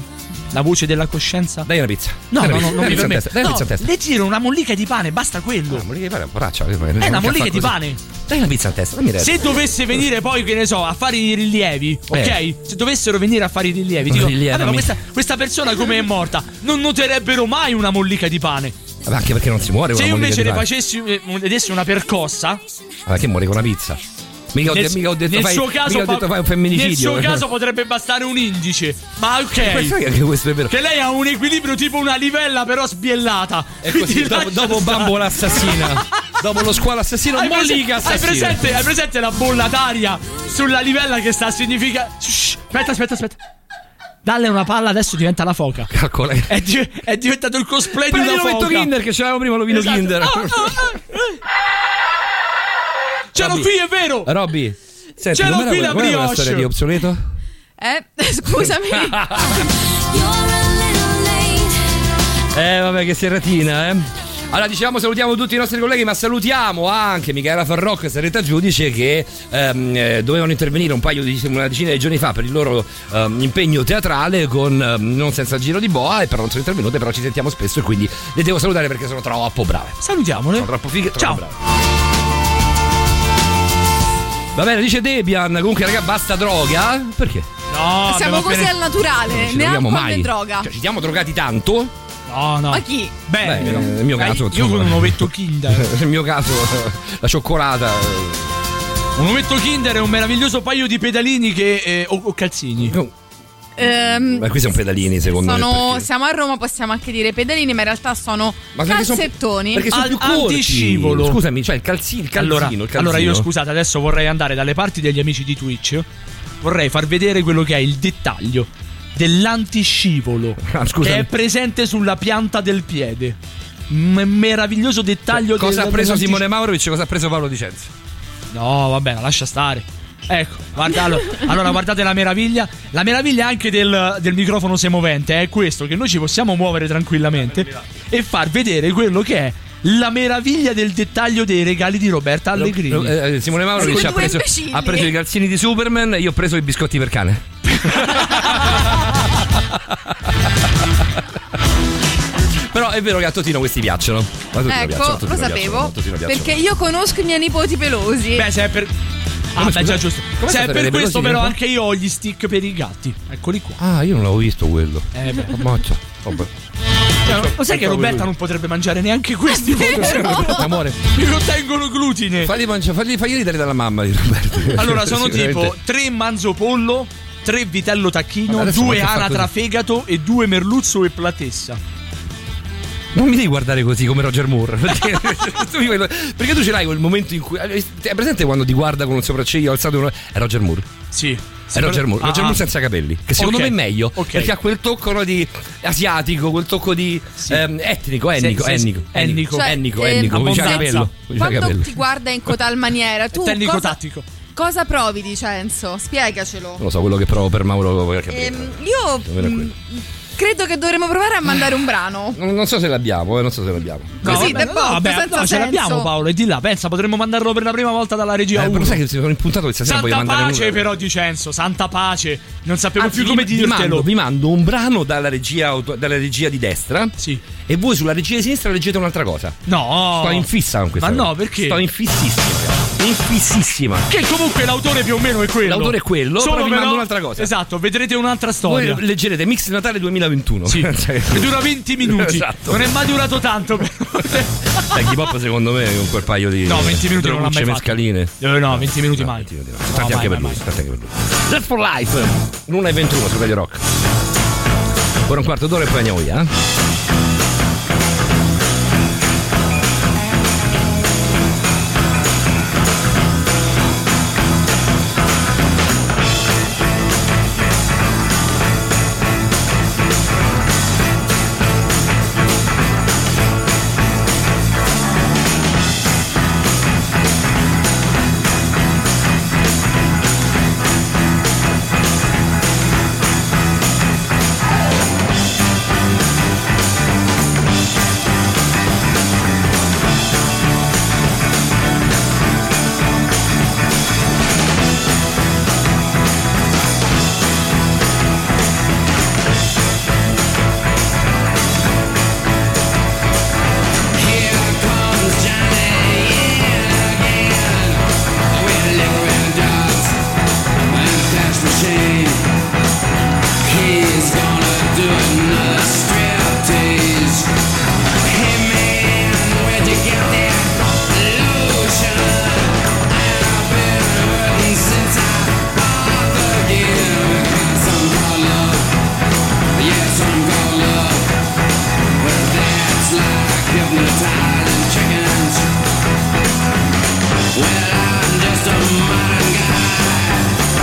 Speaker 3: la voce della coscienza.
Speaker 1: Dai una pizza.
Speaker 3: No,
Speaker 1: Dai
Speaker 3: no,
Speaker 1: una pizza,
Speaker 3: no, non
Speaker 1: dai
Speaker 3: mi
Speaker 1: una pizza
Speaker 3: permetto.
Speaker 1: in testa, dai una pizza in
Speaker 3: No,
Speaker 1: testa. Ah,
Speaker 3: le giro una mollica di pane, basta quello.
Speaker 1: Mollica di pane, braccia. È
Speaker 3: Eh, una mollica di pane.
Speaker 1: Dai una pizza a testa, dammi
Speaker 3: Se
Speaker 1: retta.
Speaker 3: dovesse venire poi, che ne so, a fare i rilievi, ok?
Speaker 1: Eh.
Speaker 3: Se dovessero venire a fare i rilievi, dico,
Speaker 1: Rilievi,
Speaker 3: vabbè, ma
Speaker 1: mi-
Speaker 3: questa, questa persona come è morta? Non noterebbero mai una mollica di pane.
Speaker 1: Vabbè, anche perché non si muore
Speaker 3: Se
Speaker 1: con
Speaker 3: io
Speaker 1: una
Speaker 3: invece
Speaker 1: mollica
Speaker 3: le
Speaker 1: di pane.
Speaker 3: facessi eh, le dessi una percossa,
Speaker 1: Vabbè, che muore con una pizza. Mica ho,
Speaker 3: nel,
Speaker 1: de- mica ho detto
Speaker 3: nel
Speaker 1: fai,
Speaker 3: suo caso,
Speaker 1: mica ho
Speaker 3: pa-
Speaker 1: detto fai un femminicidio.
Speaker 3: Nel suo caso potrebbe bastare un indice. Ma
Speaker 1: Ma sai
Speaker 3: ok.
Speaker 1: che questo è vero.
Speaker 3: Che lei ha un equilibrio tipo una livella però sbiellata.
Speaker 1: E
Speaker 3: Quindi
Speaker 1: così, dopo,
Speaker 3: lascia
Speaker 1: dopo
Speaker 3: stare.
Speaker 1: Bambola assassina, dopo lo squalo assassino,
Speaker 3: Hai, prese-
Speaker 1: Mollica
Speaker 3: hai,
Speaker 1: assassina.
Speaker 3: presente, hai presente la bolla d'aria sulla livella che sta a significa. Shh, aspetta, aspetta, aspetta. Dalle una palla adesso diventa la foca.
Speaker 1: Calcola.
Speaker 3: È, di- è diventato il cosplay di
Speaker 1: Prendi
Speaker 3: una
Speaker 1: l'ovetto
Speaker 3: foca.
Speaker 1: Kinder che c'avevamo prima l'ovino
Speaker 3: Esatto.
Speaker 1: Kinder.
Speaker 3: Ah, ah, ah. C'ero
Speaker 1: Robby.
Speaker 3: qui, è vero.
Speaker 1: Robby, senti,
Speaker 3: C'era
Speaker 1: com'era
Speaker 3: qui
Speaker 1: quella- com'era
Speaker 3: la
Speaker 1: quella
Speaker 3: brioche.
Speaker 1: storia di obsoleto?
Speaker 2: Eh, scusami.
Speaker 1: Eh, vabbè, che serratina, eh. Allora, diciamo, salutiamo tutti i nostri colleghi, ma salutiamo anche Michaela Farrocco e Saretta Giudice che ehm, eh, dovevano intervenire un paio di una decina di giorni fa per il loro ehm, impegno teatrale con ehm, Non senza giro di boa e però non sono intervenute, però ci sentiamo spesso e quindi le devo salutare perché sono troppo brave.
Speaker 3: Salutiamole.
Speaker 1: Sono troppo fighe e
Speaker 3: Ciao.
Speaker 1: troppo brave. Va bene, dice Debian, comunque raga, basta droga. Perché?
Speaker 3: No,
Speaker 2: Siamo così al naturale,
Speaker 1: Non ci
Speaker 2: né
Speaker 1: droviamo
Speaker 2: alcol
Speaker 1: mai.
Speaker 2: né droga.
Speaker 1: Cioè, ci siamo drogati tanto.
Speaker 3: No, no.
Speaker 2: Ma chi?
Speaker 3: Beh,
Speaker 1: Beh,
Speaker 3: però.
Speaker 1: Eh, nel mio
Speaker 3: Dai,
Speaker 1: caso,
Speaker 3: Eh, Io
Speaker 1: insomma.
Speaker 3: con un ovetto Kinder.
Speaker 1: Nel mio caso, eh, la cioccolata. eh,
Speaker 3: Un ovetto Kinder e un meraviglioso paio di pedalini che, eh, o, o calzini.
Speaker 2: Ehm,
Speaker 1: Ma qui sono pedalini, secondo me.
Speaker 2: sono,
Speaker 1: perché-
Speaker 2: siamo a Roma, possiamo anche dire pedalini, ma in realtà sono
Speaker 1: Ma perché sono-
Speaker 2: calzettoni.
Speaker 1: Perché sono
Speaker 3: Al-
Speaker 1: più corti.
Speaker 3: antiscivolo.
Speaker 1: Scusami, cioè il calzino, il calzino,
Speaker 3: Allora,
Speaker 1: il calzino.
Speaker 3: allora io scusate, adesso vorrei andare dalle parti degli amici di Twitch. Vorrei far vedere quello che è il dettaglio dell'antiscivolo
Speaker 1: Ah, scusami.
Speaker 3: che è presente sulla pianta del piede. M- meraviglioso dettaglio
Speaker 1: Cosa
Speaker 3: del-
Speaker 1: ha preso
Speaker 3: dell'antisci-
Speaker 1: Simone Maurovic? Cosa ha preso Paolo Dicenzo?
Speaker 3: No, vabbè, ma lascia stare. Ecco, guarda, allo- allora guardate la meraviglia. La meraviglia anche del, del microfono semovente è questo, che noi ci possiamo muovere tranquillamente e far vedere quello che è la meraviglia del dettaglio dei regali di Roberta Allegrini.
Speaker 1: Eh, eh, Simone Maurovic
Speaker 2: Siete
Speaker 1: ha
Speaker 2: due
Speaker 1: preso,
Speaker 2: imbecilli.
Speaker 1: ha preso i calzini di Superman e io ho preso i biscotti per cane. Però è vero che a Totino questi piacciono. A Totino piacciono, a
Speaker 2: Ecco,
Speaker 1: Totino
Speaker 2: lo
Speaker 1: piacciono, a
Speaker 2: sapevo.
Speaker 1: Totino piacciono.
Speaker 2: Perché io conosco i miei nipoti pelosi.
Speaker 3: Beh, se è per. Ah,
Speaker 1: Come
Speaker 3: beh,
Speaker 1: scusa?
Speaker 3: già giusto.
Speaker 1: Come
Speaker 3: se
Speaker 1: fate
Speaker 3: è
Speaker 1: per
Speaker 3: per
Speaker 1: le
Speaker 3: questo,
Speaker 1: velocità?
Speaker 3: però, anche io ho gli stick per i gatti. Eccoli qua.
Speaker 1: Ah, io non l'avevo visto quello.
Speaker 3: Eh, beh.
Speaker 1: Ammazza. Oh, Vabbè.
Speaker 3: Cioè,
Speaker 1: ecco
Speaker 3: lo sai che Roberta non potrebbe mangiare neanche questi?
Speaker 1: Amore,
Speaker 3: Perché contengono glutine.
Speaker 1: fagli, mangia- fagli, fagli ridere dalla mamma di Roberto.
Speaker 3: Allora, sono tipo
Speaker 1: Sicuramente.
Speaker 3: 3 manzopollo, 3 vitello
Speaker 1: Vabbè,
Speaker 3: tacchino,
Speaker 1: adesso
Speaker 3: 2
Speaker 1: quanto fa
Speaker 3: anatra
Speaker 1: così?
Speaker 3: fegato e 2 merluzzo e platessa.
Speaker 1: Non mi devi guardare così come Roger Moore. Perché, tu, mi quello- perché tu ce l'hai quel momento in cui. È presente quando ti guarda con un sopracciglio alzato? uno- È Roger Moore.
Speaker 3: Sì.
Speaker 1: È Roger Moore, Roger Moore senza capelli. Che secondo
Speaker 3: Ah, Ok,
Speaker 1: me è meglio.
Speaker 3: ok.
Speaker 1: Perché ha quel tocco no, di asiatico, quel tocco di ehm, etnico, etnico,
Speaker 3: sì,
Speaker 1: etnico,
Speaker 3: sì.
Speaker 1: etnico,
Speaker 2: Cioè,
Speaker 1: etnico,
Speaker 2: ehm,
Speaker 1: etnico, Come diceva
Speaker 3: abbondanza.
Speaker 1: capello. Come diceva
Speaker 2: Quando
Speaker 1: capello.
Speaker 2: ti guarda in cotal maniera, tu
Speaker 3: Tecnico
Speaker 2: cosa,
Speaker 3: tattico.
Speaker 2: cosa provi, Dicenzo? Spiegacelo.
Speaker 1: Non lo so, quello che provo per Mauro. per capire.
Speaker 2: Ehm, io
Speaker 1: Secondo me è
Speaker 2: mh,
Speaker 1: quello.
Speaker 2: credo che dovremmo provare a mandare un brano.
Speaker 1: Non, non so se l'abbiamo, eh, non so se l'abbiamo.
Speaker 2: Così,
Speaker 3: vabbè,
Speaker 2: de botto, senza
Speaker 3: no, ce
Speaker 2: senso.
Speaker 3: l'abbiamo Paolo, e di là, pensa, potremmo mandarlo per la prima volta dalla regia
Speaker 1: Eh,
Speaker 3: 1.
Speaker 1: però sai che sono impuntato che stasera voglio
Speaker 3: Santa
Speaker 1: mandare un-
Speaker 3: pace però Dicenzo, santa pace. Non sapevo
Speaker 1: Anzi,
Speaker 3: più come
Speaker 1: vi, vi mando,
Speaker 3: dirtelo.
Speaker 1: vi mando un brano dalla regia, auto- dalla regia di destra
Speaker 3: Sì.
Speaker 1: e voi sulla regia di sinistra leggete un'altra cosa.
Speaker 3: No.
Speaker 1: Sto in fissa con questa
Speaker 3: Ma
Speaker 1: cosa.
Speaker 3: no, perché?
Speaker 1: Sto in fississimo. Infississima.
Speaker 3: Che comunque l'autore più o meno è quello.
Speaker 1: L'autore è quello,
Speaker 3: Solo
Speaker 1: però vi
Speaker 3: però-
Speaker 1: mando un'altra cosa.
Speaker 3: Esatto, vedrete un'altra storia.
Speaker 1: Voi leggerete Mix Natale 2021.
Speaker 3: Sì. Che dura 20 minuti.
Speaker 1: Esatto.
Speaker 3: Non è mai durato tanto. però.
Speaker 1: Cioè, Hip Hop secondo me con quel paio di
Speaker 3: No, 20 minuti non l'ha mai
Speaker 1: drogucce
Speaker 3: fatto.
Speaker 1: mescaline.
Speaker 3: Eh, no, 20 minuti mai.
Speaker 1: Tanti
Speaker 3: No,
Speaker 1: anche
Speaker 3: mai,
Speaker 1: per
Speaker 3: mai,
Speaker 1: lui, tanti anche per lui. Just for Life. L'una e 21 su Radio Rock. Ora un quarto d'ora e poi andiamo via. eh.
Speaker 10: Hypnotizing chickens. Well, I'm just a modern guy.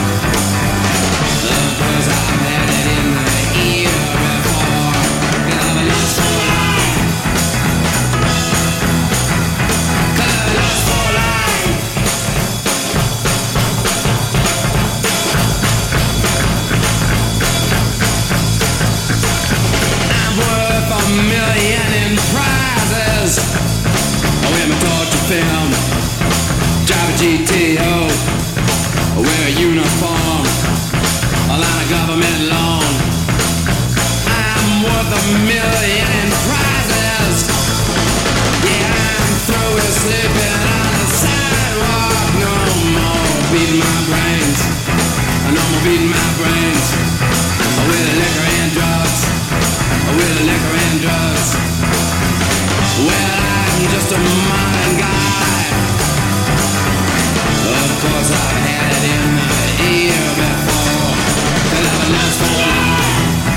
Speaker 10: I'm worth a million in prizes. Oh, I wear my torture film, drive a GTO, I wear a uniform, a lot of government loan. I'm worth a million in prizes. Yeah, I'm through with sleeping on the sidewalk. No more beating my brains. No more beating my brains. With liquor and drugs with liquor and drugs. Well, I'm just a modern guy. Of course, I've had it in my ear before. Could have lost for life.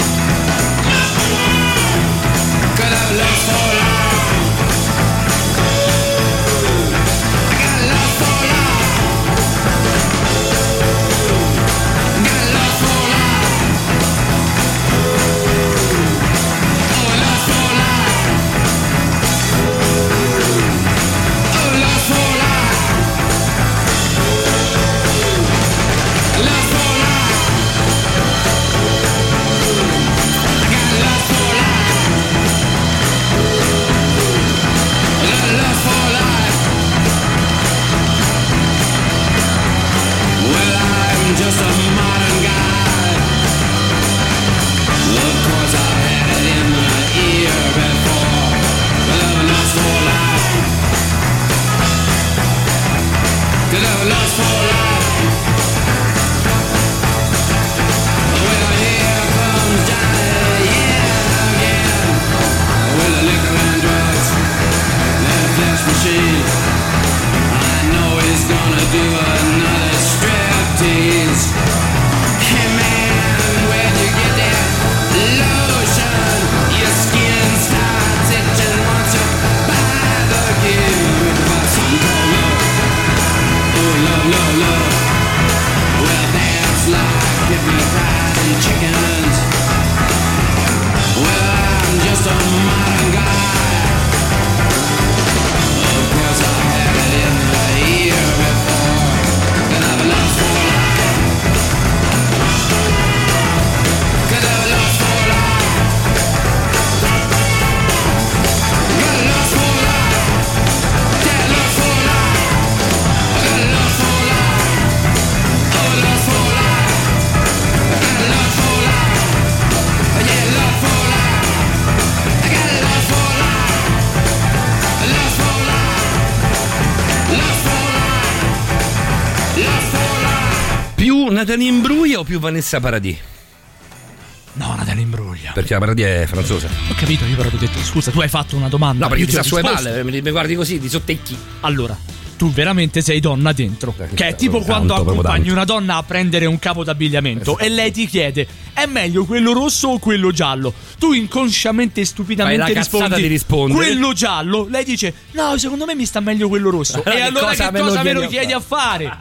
Speaker 10: Could have lost for life. I got love for life. Got love.
Speaker 1: Nathalie Imbruglia o più Vanessa Paradis?
Speaker 3: No, Nathalie Imbruglia.
Speaker 1: Perché la Paradis è francese.
Speaker 3: Ho capito, io però ti ho detto, scusa, tu hai fatto una domanda.
Speaker 1: No, perché
Speaker 3: io
Speaker 1: ti
Speaker 3: ti ho
Speaker 1: sa sulle
Speaker 3: risposto.
Speaker 1: palle, mi mi guardi così, ti sottecchi.
Speaker 3: Allora, tu veramente sei donna dentro. Che è tipo
Speaker 1: proprio
Speaker 3: quando
Speaker 1: tanto, proprio
Speaker 3: accompagni
Speaker 1: tanto.
Speaker 3: una donna a prendere un capo d'abbigliamento e lei ti chiede: è meglio quello rosso o quello giallo? Tu inconsciamente e stupidamente
Speaker 1: Fai la cazzata
Speaker 3: rispondi:
Speaker 1: di rispondere.
Speaker 3: quello giallo. Lei dice: No, secondo me mi sta meglio quello rosso.
Speaker 1: Allora
Speaker 3: e
Speaker 1: che
Speaker 3: allora
Speaker 1: cosa
Speaker 3: che
Speaker 1: me lo
Speaker 3: cosa me lo
Speaker 1: chiedi a
Speaker 3: chiedi a fare?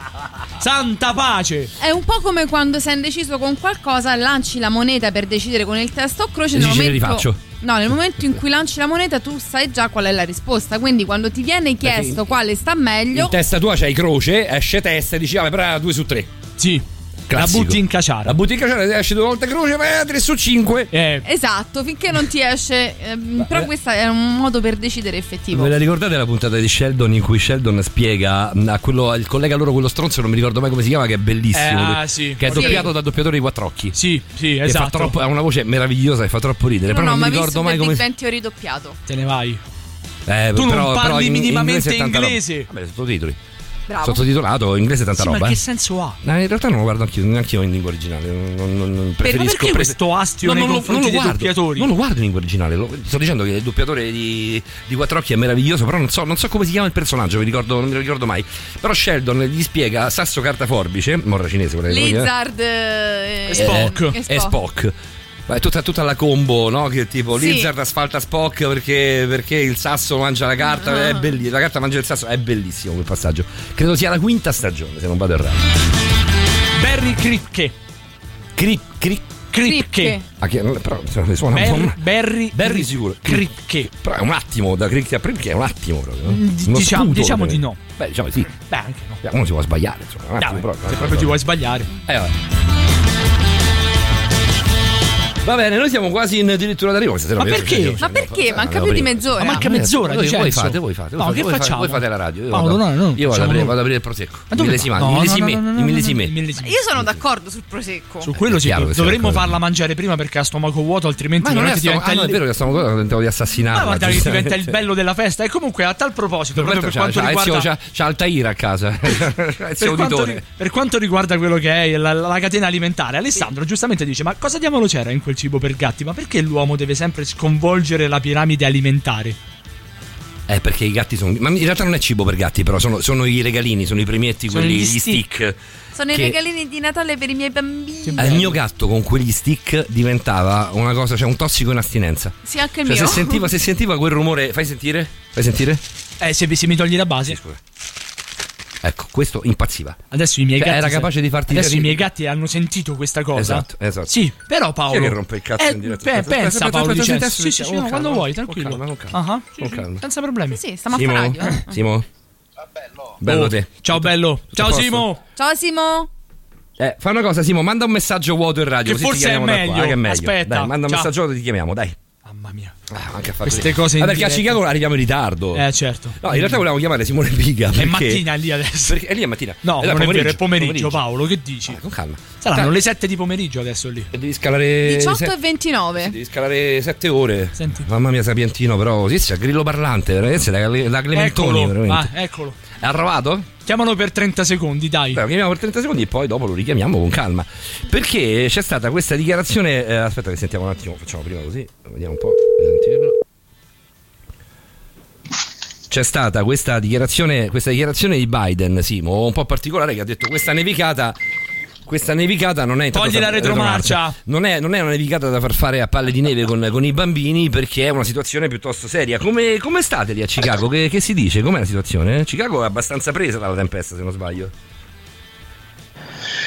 Speaker 3: Santa pace!
Speaker 2: È un po' come quando sei indeciso con qualcosa, lanci la moneta per decidere con il testo o croce.
Speaker 1: E
Speaker 2: Nel
Speaker 1: dici, "Ce
Speaker 2: momento,
Speaker 1: ne rifaccio".
Speaker 2: No, nel momento in cui lanci la moneta, tu sai già qual è la risposta. Quindi, quando ti viene chiesto quale sta
Speaker 1: In
Speaker 2: meglio,
Speaker 1: testa tua c'hai croce, esce testa e dici, vabbè, però era 2 su 3.
Speaker 3: Sì.
Speaker 1: Classico.
Speaker 3: La butti in caciara.
Speaker 1: La butti in cacciare, esce due volte croce, ma 3 su 5.
Speaker 3: Eh.
Speaker 2: esatto, finché non ti esce. ehm, però,
Speaker 1: eh.
Speaker 2: questo è un modo per decidere effettivo.
Speaker 1: Ve la ricordate la puntata di Sheldon in cui Sheldon spiega mh, a quello, al collega loro, quello stronzo, non mi ricordo mai come si chiama, che è bellissimo.
Speaker 3: Eh, ah,
Speaker 1: che-
Speaker 3: sì.
Speaker 1: Che è
Speaker 3: Sì.
Speaker 1: doppiato da doppiatore di quattro occhi.
Speaker 3: Sì, sì,
Speaker 1: Che fa
Speaker 3: esatto.
Speaker 1: troppo, ha una voce meravigliosa e fa troppo ridere. però
Speaker 2: non ho
Speaker 1: non mi
Speaker 2: mai
Speaker 1: ricordo
Speaker 2: visto
Speaker 1: mai
Speaker 2: il
Speaker 1: come.
Speaker 2: Big
Speaker 1: si-
Speaker 2: Bang Theory doppiato.
Speaker 3: Te ne vai.
Speaker 1: Eh,
Speaker 3: Tu non
Speaker 1: però,
Speaker 3: parli
Speaker 1: però in- in
Speaker 3: minimamente
Speaker 1: inglese è tanta roba.
Speaker 3: inglese.
Speaker 1: Vabbè, sottotitoli.
Speaker 2: Bravo.
Speaker 1: Sottotitolato, in inglese è tanta
Speaker 3: Sì,
Speaker 1: roba.
Speaker 3: ma che
Speaker 1: eh.
Speaker 3: senso ha?
Speaker 1: No, in realtà non lo guardo anch'io, neanche io in lingua originale. Non, non- non- non- preferisco
Speaker 3: perché questo astio nei confronti dei
Speaker 1: guardo,
Speaker 3: doppiatori?
Speaker 1: Non lo guardo in lingua originale. lo- sto dicendo che il doppiatore di, di Quattro Occhi è meraviglioso, però non so, non so come si chiama il personaggio, mi ricordo- non me lo ricordo mai. Però Sheldon gli spiega Sasso Carta Forbice, morra cinese quella che-
Speaker 2: Lizard eh,
Speaker 1: eh, E Spock. Ma È tutta, tutta la combo, no? Che tipo
Speaker 2: Sì.
Speaker 1: Lizard asfalta Spock perché, perché il sasso mangia la carta, è bellissimo. La carta mangia il sasso, è bellissimo quel passaggio. Credo sia la quinta stagione, se non vado errato.
Speaker 3: Barry Kripke.
Speaker 1: Cri, cri,
Speaker 3: Kripke.
Speaker 1: Ah, che- però insomma, suona un po'
Speaker 3: Barry,
Speaker 1: male.
Speaker 3: Barry,
Speaker 1: Barry sicuro.
Speaker 3: Cricche.
Speaker 1: Però è un attimo, da cricche a cricche è un attimo proprio. no?
Speaker 3: Mm, di-
Speaker 1: Uno
Speaker 3: diciamo-
Speaker 1: sputo,
Speaker 3: diciamo
Speaker 1: proprio.
Speaker 3: di no.
Speaker 1: Beh, diciamo sì.
Speaker 3: Beh, anche no.
Speaker 1: Beh, Uno si può sbagliare, insomma. un attimo
Speaker 3: Dai,
Speaker 1: proprio,
Speaker 3: se proprio ti vuoi sbagliare.
Speaker 1: Eh, vabbè. Va bene, noi siamo quasi in addirittura d'arrivo. questa sera
Speaker 3: Ma
Speaker 1: non mi-
Speaker 3: perché?
Speaker 2: Ma perché? Manca più di mezz'ora.
Speaker 3: Ma manca mezz'ora,
Speaker 1: voi,
Speaker 3: Vincenzo.
Speaker 1: voi fate, voi fate. voi
Speaker 3: No,
Speaker 1: fate-
Speaker 3: che
Speaker 1: voi fate-
Speaker 3: facciamo?
Speaker 1: voi fate la radio. Io
Speaker 3: Paolo,
Speaker 1: vado,
Speaker 3: no, no, non
Speaker 1: io vado, ad
Speaker 3: facciamo
Speaker 1: aprire,
Speaker 3: nulla.
Speaker 1: vado ad aprire il prosecco.
Speaker 3: Ma
Speaker 1: I
Speaker 3: dove-
Speaker 1: millesimi, i
Speaker 3: no, no,
Speaker 1: millesimi,
Speaker 3: no, no, no,
Speaker 1: i
Speaker 3: no,
Speaker 1: millesimi.
Speaker 3: no, no, i millesimi.
Speaker 2: Io sono d'accordo sul prosecco.
Speaker 3: Su quello
Speaker 1: È
Speaker 3: sì,
Speaker 1: chiaro che sia
Speaker 3: dovremmo
Speaker 1: qualcosa.
Speaker 3: farla mangiare prima perché a stomaco vuoto, altrimenti
Speaker 1: Ma non è,
Speaker 3: veramente
Speaker 1: sto,
Speaker 3: diventa
Speaker 1: ah, no, è
Speaker 3: il-
Speaker 1: vero che stiamo guardando, tentavo di assassinarlo.
Speaker 3: Ma guarda che diventa il bello della festa. E comunque a tal proposito, proprio per quanto riguarda
Speaker 1: C'ha, c'ha Altair a casa. cioè, Ezio
Speaker 3: per quanto, ri-
Speaker 1: Auditore.
Speaker 3: per quanto riguarda quello che è la, la catena alimentare, Alessandro giustamente dice: Ma cosa diavolo c'era in quel cibo per gatti? Ma perché l'uomo deve sempre sconvolgere la piramide alimentare?
Speaker 1: Eh, perché i gatti sono. Ma in realtà non è cibo per gatti, però sono, sono i regalini, sono i premietti,
Speaker 3: Sono
Speaker 1: quelli,
Speaker 3: gli
Speaker 1: gli
Speaker 3: stick.
Speaker 1: stick.
Speaker 2: Sono i
Speaker 1: Che-
Speaker 2: regalini di Natale per i miei bambini.
Speaker 1: Eh, Il mio gatto con quegli stick diventava una cosa, cioè un tossico in astinenza.
Speaker 2: Sì, anche il
Speaker 1: Cioè, se
Speaker 2: mio.
Speaker 1: sentiva, se sentiva quel rumore, fai sentire? Fai sentire?
Speaker 3: Eh, se, se mi togli la base.
Speaker 1: Ecco, questo impazziva.
Speaker 3: Adesso i miei
Speaker 1: Cioè,
Speaker 3: gatti.
Speaker 1: era capace di farti
Speaker 3: Adesso
Speaker 1: capire-
Speaker 3: i miei gatti hanno sentito questa cosa.
Speaker 1: Esatto, esatto.
Speaker 3: Sì, però Paolo.
Speaker 1: Chi è che rompe il cazzo
Speaker 3: Eh,
Speaker 1: in diretta?
Speaker 3: beh,
Speaker 1: Aspetta,
Speaker 3: pensa
Speaker 1: aspetta, aspetta,
Speaker 3: Paolo
Speaker 1: aspetta,
Speaker 3: Vincenzi.
Speaker 1: adesso
Speaker 3: Sì,
Speaker 1: ci
Speaker 3: sì, sì,
Speaker 1: siamo,
Speaker 3: no, quando
Speaker 1: calma,
Speaker 3: vuoi,
Speaker 1: con
Speaker 3: tranquillo.
Speaker 1: calma, con
Speaker 3: Ah, sì,
Speaker 1: con
Speaker 3: sì,
Speaker 1: calma.
Speaker 3: Senza problemi.
Speaker 2: Sì, stiamo a
Speaker 1: Simo?
Speaker 2: fare radio. eh.
Speaker 1: Simo? Bello
Speaker 3: Oh,
Speaker 1: te.
Speaker 3: Ciao bello. Ciao
Speaker 1: a posto?
Speaker 3: Simo.
Speaker 2: Ciao Simo.
Speaker 1: Eh, fai una cosa, Simo, manda un messaggio vuoto in radio.
Speaker 3: Che
Speaker 1: così
Speaker 3: forse
Speaker 1: ti chiamiamo
Speaker 3: è
Speaker 1: da qua,
Speaker 3: meglio.
Speaker 1: eh, che è meglio.
Speaker 3: Aspetta,
Speaker 1: Dai, manda un
Speaker 3: ciao.
Speaker 1: messaggio vuoto e ti chiamiamo, dai.
Speaker 3: Mamma mia.
Speaker 1: Ah, anche a fare
Speaker 3: Queste
Speaker 1: così.
Speaker 3: cose in
Speaker 1: Ah, perché a
Speaker 3: diretta.
Speaker 1: Chicago arriviamo in ritardo.
Speaker 3: Eh, certo.
Speaker 1: No, in realtà volevamo chiamare Simone Biga.
Speaker 3: È
Speaker 1: perché-
Speaker 3: mattina lì adesso.
Speaker 1: Perché è lì è mattina.
Speaker 3: No,
Speaker 1: Eh, dai,
Speaker 3: non è vero, è pomeriggio, Paolo, che dici?
Speaker 1: Con calma.
Speaker 3: Saranno
Speaker 1: Dai.
Speaker 3: le 7 di pomeriggio adesso lì.
Speaker 1: Cioè, Devi scalare
Speaker 2: 18
Speaker 1: Eh, se-
Speaker 2: e 29.
Speaker 1: Devi scalare 7 ore. Mamma mia, Sapientino, però sì, c'è Grillo Parlante, ragazzi, da, da Clementoni,
Speaker 3: Eccolo. Ah,
Speaker 1: veramente.
Speaker 3: eccolo.
Speaker 1: È arrivato?
Speaker 3: Chiamalo per 30 secondi, dai.
Speaker 1: Lo chiamiamo per 30 secondi e poi dopo lo richiamiamo con calma. Perché c'è stata questa dichiarazione. eh, aspetta, che sentiamo un attimo, facciamo prima così, vediamo un po'. di sentirlo. C'è stata questa dichiarazione, questa dichiarazione di Biden, Simo, un po' particolare, che ha detto questa nevicata. Questa nevicata non è
Speaker 3: Togli la retromarcia.
Speaker 1: Non è, non è una nevicata da far fare a palle di neve con, con i bambini perché è una situazione piuttosto seria. Come, come state lì a Chicago? Che, che si dice? Com'è la situazione? Chicago è abbastanza presa dalla tempesta, se non sbaglio.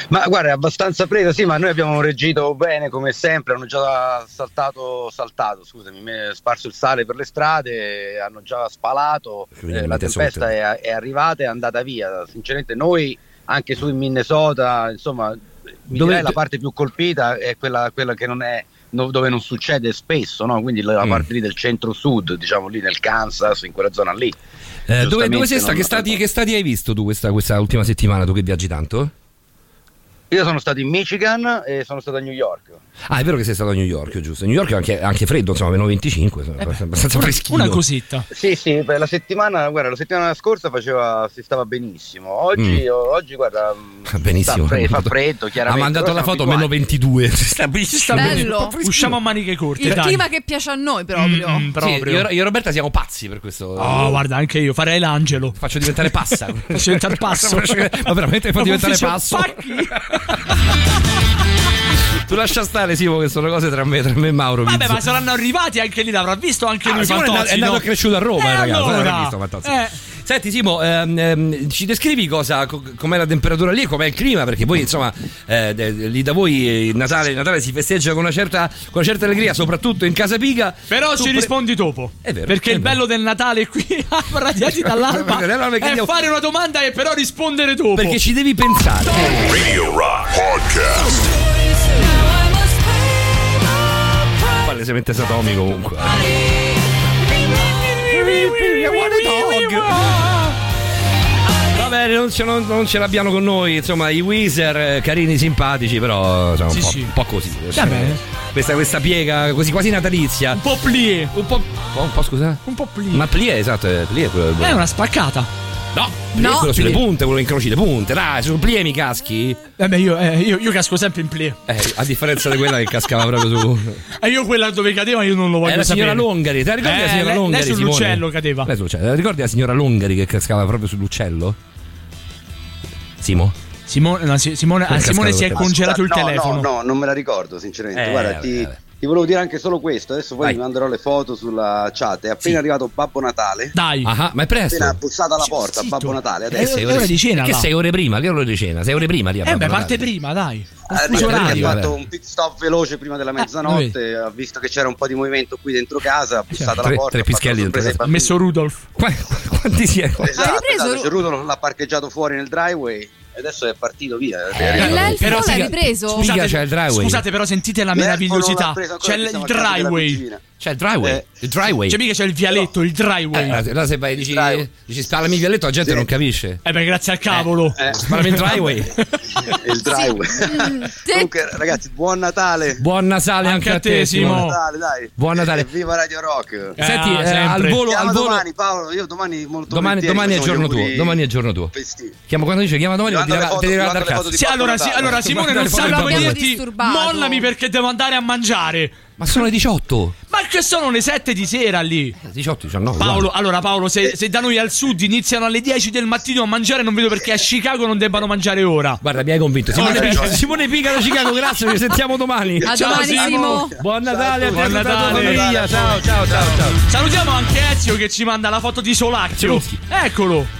Speaker 16: Ma guarda, è abbastanza presa, sì, ma noi abbiamo reagito bene come sempre, hanno già saltato, saltato, scusami, me- sparso il sale per le strade, hanno già spalato,
Speaker 1: Quindi
Speaker 16: eh, la
Speaker 1: avete
Speaker 16: tempesta è, è arrivata e è andata via, sinceramente noi anche su in Minnesota, insomma, mi
Speaker 1: Dove-
Speaker 16: direi la parte più colpita è quella, quella che non è no- dove non succede spesso, no? quindi
Speaker 1: Mm.
Speaker 16: la parte lì del centro-sud, diciamo lì nel Kansas, in quella zona lì.
Speaker 1: Eh, dove, dove
Speaker 16: Giustamente
Speaker 1: sei stato?
Speaker 16: non-
Speaker 1: Che stati, che stati hai visto tu questa, questa ultima settimana? Tu che viaggi tanto?
Speaker 16: Io sono stato in Michigan e sono stato a New York.
Speaker 1: Ah, è vero che sei stato a New York, giusto? New York è anche, anche freddo, insomma, meno 25,
Speaker 3: Eh
Speaker 1: insomma, abbastanza freschino.
Speaker 3: cosetta.
Speaker 16: Sì, sì, per la settimana, guarda, la settimana scorsa faceva, si stava benissimo. Oggi,
Speaker 1: Mm.
Speaker 16: oggi guarda, mm,
Speaker 1: Benissimo.
Speaker 16: Sta fre- fa freddo,
Speaker 1: Ha
Speaker 16: chiaramente.
Speaker 1: mandato
Speaker 16: Però
Speaker 1: la
Speaker 16: siamo
Speaker 1: foto
Speaker 16: abituati.
Speaker 1: meno 22. Si sta benissimo.
Speaker 2: Bello.
Speaker 3: Usciamo a maniche corte,
Speaker 2: Il
Speaker 3: dai.
Speaker 2: clima che piace a noi proprio.
Speaker 3: Mm, mm, proprio.
Speaker 1: Sì, io, io e Roberta siamo pazzi per questo.
Speaker 3: Oh, guarda, anche io farei l'angelo.
Speaker 1: Faccio diventare passa.
Speaker 3: Faccio diventare passo.
Speaker 1: Ma veramente fa
Speaker 3: Proprio
Speaker 1: diventare
Speaker 3: faccio
Speaker 1: passo.
Speaker 3: pacchi.
Speaker 1: Tu lascia stare, Simo, che sono cose tra me, tra me e Mauro.
Speaker 3: Vabbè,
Speaker 1: Pizzo.
Speaker 3: ma saranno arrivati anche lì, l'avrà visto anche
Speaker 1: Ah,
Speaker 3: lui.
Speaker 1: Simone è nato-
Speaker 3: Fantozzi,
Speaker 1: è nato
Speaker 3: no?
Speaker 1: e cresciuto a Roma,
Speaker 3: Eh,
Speaker 1: ragazzi. non
Speaker 3: allora.
Speaker 1: l'hai visto, Fantozzi.
Speaker 3: Eh.
Speaker 1: Senti Simo, ehm, ehm, ci descrivi cosa, co- com'è la temperatura lì, e com'è il clima? Perché poi insomma eh, de- de- lì da voi eh, il Natale, il Natale si festeggia con una certa, con una certa allegria, soprattutto in Casapiga.
Speaker 3: Però
Speaker 1: Tu
Speaker 3: ci
Speaker 1: pre-
Speaker 3: rispondi dopo.
Speaker 1: È vero.
Speaker 3: Perché
Speaker 1: è
Speaker 3: il
Speaker 1: vero.
Speaker 3: bello del Natale qui a Radiati dall'alba
Speaker 1: Perché allora perché
Speaker 3: è
Speaker 1: andiamo-
Speaker 3: fare una domanda e però rispondere dopo. Eh.
Speaker 1: Perché ci devi pensare.
Speaker 9: Radio Rock Podcast.
Speaker 1: Palesemente satomico comunque. Va bene, non ce, non- non ce l'abbiamo con noi, insomma, i Weezer, eh, carini, simpatici, però insomma, un,
Speaker 3: Sì,
Speaker 1: po',
Speaker 3: sì.
Speaker 1: un po' così. eh,
Speaker 3: Va bene.
Speaker 1: Questa, questa piega così quasi natalizia. Un
Speaker 3: po' plié.
Speaker 1: Un po'. Un po' scusa?
Speaker 3: Un po' plié.
Speaker 1: Ma plié, esatto, è plié quello del
Speaker 3: È una spaccata.
Speaker 1: No, plié è quello sulle
Speaker 3: Plié.
Speaker 1: punte, quello che incroci le punte, dai, sono plié mi caschi.
Speaker 3: Eh beh, io, eh, io- io casco sempre in plié.
Speaker 1: Eh, a differenza di quella che cascava proprio su.
Speaker 3: E Eh, io quella dove cadeva io non lo voglio
Speaker 1: È Eh, la signora
Speaker 3: sapere.
Speaker 1: Longari, te la ricordi
Speaker 3: Eh,
Speaker 1: la signora
Speaker 3: lei-
Speaker 1: Longari?
Speaker 3: Lei
Speaker 1: Simone?
Speaker 3: sull'uccello cadeva.
Speaker 1: Lei sull'uccello. La Ricordi la signora Longari che cascava proprio sull'uccello? Simo?
Speaker 3: Simone, no, si- Simone,
Speaker 1: Come
Speaker 3: a Ah, Simone
Speaker 1: cascava
Speaker 3: si è
Speaker 1: per te?
Speaker 3: congelato
Speaker 16: Ah,
Speaker 3: il
Speaker 16: no,
Speaker 3: telefono.
Speaker 16: No, no, non me la ricordo, sinceramente.
Speaker 1: Eh,
Speaker 16: Guarda,
Speaker 1: vabbè,
Speaker 16: ti,
Speaker 1: vabbè.
Speaker 16: ti volevo dire anche solo questo. Adesso poi
Speaker 1: Vai.
Speaker 16: vi manderò le foto sulla chat. È appena arrivato Babbo Natale.
Speaker 3: Dai.
Speaker 1: Ah, ma è presto.
Speaker 16: Appena bussato alla porta,
Speaker 3: zitto.
Speaker 16: Babbo Natale.
Speaker 1: Che
Speaker 16: Adesso.
Speaker 1: sei
Speaker 3: l'ora
Speaker 1: ore
Speaker 3: di cena,
Speaker 1: Che
Speaker 3: là.
Speaker 1: sei ore prima? Che ore di cena? Sei ore prima lì a
Speaker 3: Eh beh,
Speaker 1: Babbo
Speaker 3: parte
Speaker 1: Natale.
Speaker 3: prima, dai.
Speaker 16: Eh,
Speaker 3: Fuso
Speaker 16: perché
Speaker 3: orario. Ah,
Speaker 16: ha fatto
Speaker 1: vabbè.
Speaker 16: un pit stop veloce prima della mezzanotte, ha visto che c'era un po' di movimento qui dentro casa,
Speaker 3: Certo.
Speaker 16: ha bussato alla
Speaker 1: Tre-
Speaker 16: porta,
Speaker 1: tre
Speaker 16: ha fatto
Speaker 1: pischelli dentro
Speaker 16: sorpresa
Speaker 1: casa.
Speaker 16: ai
Speaker 3: Ha
Speaker 16: bambini.
Speaker 3: messo Rudolf.
Speaker 1: Quanti si è?
Speaker 16: Esatto,
Speaker 2: ripreso-
Speaker 16: esatto, c'è Rudolf l'ha parcheggiato fuori nel driveway e adesso è partito via. È
Speaker 1: Eh,
Speaker 16: arrivato.
Speaker 2: L'elfo
Speaker 3: Però
Speaker 2: l'hai
Speaker 3: sì,
Speaker 2: ripreso?
Speaker 1: Figa, c'è il driveway.
Speaker 3: Scusate, però sentite la
Speaker 16: L'elfo non l'ha
Speaker 3: meravigliosità.
Speaker 16: preso ancora,
Speaker 3: C'è
Speaker 16: ci
Speaker 3: il,
Speaker 16: siamo
Speaker 3: il
Speaker 16: accampati alla
Speaker 3: driveway.
Speaker 16: cucina.
Speaker 1: C'è il driveway.
Speaker 16: Eh.
Speaker 1: Il driveway.
Speaker 3: Cioè, mica c'è il vialetto, il driveway.
Speaker 1: Eh, allora se vai dici, dici spalami il vialetto, la gente
Speaker 16: Sì.
Speaker 1: non capisce.
Speaker 3: Eh beh, grazie al cavolo.
Speaker 16: Eh,
Speaker 1: Spalami il driveway.
Speaker 16: il driveway.
Speaker 2: te-
Speaker 16: Comunque, ragazzi, buon Natale.
Speaker 1: Buon Natale anche,
Speaker 3: Anche a te,
Speaker 1: Simone.
Speaker 3: Simo.
Speaker 16: Buon Natale, dai.
Speaker 1: Buon Natale.
Speaker 16: E viva Radio Rock.
Speaker 3: Eh,
Speaker 1: Senti,
Speaker 3: Ah,
Speaker 1: eh,
Speaker 3: sempre.
Speaker 1: al volo,
Speaker 16: Chiama
Speaker 1: al volo.
Speaker 16: domani Paolo, io domani molto
Speaker 1: Domani, domani è il giorno tuo. Domani è il giorno tuo. Chiama quando dice chiama domani,
Speaker 16: Ti
Speaker 1: ti
Speaker 16: mando le
Speaker 1: dirà
Speaker 16: foto,
Speaker 1: ti dirà
Speaker 16: ti mando
Speaker 1: dal
Speaker 16: le
Speaker 1: cazzo.
Speaker 16: foto di
Speaker 3: Sì,
Speaker 16: Babbo
Speaker 3: allora, sì,
Speaker 16: Natale.
Speaker 3: allora Simone non
Speaker 1: Guarda, guarda,
Speaker 3: sapeva
Speaker 1: guarda, guarda.
Speaker 3: dirti
Speaker 2: Disturbato.
Speaker 3: mollami perché devo andare a mangiare.
Speaker 1: Ma sono le 18.
Speaker 3: Ma che sono le 7 di sera lì?
Speaker 1: 18, 19.
Speaker 3: Paolo,
Speaker 1: guarda.
Speaker 3: allora Paolo, se, se da noi al sud iniziano alle 10 del mattino a mangiare, non vedo perché a Chicago non debbano mangiare ora.
Speaker 1: Guarda, mi hai convinto. Simone,
Speaker 3: Guarda,
Speaker 1: Pica, Simone Pica da Chicago, grazie, ci sentiamo domani.
Speaker 2: A domani, Simo.
Speaker 1: Buon Natale a te e
Speaker 3: Buon
Speaker 1: a tutta la tua
Speaker 3: Natale.
Speaker 1: famiglia. Ciao, ciao, ciao, ciao.
Speaker 3: Salutiamo anche Ezio che ci manda la foto di Solacchio.
Speaker 1: Solacchio.
Speaker 3: Eccolo.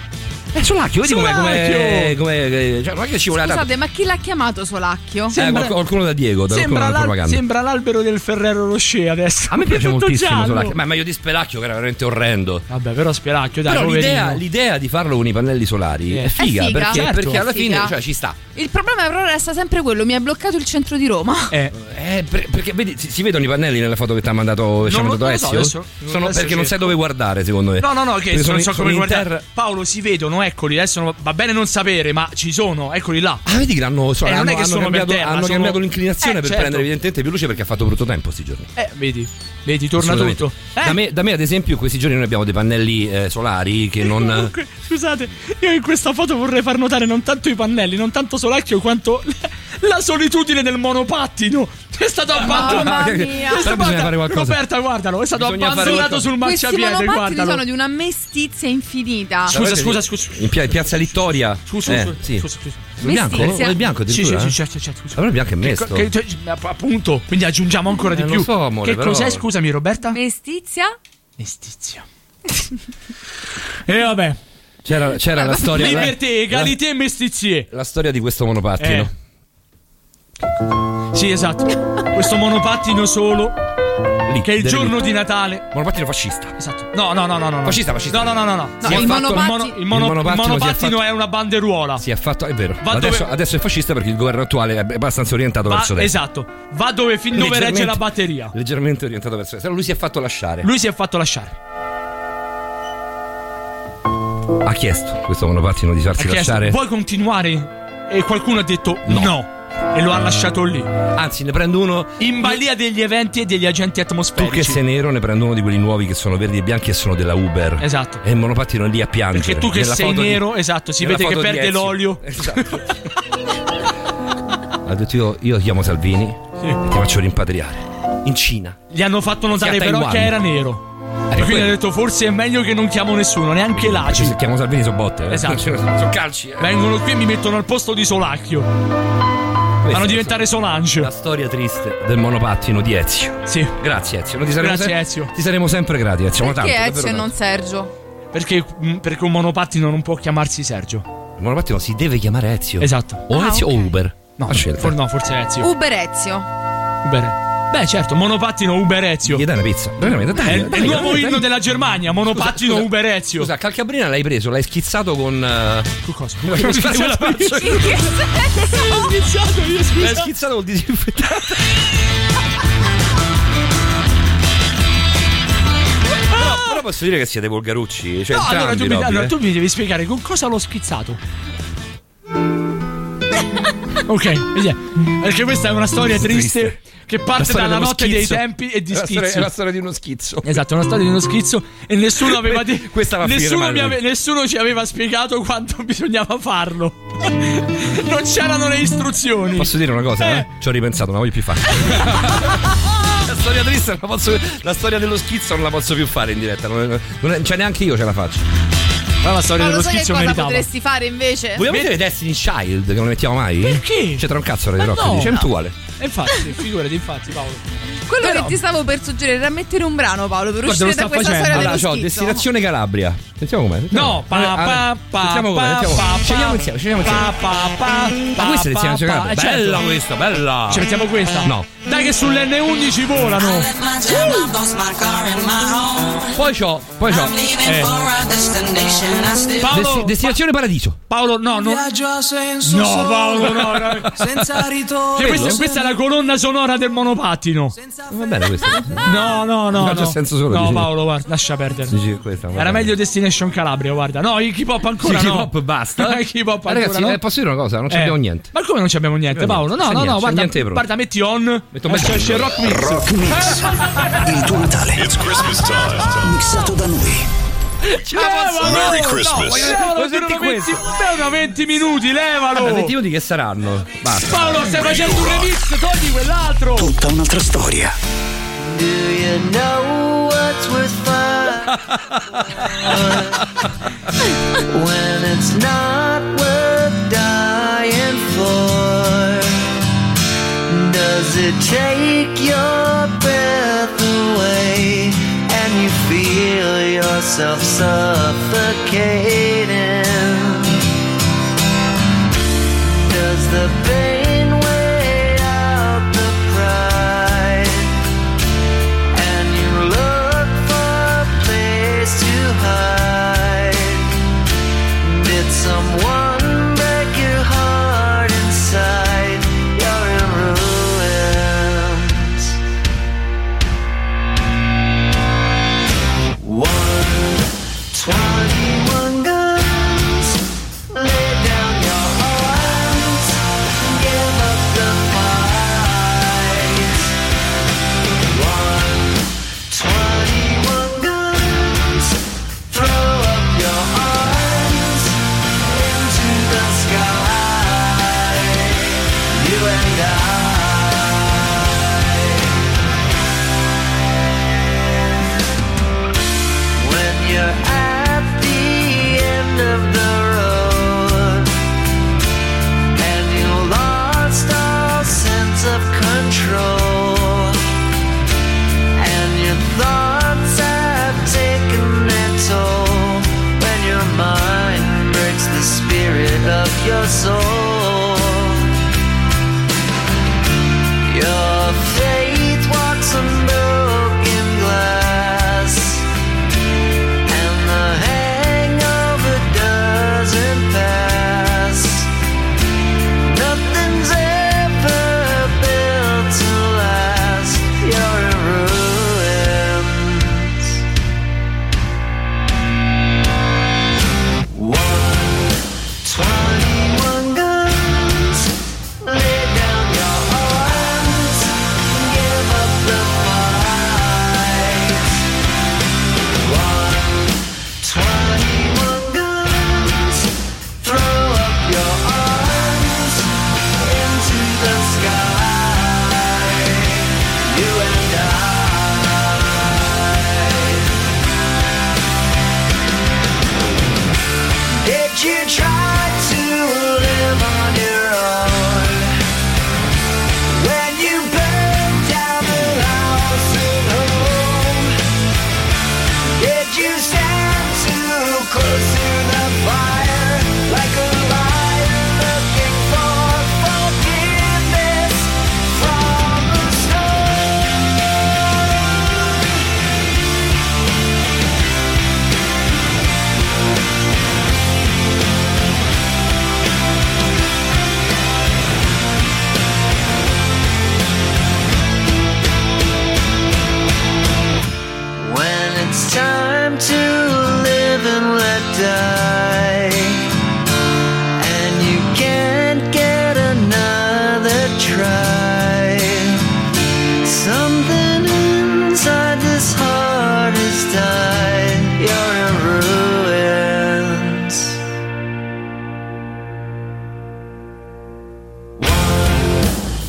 Speaker 1: Eh, Solacchio, vedi com'è, com'è,
Speaker 3: Solacchio.
Speaker 1: com'è, cioè, non è che ci vuole tanto.
Speaker 2: Scusate, ma chi l'ha chiamato Solacchio?
Speaker 1: Eh, qualc- qualcuno da Diego, da qualcuno
Speaker 3: Sembra,
Speaker 1: da
Speaker 3: l'al-
Speaker 1: propaganda.
Speaker 3: sembra l'albero del Ferrero Rocher adesso.
Speaker 1: A me piace
Speaker 3: Tutto
Speaker 1: moltissimo
Speaker 3: giallo.
Speaker 1: Solacchio. Ma, ma io di Spelacchio che era veramente orrendo.
Speaker 3: Vabbè, però Spelacchio, dai,
Speaker 1: Però l'idea,
Speaker 3: poverino.
Speaker 1: l'idea di farlo con i pannelli solari
Speaker 3: Eh.
Speaker 1: è figa,
Speaker 2: È figa.
Speaker 1: Perché,
Speaker 2: Certo.
Speaker 1: perché alla
Speaker 2: È figa.
Speaker 1: fine cioè, ci sta.
Speaker 2: Il problema però resta sempre quello, mi ha bloccato il centro di Roma.
Speaker 3: Eh,
Speaker 1: Eh, per- perché vedi, si, si vedono i pannelli nella foto che ti ha mandato, che ci ha
Speaker 3: Non lo-
Speaker 1: mandato
Speaker 3: non lo so,
Speaker 1: Ezio?
Speaker 3: adesso-
Speaker 1: sono,
Speaker 3: adesso
Speaker 1: perché non sai
Speaker 3: cerco.
Speaker 1: dove guardare, secondo me.
Speaker 3: No, no, no,
Speaker 1: Perché
Speaker 3: che non so
Speaker 1: in-
Speaker 3: come
Speaker 1: in
Speaker 3: guardare.
Speaker 1: terra-
Speaker 3: Paolo, si vedono, eccoli, adesso non- va bene non sapere, ma ci sono, eccoli là.
Speaker 1: Ah, vedi che hanno, cioè,
Speaker 3: Eh, non
Speaker 1: hanno,
Speaker 3: è che
Speaker 1: hanno
Speaker 3: sono per
Speaker 1: cambiato,
Speaker 3: terra,
Speaker 1: hanno
Speaker 3: sono-
Speaker 1: cambiato l'inclinazione
Speaker 3: Eh,
Speaker 1: per
Speaker 3: certo.
Speaker 1: prendere evidentemente più luce perché ha fatto brutto tempo sti giorni.
Speaker 3: Eh, vedi, vedi, torna
Speaker 1: Assolutamente.
Speaker 3: tutto. Eh,
Speaker 1: Da, me, da me, ad esempio, in questi giorni noi abbiamo dei pannelli eh, solari che non.
Speaker 3: comunque, scusate, io in questa foto vorrei far notare non tanto i pannelli, non tanto Solacchio, quanto la solitudine del monopattino. È stato abbandonato.
Speaker 2: Mamma mia.
Speaker 3: È
Speaker 1: Ah, Però
Speaker 3: stato
Speaker 1: bisogna fare qualcosa.
Speaker 3: Roberta, guardalo, è stato
Speaker 1: Bisogna fare
Speaker 3: abbandonato
Speaker 1: qualcosa.
Speaker 3: sul
Speaker 2: Questi
Speaker 3: marciapiede,
Speaker 2: monopattini sono
Speaker 3: guardalo.
Speaker 2: di una mestizia infinita.
Speaker 3: Scusa,
Speaker 1: Guardate,
Speaker 3: scusa, scusa.
Speaker 1: Cioè, In pia- piazza Littoria.
Speaker 3: Scusa,
Speaker 1: Eh,
Speaker 3: scusa,
Speaker 1: sì.
Speaker 3: scusa, scusa.
Speaker 1: Sul bianco?
Speaker 2: Mestizia.
Speaker 1: no? Quello bianco
Speaker 3: Sì, sì,
Speaker 1: addirittura?
Speaker 3: sì,
Speaker 1: eh?
Speaker 3: certo, certo. scusa.
Speaker 1: Allora il bianco è
Speaker 3: Che
Speaker 1: mesto.
Speaker 3: co- che- cioè, appunto, quindi aggiungiamo ancora di
Speaker 1: Eh, lo
Speaker 3: più.
Speaker 1: so, amore,
Speaker 3: che
Speaker 1: però-
Speaker 3: cos'è, scusami, Roberta?
Speaker 2: Mestizia?
Speaker 3: Mestizia. e Eh, vabbè.
Speaker 1: C'era, c'era la storia. la-
Speaker 3: Liberté,
Speaker 1: la,
Speaker 3: egalité e Eh. mestizier.
Speaker 1: la storia di questo monopattino.
Speaker 3: Sì, esatto. Questo monopattino solo
Speaker 1: Lì,
Speaker 3: che è il
Speaker 1: delle-
Speaker 3: giorno di Natale.
Speaker 1: Monopattino fascista.
Speaker 3: Esatto. No, no, no, no, no. no.
Speaker 1: Fascista, fascista.
Speaker 3: No, no, no, no, no.
Speaker 1: Si è
Speaker 3: il,
Speaker 1: fatto-
Speaker 3: monopattino-
Speaker 2: il
Speaker 3: il, mono-
Speaker 1: monopattino
Speaker 3: il
Speaker 1: si è
Speaker 3: monopattino
Speaker 1: fatto-
Speaker 3: è una banderuola.
Speaker 1: Si è fatto, è vero.
Speaker 3: Va
Speaker 1: adesso,
Speaker 3: dove-
Speaker 1: adesso è fascista perché il governo attuale è abbastanza orientato
Speaker 3: Va-
Speaker 1: verso destra.
Speaker 3: esatto. Va dove fin dove regge
Speaker 1: Leggermente-
Speaker 3: la batteria.
Speaker 1: Leggermente orientato verso destra. Lui si è fatto lasciare.
Speaker 3: Lui si è fatto lasciare.
Speaker 1: Ha chiesto questo monopattino di
Speaker 3: Ha
Speaker 1: farsi
Speaker 3: chiesto,
Speaker 1: lasciare.
Speaker 3: vuoi continuare? E qualcuno ha detto no. e lo ha lasciato lì.
Speaker 1: Anzi, ne prendo uno.
Speaker 3: In balia degli eventi e degli
Speaker 1: Tu
Speaker 3: agenti
Speaker 1: che
Speaker 3: atmosferici.
Speaker 1: sei nero ne prendo uno di quelli nuovi che sono verdi e bianchi e sono della Uber.
Speaker 3: Esatto.
Speaker 1: E il monopattino è lì a piangere.
Speaker 3: Perché tu che
Speaker 1: Nella
Speaker 3: sei
Speaker 1: foto di-
Speaker 3: nero, esatto, si
Speaker 1: nella
Speaker 3: vede che
Speaker 1: foto di
Speaker 3: perde
Speaker 1: Ezio. Esatto.
Speaker 3: l'olio.
Speaker 1: Ha detto io, io chiamo Salvini e ti faccio rimpatriare. In Cina.
Speaker 3: Gli hanno fatto notare
Speaker 1: Sì, a
Speaker 3: però
Speaker 1: Taiwan.
Speaker 3: che era nero.
Speaker 1: per
Speaker 3: E quindi
Speaker 1: quello.
Speaker 3: ha detto forse è meglio che non chiamo nessuno, neanche l'ACI.
Speaker 1: Se chiamo Salvini so botte. eh.
Speaker 3: Esatto.
Speaker 1: Sono calci. eh.
Speaker 3: Vengono qui e mi mettono al posto di Solacchio. Fanno diventare Solange. La
Speaker 1: storia triste. Del monopattino di Ezio.
Speaker 3: Sì.
Speaker 1: Grazie Ezio. Noi ti saremo
Speaker 3: Grazie,
Speaker 1: sem-
Speaker 3: Ezio.
Speaker 1: Ti saremo sempre grati Ezio. ma
Speaker 2: Perché
Speaker 1: tanto,
Speaker 2: Ezio e
Speaker 1: davvero
Speaker 2: non Sergio?
Speaker 3: tanto. Perché, mh, perché un monopattino non può chiamarsi Sergio.
Speaker 1: tanto. Il monopattino si deve chiamare Ezio.
Speaker 3: Esatto.
Speaker 1: O
Speaker 2: Ah,
Speaker 1: Ezio
Speaker 2: ok.
Speaker 1: o Uber. No, a scelta.
Speaker 3: For- no, forse Ezio.
Speaker 2: Uber Ezio.
Speaker 3: Uber. Beh, certo, monopattino Uber Ezio. Gli
Speaker 1: dai una pizza. Veramente, dai,
Speaker 3: è
Speaker 1: dai,
Speaker 3: è il nuovo
Speaker 1: dai,
Speaker 3: inno
Speaker 1: dai.
Speaker 3: della Germania, monopattino
Speaker 1: scusa.
Speaker 3: Uber Ezio.
Speaker 1: Scusa, Calcabrina l'hai preso, l'hai schizzato con. eh,
Speaker 3: Con cosa?
Speaker 1: L'hai
Speaker 2: Ho
Speaker 3: iniziato io, scusa.
Speaker 1: schizzato col disinfettante. Però, però posso dire che siete volgarucci. Cioè,
Speaker 3: No, allora
Speaker 1: entrambi,
Speaker 3: tu, mi,
Speaker 1: Robby,
Speaker 3: allora
Speaker 1: eh.
Speaker 3: tu mi devi spiegare con cosa l'ho schizzato. ok, vedi, perché questa è una storia triste, che
Speaker 1: La
Speaker 3: parte
Speaker 1: storia
Speaker 3: dalla
Speaker 1: dello
Speaker 3: notte dei
Speaker 1: schizzo.
Speaker 3: tempi e di
Speaker 1: È la storia-
Speaker 3: schizzo.
Speaker 1: È la storia di uno schizzo.
Speaker 3: Esatto, è una storia di uno schizzo e nessuno aveva de-
Speaker 1: Questa va a finire
Speaker 3: nessuno,
Speaker 1: male.
Speaker 3: mi ave- nessuno ci aveva spiegato quanto bisognava farlo. non c'erano le istruzioni.
Speaker 1: Posso dire una cosa? eh? Ci ho ripensato, non la voglio più fare. la storia triste, non la, posso- la storia dello schizzo non la posso più fare in diretta. Non, non è- cioè, neanche io ce la faccio. Però la storia
Speaker 2: Ma lo sai che cosa potresti fare invece?
Speaker 1: Vogliamo vedere Destiny Child che non mettiamo mai? Perché? C'è tra un cazzo Radio
Speaker 2: Ma
Speaker 1: Rock,
Speaker 2: no.
Speaker 1: dice
Speaker 2: No.
Speaker 1: attuale.
Speaker 3: E infatti, figurati, infatti, Paolo.
Speaker 2: Quello che ti stavo per suggerire era mettere un brano, Paolo, per uscire da questa storia
Speaker 1: Allora,
Speaker 2: dello
Speaker 1: c'ho
Speaker 2: schizzo.
Speaker 1: Destinazione Calabria. Sentiamo com'è. sentiamo.
Speaker 3: No, pa,
Speaker 1: Vabbè,
Speaker 3: pa, pa,
Speaker 1: Sentiamo com'è,
Speaker 3: pa,
Speaker 1: sentiamo com'è.
Speaker 3: pa,
Speaker 1: Scegliamo insieme, scegliamo insieme.
Speaker 3: Pa, pa, pa,
Speaker 1: Ma
Speaker 3: pa,
Speaker 1: questa è
Speaker 3: pa,
Speaker 1: Destinazione
Speaker 3: pa,
Speaker 1: Calabria.
Speaker 3: eh, certo.
Speaker 1: Bella questa, bella.
Speaker 3: Ci mettiamo questa?
Speaker 1: No.
Speaker 3: Dai che sull'N11 volano.
Speaker 17: My jam, I lost my car and my home.
Speaker 1: Poi c'ho, poi c'ho.
Speaker 17: I'm leaving
Speaker 3: Eh.
Speaker 17: for a destination I still
Speaker 1: Desti- destinazione Paradiso.
Speaker 3: Paolo, no,
Speaker 17: Un
Speaker 3: no.
Speaker 17: viaggio a senso
Speaker 3: No,
Speaker 17: solo,
Speaker 3: Paolo, no, no.
Speaker 17: senza ritorno.
Speaker 3: Cioè, questa, questa è la colonna sonora del monopattino.
Speaker 1: Va bene questa.
Speaker 3: No, no,
Speaker 1: No,
Speaker 3: no.
Speaker 1: c'è
Speaker 3: No,
Speaker 1: senso solo,
Speaker 3: no
Speaker 1: dici.
Speaker 3: Paolo, guarda, lascia perdere.
Speaker 1: Dici questa, va
Speaker 3: Era
Speaker 1: bene.
Speaker 3: meglio Destination Calabria, guarda. No, hip hop ancora.
Speaker 1: Sì,
Speaker 3: no.
Speaker 1: hip hop basta.
Speaker 3: hip hop
Speaker 1: Ma
Speaker 3: ancora.
Speaker 1: ragazzi,
Speaker 3: no?
Speaker 1: eh, posso dire una cosa? Non
Speaker 3: Eh.
Speaker 1: c'abbiamo niente.
Speaker 3: Ma come non c'abbiamo niente,
Speaker 1: Non c'è
Speaker 3: Paolo? No,
Speaker 1: niente,
Speaker 3: no, no,
Speaker 1: c'è
Speaker 3: guarda,
Speaker 1: niente proprio.
Speaker 3: guarda, metti on.
Speaker 1: Metto
Speaker 3: eh,
Speaker 1: mezzo
Speaker 3: c'è, c'è
Speaker 1: on.
Speaker 3: Rock Mix. Eh?
Speaker 10: Rock Mix. Il tuo Natale. It's Christmas time. Mixato da noi.
Speaker 3: Levalo!
Speaker 10: Merry
Speaker 3: No,
Speaker 10: Christmas.
Speaker 3: voglio- levalo,
Speaker 1: Voglio dirti
Speaker 3: durano 20 durano 20 minuti,
Speaker 1: Allora,
Speaker 3: levalo.
Speaker 1: sentiamo di che saranno. Basta.
Speaker 3: Paolo, stai facendo un remix, togli quell'altro.
Speaker 10: Tutta un'altra storia.
Speaker 17: when it's not worth dying for? Does it take your breath away and you feel yourself suffocating? Does the pain weigh out the pride? And you look for a place to hide. Did someone break your heart inside? You're in ruins. One, twenty-one guns. Lay down your arms. Get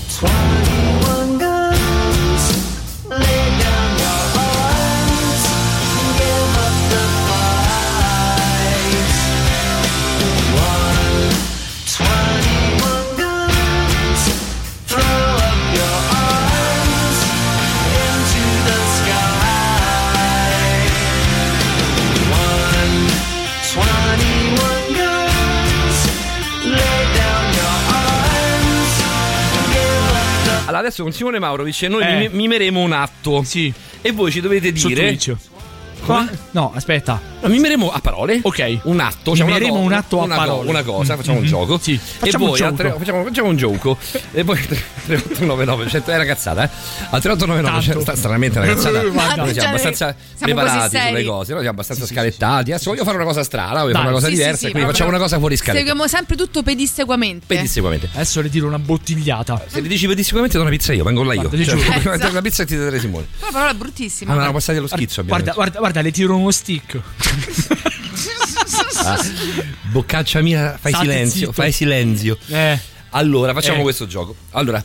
Speaker 15: 21 guns. Lay down your arms. Give up the fight. One, 21 guns. Throw up your arms into the sky. One, 21 guns. Lay down your arms. Give up the
Speaker 1: Allora, adesso con Simone Maurovic noi
Speaker 3: Eh.
Speaker 1: mim- mimeremo un atto.
Speaker 3: Sì.
Speaker 1: E voi ci dovete
Speaker 3: Su
Speaker 1: dire.
Speaker 3: Twitch. No, aspetta.
Speaker 1: mimeremo a parole.
Speaker 3: Ok.
Speaker 1: Un atto. cioè una
Speaker 3: Mimeremo
Speaker 1: cosa-
Speaker 3: un atto a
Speaker 1: una
Speaker 3: parole.
Speaker 1: co- una cosa,
Speaker 3: Mm,
Speaker 1: facciamo un
Speaker 3: mm,
Speaker 1: gioco.
Speaker 3: Sì. Facciamo
Speaker 1: e
Speaker 3: un
Speaker 1: voi
Speaker 3: gioco.
Speaker 1: al tre- facciamo, facciamo un gioco. e poi 3899 100 è una cazzata, eh? Al 3899 100 cioè, sta stranamente una cazzata.
Speaker 3: Eh, guarda.
Speaker 1: Noi
Speaker 3: Cioè,
Speaker 1: siamo abbastanza
Speaker 3: siamo così
Speaker 1: preparati sulle
Speaker 2: seri.
Speaker 1: cose, noi siamo abbastanza scalettati. Adesso voglio fare una cosa strana, voglio fare
Speaker 3: Dai.
Speaker 1: una cosa
Speaker 3: Sì, sì,
Speaker 1: diversa,
Speaker 2: sì,
Speaker 1: quindi facciamo una cosa fuori scaletta.
Speaker 2: Seguiamo sempre tutto pedisseguamente.
Speaker 1: Pedissequamente.
Speaker 3: Adesso le tiro una bottigliata.
Speaker 1: Se le dici pedissequamente do una pizza io, vengo là io.
Speaker 3: Guarda, ti giuro.
Speaker 1: vengo una pizza e ti darei Simone.
Speaker 2: Però la parola è bruttissima.
Speaker 1: Ah, ma la passate allo schizzo abbiamo.
Speaker 3: Guarda, guarda, guarda, le tiro uno stick.
Speaker 1: Ah, boccaccia mia, fai
Speaker 3: State
Speaker 1: silenzio,
Speaker 3: zitto.
Speaker 1: fai silenzio. Allora, facciamo
Speaker 3: Eh.
Speaker 1: questo gioco. Allora,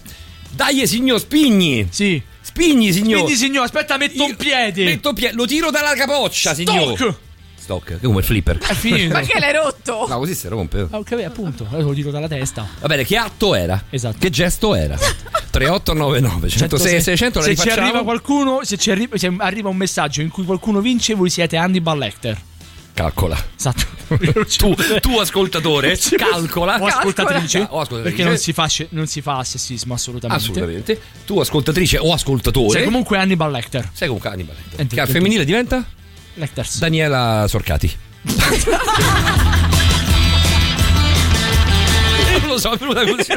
Speaker 1: dai, signor, spigni.
Speaker 3: Sì.
Speaker 1: Spigni, signor.
Speaker 3: Quindi, signor, aspetta, metto un piede.
Speaker 1: Metto pie- lo tiro dalla capoccia,
Speaker 3: Stock!
Speaker 1: signor. Stock, che come il flipper.
Speaker 3: È finito.
Speaker 2: Perché l'hai rotto?
Speaker 1: No, così si rompe.
Speaker 3: Ah, ok, appunto. Adesso lo tiro dalla testa.
Speaker 1: Va bene, che atto era? Esatto. Che gesto era? 3899 106 600
Speaker 3: Certo, se ci arriva qualcuno, se ci arri- se arriva un messaggio in cui qualcuno vince, voi siete Hannibal Lecter.
Speaker 1: Calcola.
Speaker 3: tu,
Speaker 1: tu ascoltatore, calcola.
Speaker 3: Esatto. O ascoltatrice,
Speaker 1: Calcola. O ascoltatrice.
Speaker 3: perché non si, fa, sce- non si fa sessismo assolutamente.
Speaker 1: Assolutamente. Tu ascoltatrice o ascoltatore.
Speaker 3: Sei comunque Hannibal Lecter.
Speaker 1: Sei comunque Hannibal
Speaker 3: Lecter.
Speaker 1: Che al femminile diventa?
Speaker 3: Lecters.
Speaker 1: Daniela Sorcati. non lo so, è venuta così.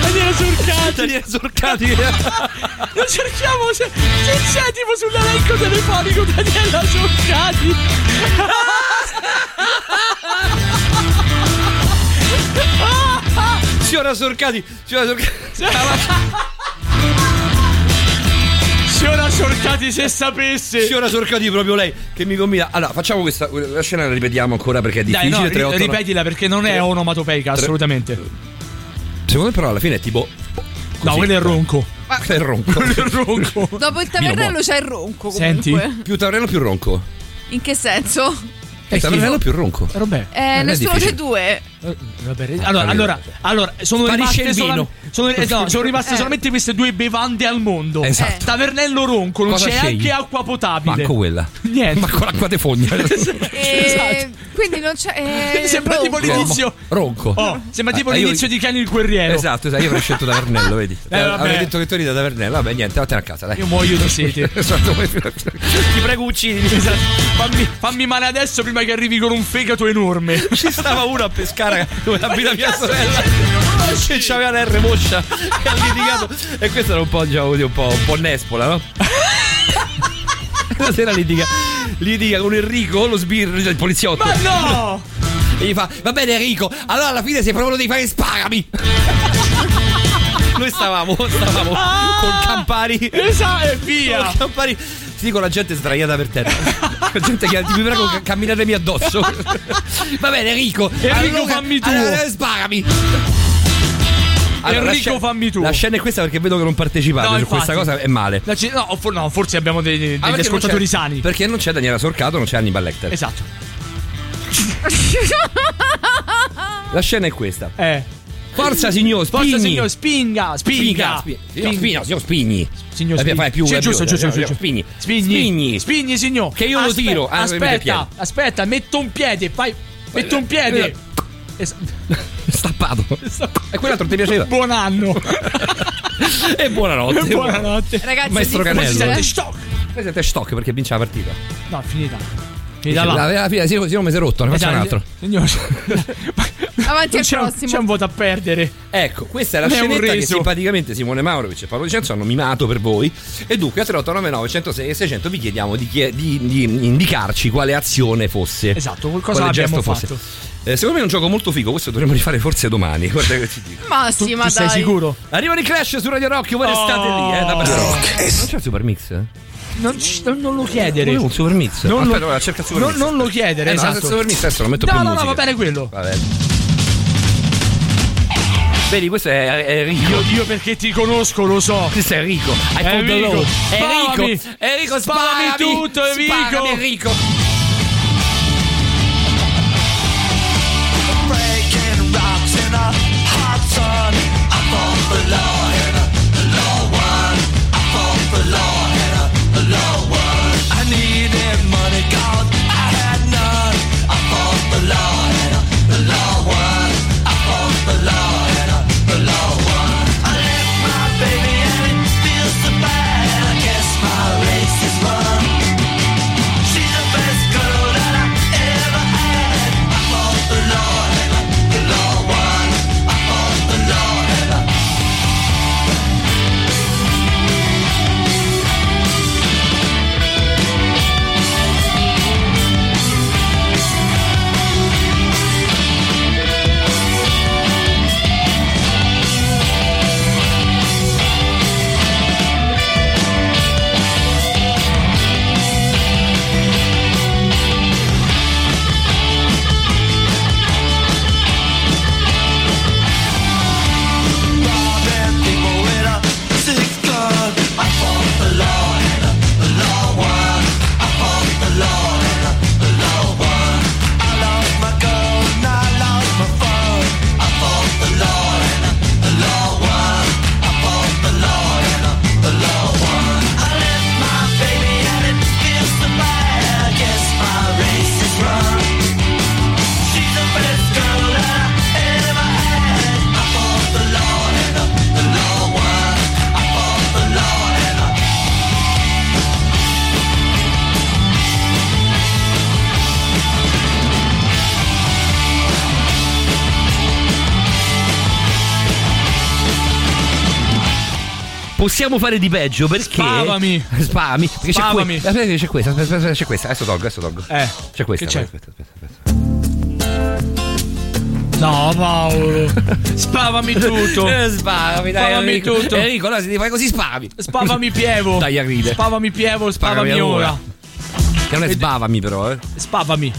Speaker 15: Daniela
Speaker 1: Sorcati. Daniela Sorcati.
Speaker 15: Lo cerchiamo se, se c'è tipo sull'elenco telefonico Daniela Sorcati.
Speaker 1: Signora Sorcati, signora Sorcati.
Speaker 3: Signora Sorcati, se sapesse.
Speaker 1: Signora Sorcati, proprio lei che mi combina. Allora, facciamo questa. La scena la ripetiamo ancora perché è
Speaker 3: Dai,
Speaker 1: difficile.
Speaker 3: no, ri-
Speaker 1: 38.
Speaker 3: ripetila perché non è onomatopeica,
Speaker 1: Tre-
Speaker 3: assolutamente.
Speaker 1: Secondo me, però, alla fine è tipo. Ah,
Speaker 3: No, quello è ronco.
Speaker 1: Quello è ronco.
Speaker 2: Dopo il tavernello c'è il ronco comunque.
Speaker 1: Più tavernello più ronco.
Speaker 2: In che senso?
Speaker 1: Il tavernello più ronco.
Speaker 3: Vabbè.
Speaker 2: Eh, nessuno dei due.
Speaker 3: Allora, allora, allora, sono
Speaker 1: Sparisce
Speaker 3: rimaste,
Speaker 1: il
Speaker 3: sola-
Speaker 1: vino.
Speaker 3: sono- eh, no, sono rimaste solamente queste due bevande al mondo. Eh.
Speaker 1: Esatto.
Speaker 3: Tavernello ronco, non
Speaker 1: Cosa
Speaker 3: c'è
Speaker 1: scegli?
Speaker 3: anche acqua potabile.
Speaker 1: Manco quella.
Speaker 3: Niente.
Speaker 1: Manco l'acqua de fogna.
Speaker 2: Eh,
Speaker 1: Esatto.
Speaker 2: Quindi non c'è. Eh,
Speaker 3: Sembra tipo
Speaker 2: ronco.
Speaker 3: l'inizio.
Speaker 1: Ronco.
Speaker 3: Oh, sembra tipo
Speaker 1: Ah, io-
Speaker 3: l'inizio di Cani il guerriero.
Speaker 1: Esatto, esatto, io avrei scelto Tavernello, vedi.
Speaker 3: Eh, vabbè.
Speaker 1: avrei detto che tu eri da Tavernello, vabbè, niente, vattene a casa, dai.
Speaker 3: Io muoio di sete.
Speaker 1: Esatto, poi- Ti prego, uccidimi.
Speaker 3: Fammi, fammi male adesso prima che arrivi con un fegato enorme.
Speaker 1: Ci stava uno a pescare dove abita mia sorella. Che c'aveva la R moscia e ha litigato. E questo era un po' già un po', un po' Nespola, no? La sera litiga, litiga con Enrico, lo sbirro, il poliziotto.
Speaker 15: Ma no!
Speaker 1: E gli fa: Va bene, Enrico, allora alla fine se proprio lo devi fare, sparami. Noi stavamo, stavamo con Campari.
Speaker 15: Esatto, Ah! e via.
Speaker 1: Con Campari. Ti dico, la gente è sdraiata per terra. La gente che mi prego, ca- camminatemi addosso. Va bene, Enrico.
Speaker 15: Enrico, fammi tu.
Speaker 1: allora, sparami. Allora, la
Speaker 3: Enrico,
Speaker 1: sce-
Speaker 3: fammi tu.
Speaker 1: La scena è questa perché vedo che non partecipate.
Speaker 3: No,
Speaker 1: su
Speaker 3: infatti.
Speaker 1: questa cosa è male.
Speaker 3: No, ci- no, for- no, forse abbiamo dei- degli
Speaker 1: Ah, perché non
Speaker 3: ascoltatori
Speaker 1: c'è-
Speaker 3: sani.
Speaker 1: Perché non c'è Daniela Sorcato, non c'è Hannibal Lecter.
Speaker 3: Esatto.
Speaker 1: La scena è questa.
Speaker 3: Eh.
Speaker 1: Forza signor, spigni.
Speaker 3: Forza signor, spinga, spinga.
Speaker 1: Spinga, spi- signor Spigno, signor Spigni.
Speaker 3: Signor
Speaker 1: Eh,
Speaker 3: Spigni.
Speaker 1: fai più,
Speaker 3: Sì,
Speaker 1: fai più,
Speaker 3: giusto,
Speaker 1: dai,
Speaker 3: giusto,
Speaker 1: dai,
Speaker 3: giusto.
Speaker 1: Spigni.
Speaker 3: Spigni.
Speaker 1: Spigni.
Speaker 3: Spigni, signor.
Speaker 1: Che io lo
Speaker 3: Aspe-
Speaker 1: tiro. Ah,
Speaker 3: Aspetta,
Speaker 1: mette piede.
Speaker 3: aspetta, metto un piede, fai metto un
Speaker 1: Eh,
Speaker 3: piede. Es-
Speaker 1: Stappato. E quell'altro ti piaceva?
Speaker 3: Buon anno.
Speaker 1: e eh, buonanotte.
Speaker 3: Buonanotte.
Speaker 2: Ragazzi,
Speaker 1: Maestro
Speaker 2: è difficile,
Speaker 1: Canello.
Speaker 2: eh.
Speaker 1: Poi siete stock perché vince la partita.
Speaker 3: No, è finita.
Speaker 1: Dice,
Speaker 3: Finita là.
Speaker 1: La, la, fine, sì, sì, non mi si è rotto, ne faccio
Speaker 3: Esatto.
Speaker 1: un altro.
Speaker 3: Signor,
Speaker 2: Avanti
Speaker 3: non
Speaker 2: al
Speaker 3: c'è, un-
Speaker 2: prossimo.
Speaker 3: c'è un voto a perdere.
Speaker 1: Ecco, questa è la
Speaker 3: Ne è un
Speaker 1: scenetta che
Speaker 3: reso.
Speaker 1: simpaticamente Simone Maurovic e Paolo Vincenzo hanno mimato per voi. E dunque a 3899 106 e 600 vi chiediamo di, chie- di- di indicarci quale azione fosse.
Speaker 3: Esatto, cosa
Speaker 1: quale
Speaker 3: abbiamo
Speaker 1: gesto fosse.
Speaker 3: fatto.
Speaker 1: Eh, secondo me è un gioco molto figo, questo dovremmo rifare forse domani. Guarda che ti dico.
Speaker 2: Massima,
Speaker 1: Tu- tu sei
Speaker 2: dai.
Speaker 1: sicuro? Arrivano i Clash su Radio Rock, voi restate lì, eh, da
Speaker 3: Radio
Speaker 1: Non c'è il Super Mix?
Speaker 3: Non, ci- non- non lo chiedere.
Speaker 1: Volevo un super mix.
Speaker 3: Non
Speaker 1: Aspetta,
Speaker 3: lo-
Speaker 1: guarda, cerca il super
Speaker 3: non-
Speaker 1: mix.
Speaker 3: non lo chiedere,
Speaker 1: Eh, no,
Speaker 3: esatto.
Speaker 1: il super mix adesso lo metto
Speaker 3: No,
Speaker 1: più
Speaker 3: no, no,
Speaker 1: musica.
Speaker 3: va bene quello.
Speaker 1: Va bene. Vedi, questo è, è Enrico.
Speaker 3: Io, io perché ti conosco, lo so.
Speaker 1: Questo è Enrico. Hai fondo
Speaker 3: Enrico.
Speaker 1: loro.
Speaker 3: Spalami.
Speaker 1: Enrico, Enrico,
Speaker 3: Spalami
Speaker 1: sparami
Speaker 3: tutto, Enrico.
Speaker 1: Sparami, Enrico.
Speaker 10: breaking rocks and our hearts on. I fought for law and a law won. I fought for law and a law won. I needed money, God, I had none. I fought for law and a law won. I fought for law and a law won. I left my baby and it feels so bad. I guess my race is run. She's the best girl that I ever had. I fought for law and the law one, I fought the law and I robbing people with a six gun. I fought the law and I- the law one. I fought the law and I- the law one. I lost my girl and I lost my phone. I fought the law and I- the law one. I fought the law and I- the law one. I left my baby and it feels so bad. I guess my race is run. She's the best girl that I ever had. I fought the law and I- the law one. I fought the law and I-
Speaker 1: Possiamo fare di peggio perché.
Speaker 3: Spavami.
Speaker 1: Spavami. Perché C'è,
Speaker 3: Spavami.
Speaker 1: que- aspetta, c'è questa. Aspetta, aspetta, c'è questa. Adesso tolgo, adesso tolgo.
Speaker 3: Eh,
Speaker 1: C'è questa.
Speaker 3: che c'è?
Speaker 1: Aspetta, aspetta, aspetta.
Speaker 3: No, Paolo. Spavami tutto.
Speaker 1: Eh, Spavami, dai.
Speaker 3: Spavami
Speaker 1: Enrico.
Speaker 3: tutto.
Speaker 1: Enrico, no, se ti fai così spavami.
Speaker 3: Spavami pievo.
Speaker 1: Dai a ridere.
Speaker 3: Spavami pievo, spavami,
Speaker 1: Spavami ora.
Speaker 3: ora.
Speaker 1: Che non è sbavami, però, eh.
Speaker 3: Spavami.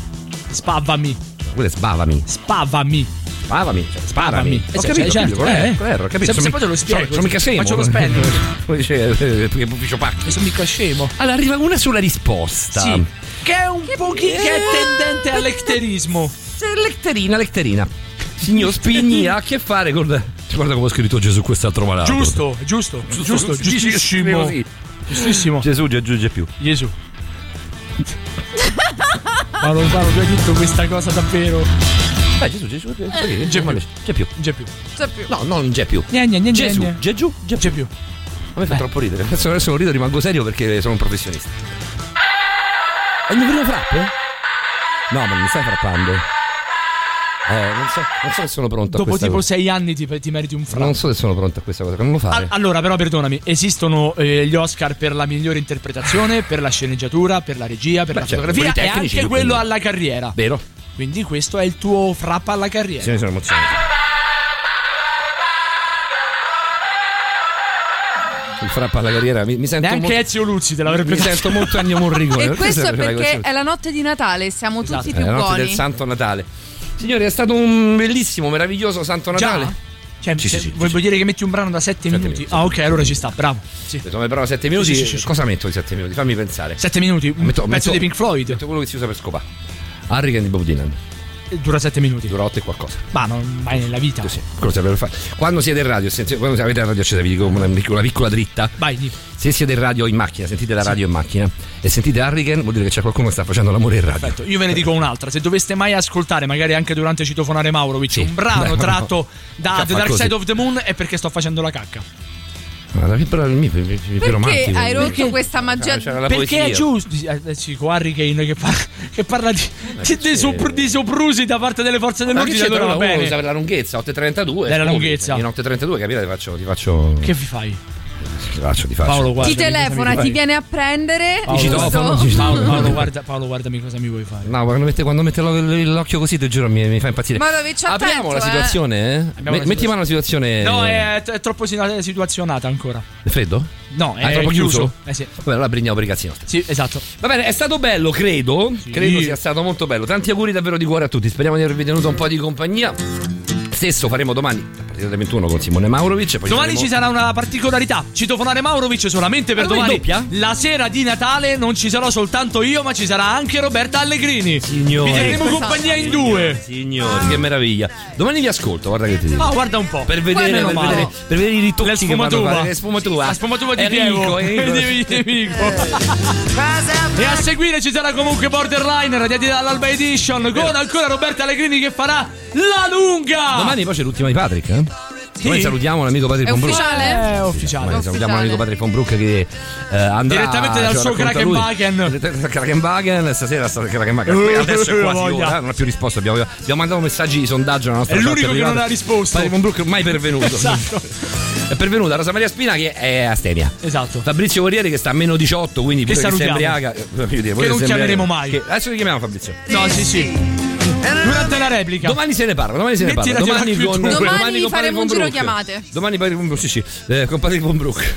Speaker 3: Spavami.
Speaker 1: Quello è sbavami.
Speaker 3: Spavami.
Speaker 1: Spavami, cioè, sparami.
Speaker 3: Eh, cioè, certo,
Speaker 1: figlio,
Speaker 3: eh.
Speaker 1: con l'erro, ho capito.
Speaker 3: Se-
Speaker 1: Sono mi-
Speaker 3: se poi te lo spiego,
Speaker 1: sono- Sono mica scemo.
Speaker 3: faccio lo spello.
Speaker 1: Come dice, eh, eh, ufficio pacchi.
Speaker 3: Sono mica scemo.
Speaker 1: Allora, arriva una sulla risposta. Eh,
Speaker 3: Sì. Che è un pochino che è tendente all'ecterismo.
Speaker 1: Lecterina, lecterina. Signor Spigni ha a che fare con. Guarda come ho scritto Gesù questa trova là.
Speaker 3: Giusto, giusto, giusto,
Speaker 1: Dici- scrive
Speaker 3: giustissimo.
Speaker 1: così.
Speaker 3: Giustissimo.
Speaker 1: Gesù ci aggiunge più.
Speaker 3: Gesù. Ma lo Paolo, tu hai detto questa cosa davvero.
Speaker 1: Beh, Gesù, Gesù, Gesù.
Speaker 3: Gesù.
Speaker 1: C'è più.
Speaker 3: C'è più.
Speaker 2: C'è più.
Speaker 1: No, non c'è più.
Speaker 3: Gne, gne, gne,
Speaker 1: Gesù,
Speaker 3: gne.
Speaker 1: Gesù,
Speaker 3: C'è più.
Speaker 1: A me fa troppo ridere. Adesso, adesso non rido, rimango serio perché sono un professionista. È il mio primo frappo? No, ma non mi stai frappando. Eh, non so, non so se sono pronto a
Speaker 3: Dopo
Speaker 1: questa
Speaker 3: tipo
Speaker 1: cosa.
Speaker 3: sei anni ti, ti meriti un frappo.
Speaker 1: Non so se sono pronto a questa cosa, non lo fare.
Speaker 3: Al- Allora, però, perdonami, esistono eh, gli Oscar per la migliore interpretazione, per la sceneggiatura, per la regia, per
Speaker 1: Beh,
Speaker 3: la
Speaker 1: certo,
Speaker 3: fotografia
Speaker 1: quelli
Speaker 3: e
Speaker 1: tecnici,
Speaker 3: anche quello
Speaker 1: quindi.
Speaker 3: alla carriera.
Speaker 1: Vero?
Speaker 3: Quindi questo è il tuo frappa alla carriera.
Speaker 1: Sì, ne sono emozionato. Il frappa alla carriera mi, mi sento
Speaker 3: Neanche
Speaker 1: molto...
Speaker 3: Ezio Luzzi te l'avrebbe
Speaker 1: Mi sento molto Ennio Morricone.
Speaker 2: E
Speaker 1: perché
Speaker 2: questo è
Speaker 1: sempre la
Speaker 2: perché
Speaker 1: cosa-
Speaker 2: è la notte di Natale, siamo
Speaker 1: Esatto,
Speaker 2: tutti più
Speaker 1: è la notte
Speaker 2: buoni.
Speaker 1: del Santo Natale. Signori, è stato un bellissimo, meraviglioso Santo
Speaker 3: Già?
Speaker 1: Natale.
Speaker 3: Cioè,
Speaker 1: Sì,
Speaker 3: se-
Speaker 1: sì, sì,
Speaker 3: vuoi dire che metti un brano da 7 minuti? Ah, ok, allora ci sta, bravo. Sì.
Speaker 1: Insomma, però 7 minuti.
Speaker 3: Sì, sì, sì, sì.
Speaker 1: Cosa metto di 7 minuti? Fammi pensare.
Speaker 3: 7 minuti, un
Speaker 1: Metto-
Speaker 3: pezzo
Speaker 1: metto-
Speaker 3: di Pink Floyd
Speaker 1: Metto quello che si usa per scopare. Harrigan di Bob Dylan.
Speaker 3: dura 7 minuti.
Speaker 1: Dura 8 e qualcosa.
Speaker 3: Ma non mai nella vita.
Speaker 1: Quello serve per fare. Quando siete in radio, senti- quando avete la radio accesa, vi dico una, una piccola dritta.
Speaker 3: Vai, di.
Speaker 1: Se siete in radio in macchina, sentite la radio in macchina e sentite Harrigan, vuol dire che c'è qualcuno che sta facendo l'amore in radio.
Speaker 3: Perfetto, io ve ne dico un'altra. Se doveste mai ascoltare, magari anche durante Citofonare Maurovic, un brano
Speaker 1: No, no.
Speaker 3: tratto da
Speaker 1: Che
Speaker 3: The
Speaker 1: fa
Speaker 3: Dark
Speaker 1: così. Cioè,
Speaker 3: Side of the Moon, è perché sto facendo la cacca.
Speaker 1: Guarda, che però mi, mi, mi, mi
Speaker 2: Perché
Speaker 1: romantico.
Speaker 2: hai rotto
Speaker 1: Perché-
Speaker 2: questa magia?
Speaker 1: c'era la
Speaker 3: perché è
Speaker 1: poesia.
Speaker 3: giusto. Eh, eh, sì, con Harry Kane che, par- che parla di, di- di sopr- di soprusi da parte delle forze
Speaker 1: Eh, Ma che
Speaker 3: dell'ordine.
Speaker 1: c'è
Speaker 3: allora va
Speaker 1: uno
Speaker 3: bene.
Speaker 1: usa per la lunghezza 8.32 scusi,
Speaker 3: Della lunghezza.
Speaker 1: in 8.32 capire ti faccio ti faccio
Speaker 3: Che vi fai?
Speaker 1: ti faccio ti faccio
Speaker 3: Paolo, guarda.
Speaker 2: Ti telefona, ti viene a prendere.
Speaker 1: Paolo, citofono,
Speaker 2: giusto?
Speaker 1: citofono.
Speaker 3: Paolo, Paolo, guarda, Paolo, guardami cosa mi vuoi fare.
Speaker 1: No, quando mette, quando mette l'o- l'occhio così, ti giuro, mi, mi fa impazzire.
Speaker 2: Ma dove c'è
Speaker 1: Apriamo la
Speaker 2: attento, eh.
Speaker 1: situazione, eh?
Speaker 3: Abbiamo
Speaker 1: Me-
Speaker 3: la
Speaker 1: metti mano alla situazione.
Speaker 3: No, è, è troppo sina- situazionata ancora.
Speaker 1: È freddo?
Speaker 3: No,
Speaker 1: Ah,
Speaker 3: è
Speaker 1: troppo chiuso?
Speaker 3: Eh sì.
Speaker 1: Vabbè, allora brindiamo per i cazzi nostri.
Speaker 3: Sì, esatto.
Speaker 1: Va bene, è stato bello, credo. Credo sia stato molto bello. Tanti auguri davvero di cuore a tutti. Speriamo di avervi tenuto un po' di compagnia. Stesso faremo domani. A parte alle 21 con Simone Maurovic. e Poi
Speaker 3: domani ci
Speaker 1: saremo-
Speaker 3: sarà una particolarità. Ci telefonare Maurovic solamente per
Speaker 1: Ma voi
Speaker 3: domani.
Speaker 1: doppia?
Speaker 3: La sera di Natale non ci sarò soltanto io, ma ci sarà anche Roberta Allegrini.
Speaker 1: Signori.
Speaker 3: Vi terremo compagnia in due.
Speaker 1: Signori, che meraviglia. Domani vi ascolto, guarda che ti dico.
Speaker 3: Ah, guarda un po'.
Speaker 1: Per vedere, per
Speaker 3: Guarda, meno male.
Speaker 1: vedere, per vedere i ritocchi
Speaker 3: La
Speaker 1: che vanno a
Speaker 3: sfumatura.
Speaker 1: fare. Eh, La sfumatura.
Speaker 3: La sfumatura di
Speaker 1: Enrico,
Speaker 3: Diego.
Speaker 1: Enrico.
Speaker 3: Di- di- di Enrico. E a seguire ci sarà comunque Borderline, radiati dall'Alba Edition, con ancora Roberta Allegrini che farà la lunga.
Speaker 1: Domani poi c'è l'ultima di Patrick. Eh? Domani salutiamo l'amico Patrick
Speaker 3: È
Speaker 1: Von Broek.
Speaker 3: ufficiale? È ufficiale.
Speaker 1: Domani
Speaker 3: È
Speaker 1: salutiamo
Speaker 3: ufficiale.
Speaker 1: l'amico Patrick Von Broek che eh, andrà
Speaker 3: Direttamente dal
Speaker 1: ce lo
Speaker 3: suo
Speaker 1: racconta lui. Direttamente dal Krakenwagen. Stasera sta il Krakenwagen. Adesso è quasi
Speaker 3: Voglia.
Speaker 1: ora. Non ha più risposto. Abbiamo, abbiamo mandato messaggi di sondaggio alla nostra
Speaker 3: È
Speaker 1: chat
Speaker 3: l'unico che
Speaker 1: privata.
Speaker 3: non ha risposto.
Speaker 1: Patrick Von Broek mai pervenuto.
Speaker 3: Esatto.
Speaker 1: È pervenuta Rosa Maria Spina che è astenia.
Speaker 3: Esatto.
Speaker 1: Fabrizio Corriere che sta a meno 18, quindi
Speaker 3: Che
Speaker 1: pure che
Speaker 3: salutiamo.
Speaker 1: sembri aga.
Speaker 3: Che non chiameremo mai.
Speaker 1: adesso li chiamiamo Fabrizio.
Speaker 3: No, sì, sì. Durante la replica.
Speaker 1: Domani se ne parla, domani se ne
Speaker 3: Metti
Speaker 1: parla.
Speaker 3: la
Speaker 1: Domani
Speaker 3: chiave
Speaker 1: con
Speaker 3: chiusa.
Speaker 2: Domani
Speaker 1: domani con Patrick
Speaker 2: faremo un giro
Speaker 1: Broek.
Speaker 2: chiamate.
Speaker 1: Domani Patrick Von Broek, sì, sì, eh, con Patrick Von Broek.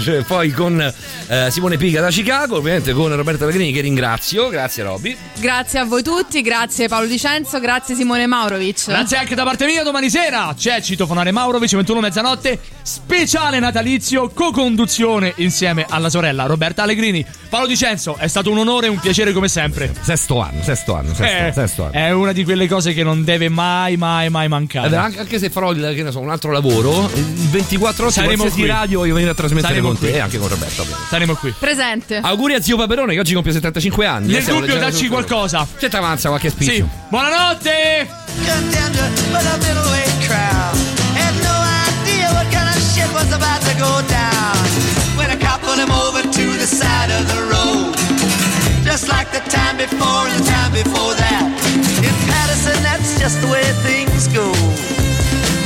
Speaker 1: Cioè, poi con eh, Simone Pica da Chicago, ovviamente con Roberta Pellegrini che ringrazio, grazie Robby.
Speaker 2: Grazie a voi tutti, grazie Paolo Dicenzo, grazie Simone Maurovic.
Speaker 3: Grazie anche da parte mia, domani sera c'è Citofonare Maurovic, 21 mezzanotte, speciale natalizio, co-conduzione insieme alla sorella Roberta Allegrini. Paolo Dicenzo, è stato un onore e un piacere come sempre.
Speaker 1: Sesto anno, sesto anno, sesto,
Speaker 3: Eh,
Speaker 1: sesto anno.
Speaker 3: È una di quelle cose che non deve mai, mai, mai mancare.
Speaker 1: Eh, beh, anche, anche se farò il- che ne so, un altro lavoro, il 24 ottobre
Speaker 3: Saremo
Speaker 1: qualsiasi
Speaker 3: qui.
Speaker 1: radio voglio venire a trasmettere
Speaker 3: Saremo
Speaker 1: con te
Speaker 3: qui.
Speaker 1: e anche con Roberto. ovviamente.
Speaker 3: Saremo qui.
Speaker 2: Presente.
Speaker 1: Auguri a zio Paperone che oggi compie 75 anni.
Speaker 3: Nel
Speaker 1: Eh, stiamo
Speaker 3: dubbio,
Speaker 1: leggendo
Speaker 3: dacci
Speaker 1: sul-
Speaker 3: qualcosa.
Speaker 1: Che ti avanza qualche spiccio?
Speaker 3: Sì. Buonanotte!
Speaker 15: contender for the middleweight crown. Had no idea what kind of shit was about to go down. When a cop pulled him over to the side of the road. Just like the time before and the time before that. In Patterson, that's just the way things go.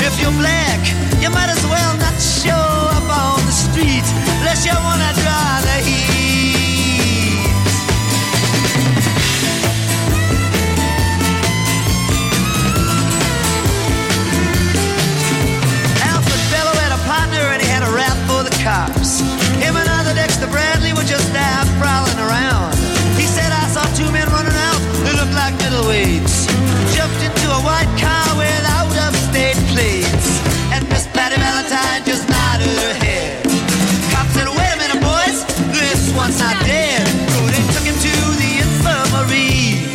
Speaker 15: If you're black, you might as well not show up on the street unless you wanna draw the heat. Alfred Bellow had a partner and he had a rap for the cops. Him and other Dexter Bradley were just out prowling around. He said, I saw two men running out who looked like middleweights. Jumped into a white car with out of state plates. And Miss Patty Valentine just nodded her head. Cop said, Wait a minute, boys, this one's not dead. So they took him to the infirmary.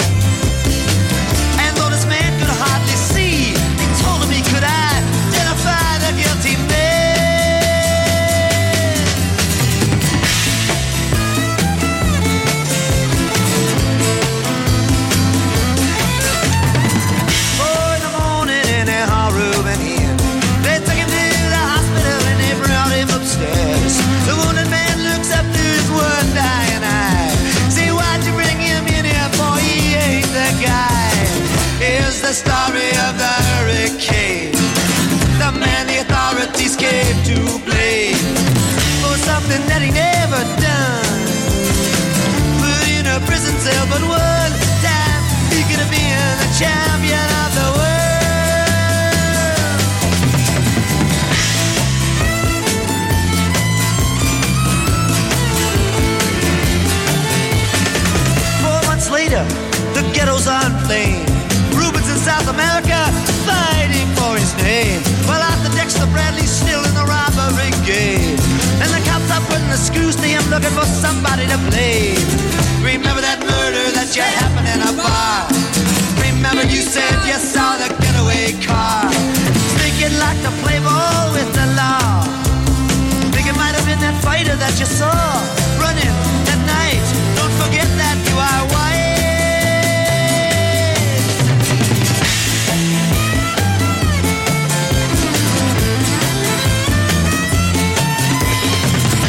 Speaker 15: And though this man could hardly see, they told him he could identify the guilty man. Four in the morning in a Harrowman Inn. They took him to the hospital and they brought him upstairs. The wounded man looks up to his one dying eye. Say, why'd you bring him in here, boy? He ain't the guy. Here's the story of the hurricane. The man the authorities came to blame for something that he never done. Put in a prison cell, but one time he could have been the champion of the world. Four months later, the ghetto's on flame. Rubens in South America fighting for his name. While out the Dexter Bradley's still in the robbery game. And the cops are putting the screws to him looking for somebody to blame. Remember that murder that you happened in a bar. Remember you said you saw the getaway car. Thinking like the playboy with the law. Think it might have been that fighter that you saw running that night. Don't forget that you are white.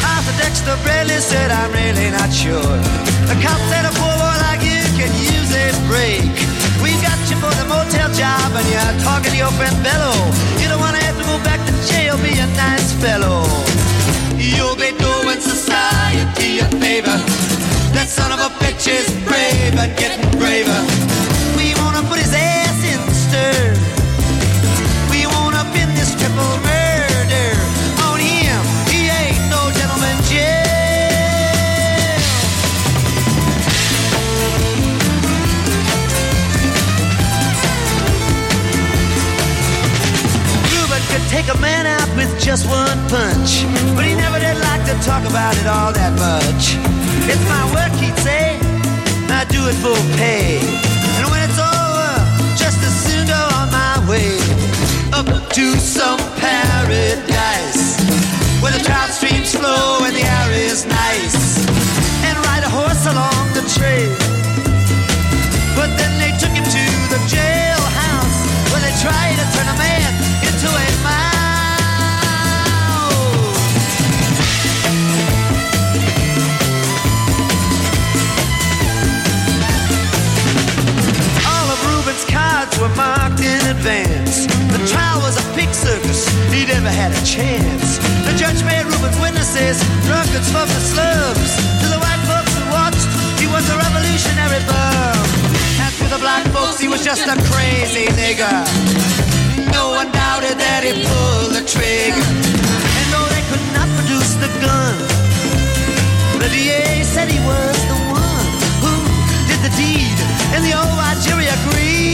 Speaker 15: Arthur Dexter Bradley said, I'm really not sure. The cop said, a poor boy like you can use a break. We got you for the motel job, and you're talking to your friend Bellow. You don't want to have to go back to jail, be a nice fellow. You'll be doing society a favor. That son of a bitch is brave and getting braver. We wanna put his ass in the stir. We won't up in this triple murder on him. He ain't no gentleman jail. Ruben could take talk about it all that much. It's my work, he'd say, and I do it for pay. And when it's over, just as soon go on my way up to some paradise where the trout streams flow and the air is nice. And ride a horse along the trail. But then they took him to the jailhouse where they tried to turn a man into a mouse. All of Ruben's cards were marked in advance. The trial was a pig circus, he never had a chance. The judge made Ruben's witnesses drunkards from the slums. To the white folks who watched, he was a revolutionary bum. And to the black folks, he was just a crazy nigger. No one doubted that he pulled the trigger. And though they could not produce the gun, the DA said he was the one who did the deed, and the old white jury agreed.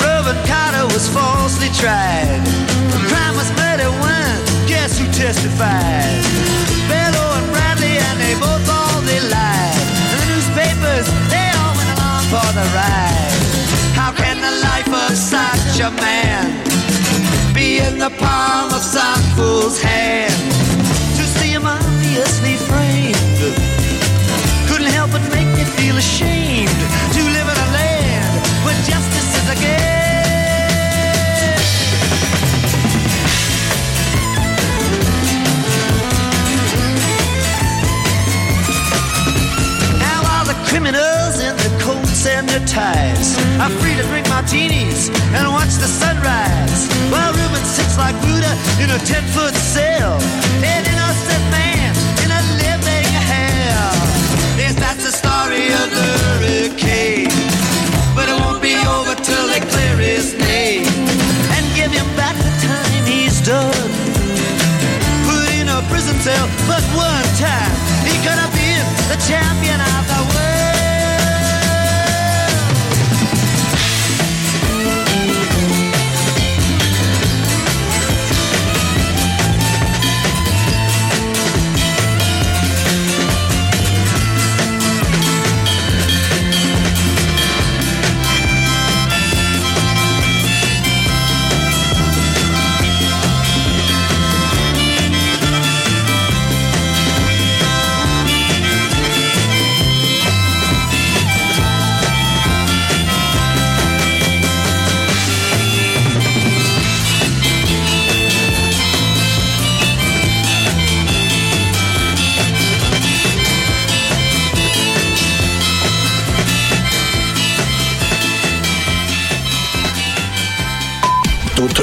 Speaker 15: Reuben Carter was falsely tried. The crime was murder one. Guess who testified? Bello and Bradley, and they both all they lied. And the newspapers, they all went along for the ride. How can the life of such a man be in the palm of some fool's hand? To see him obviously framed couldn't help but make me feel ashamed to live in a land where justice is a game. Now all the criminals in their coats and their ties are free to drink martinis and watch the sunrise. While Ruben sits like Buddha in a ten-foot cell, an innocent man in a living hell. Yes, that's the story of the hurricane, but it won't be over till they clear his name and give him back the time he's done. Put in a prison cell, but one time he could have been the champion of the world.
Speaker 8: Tutto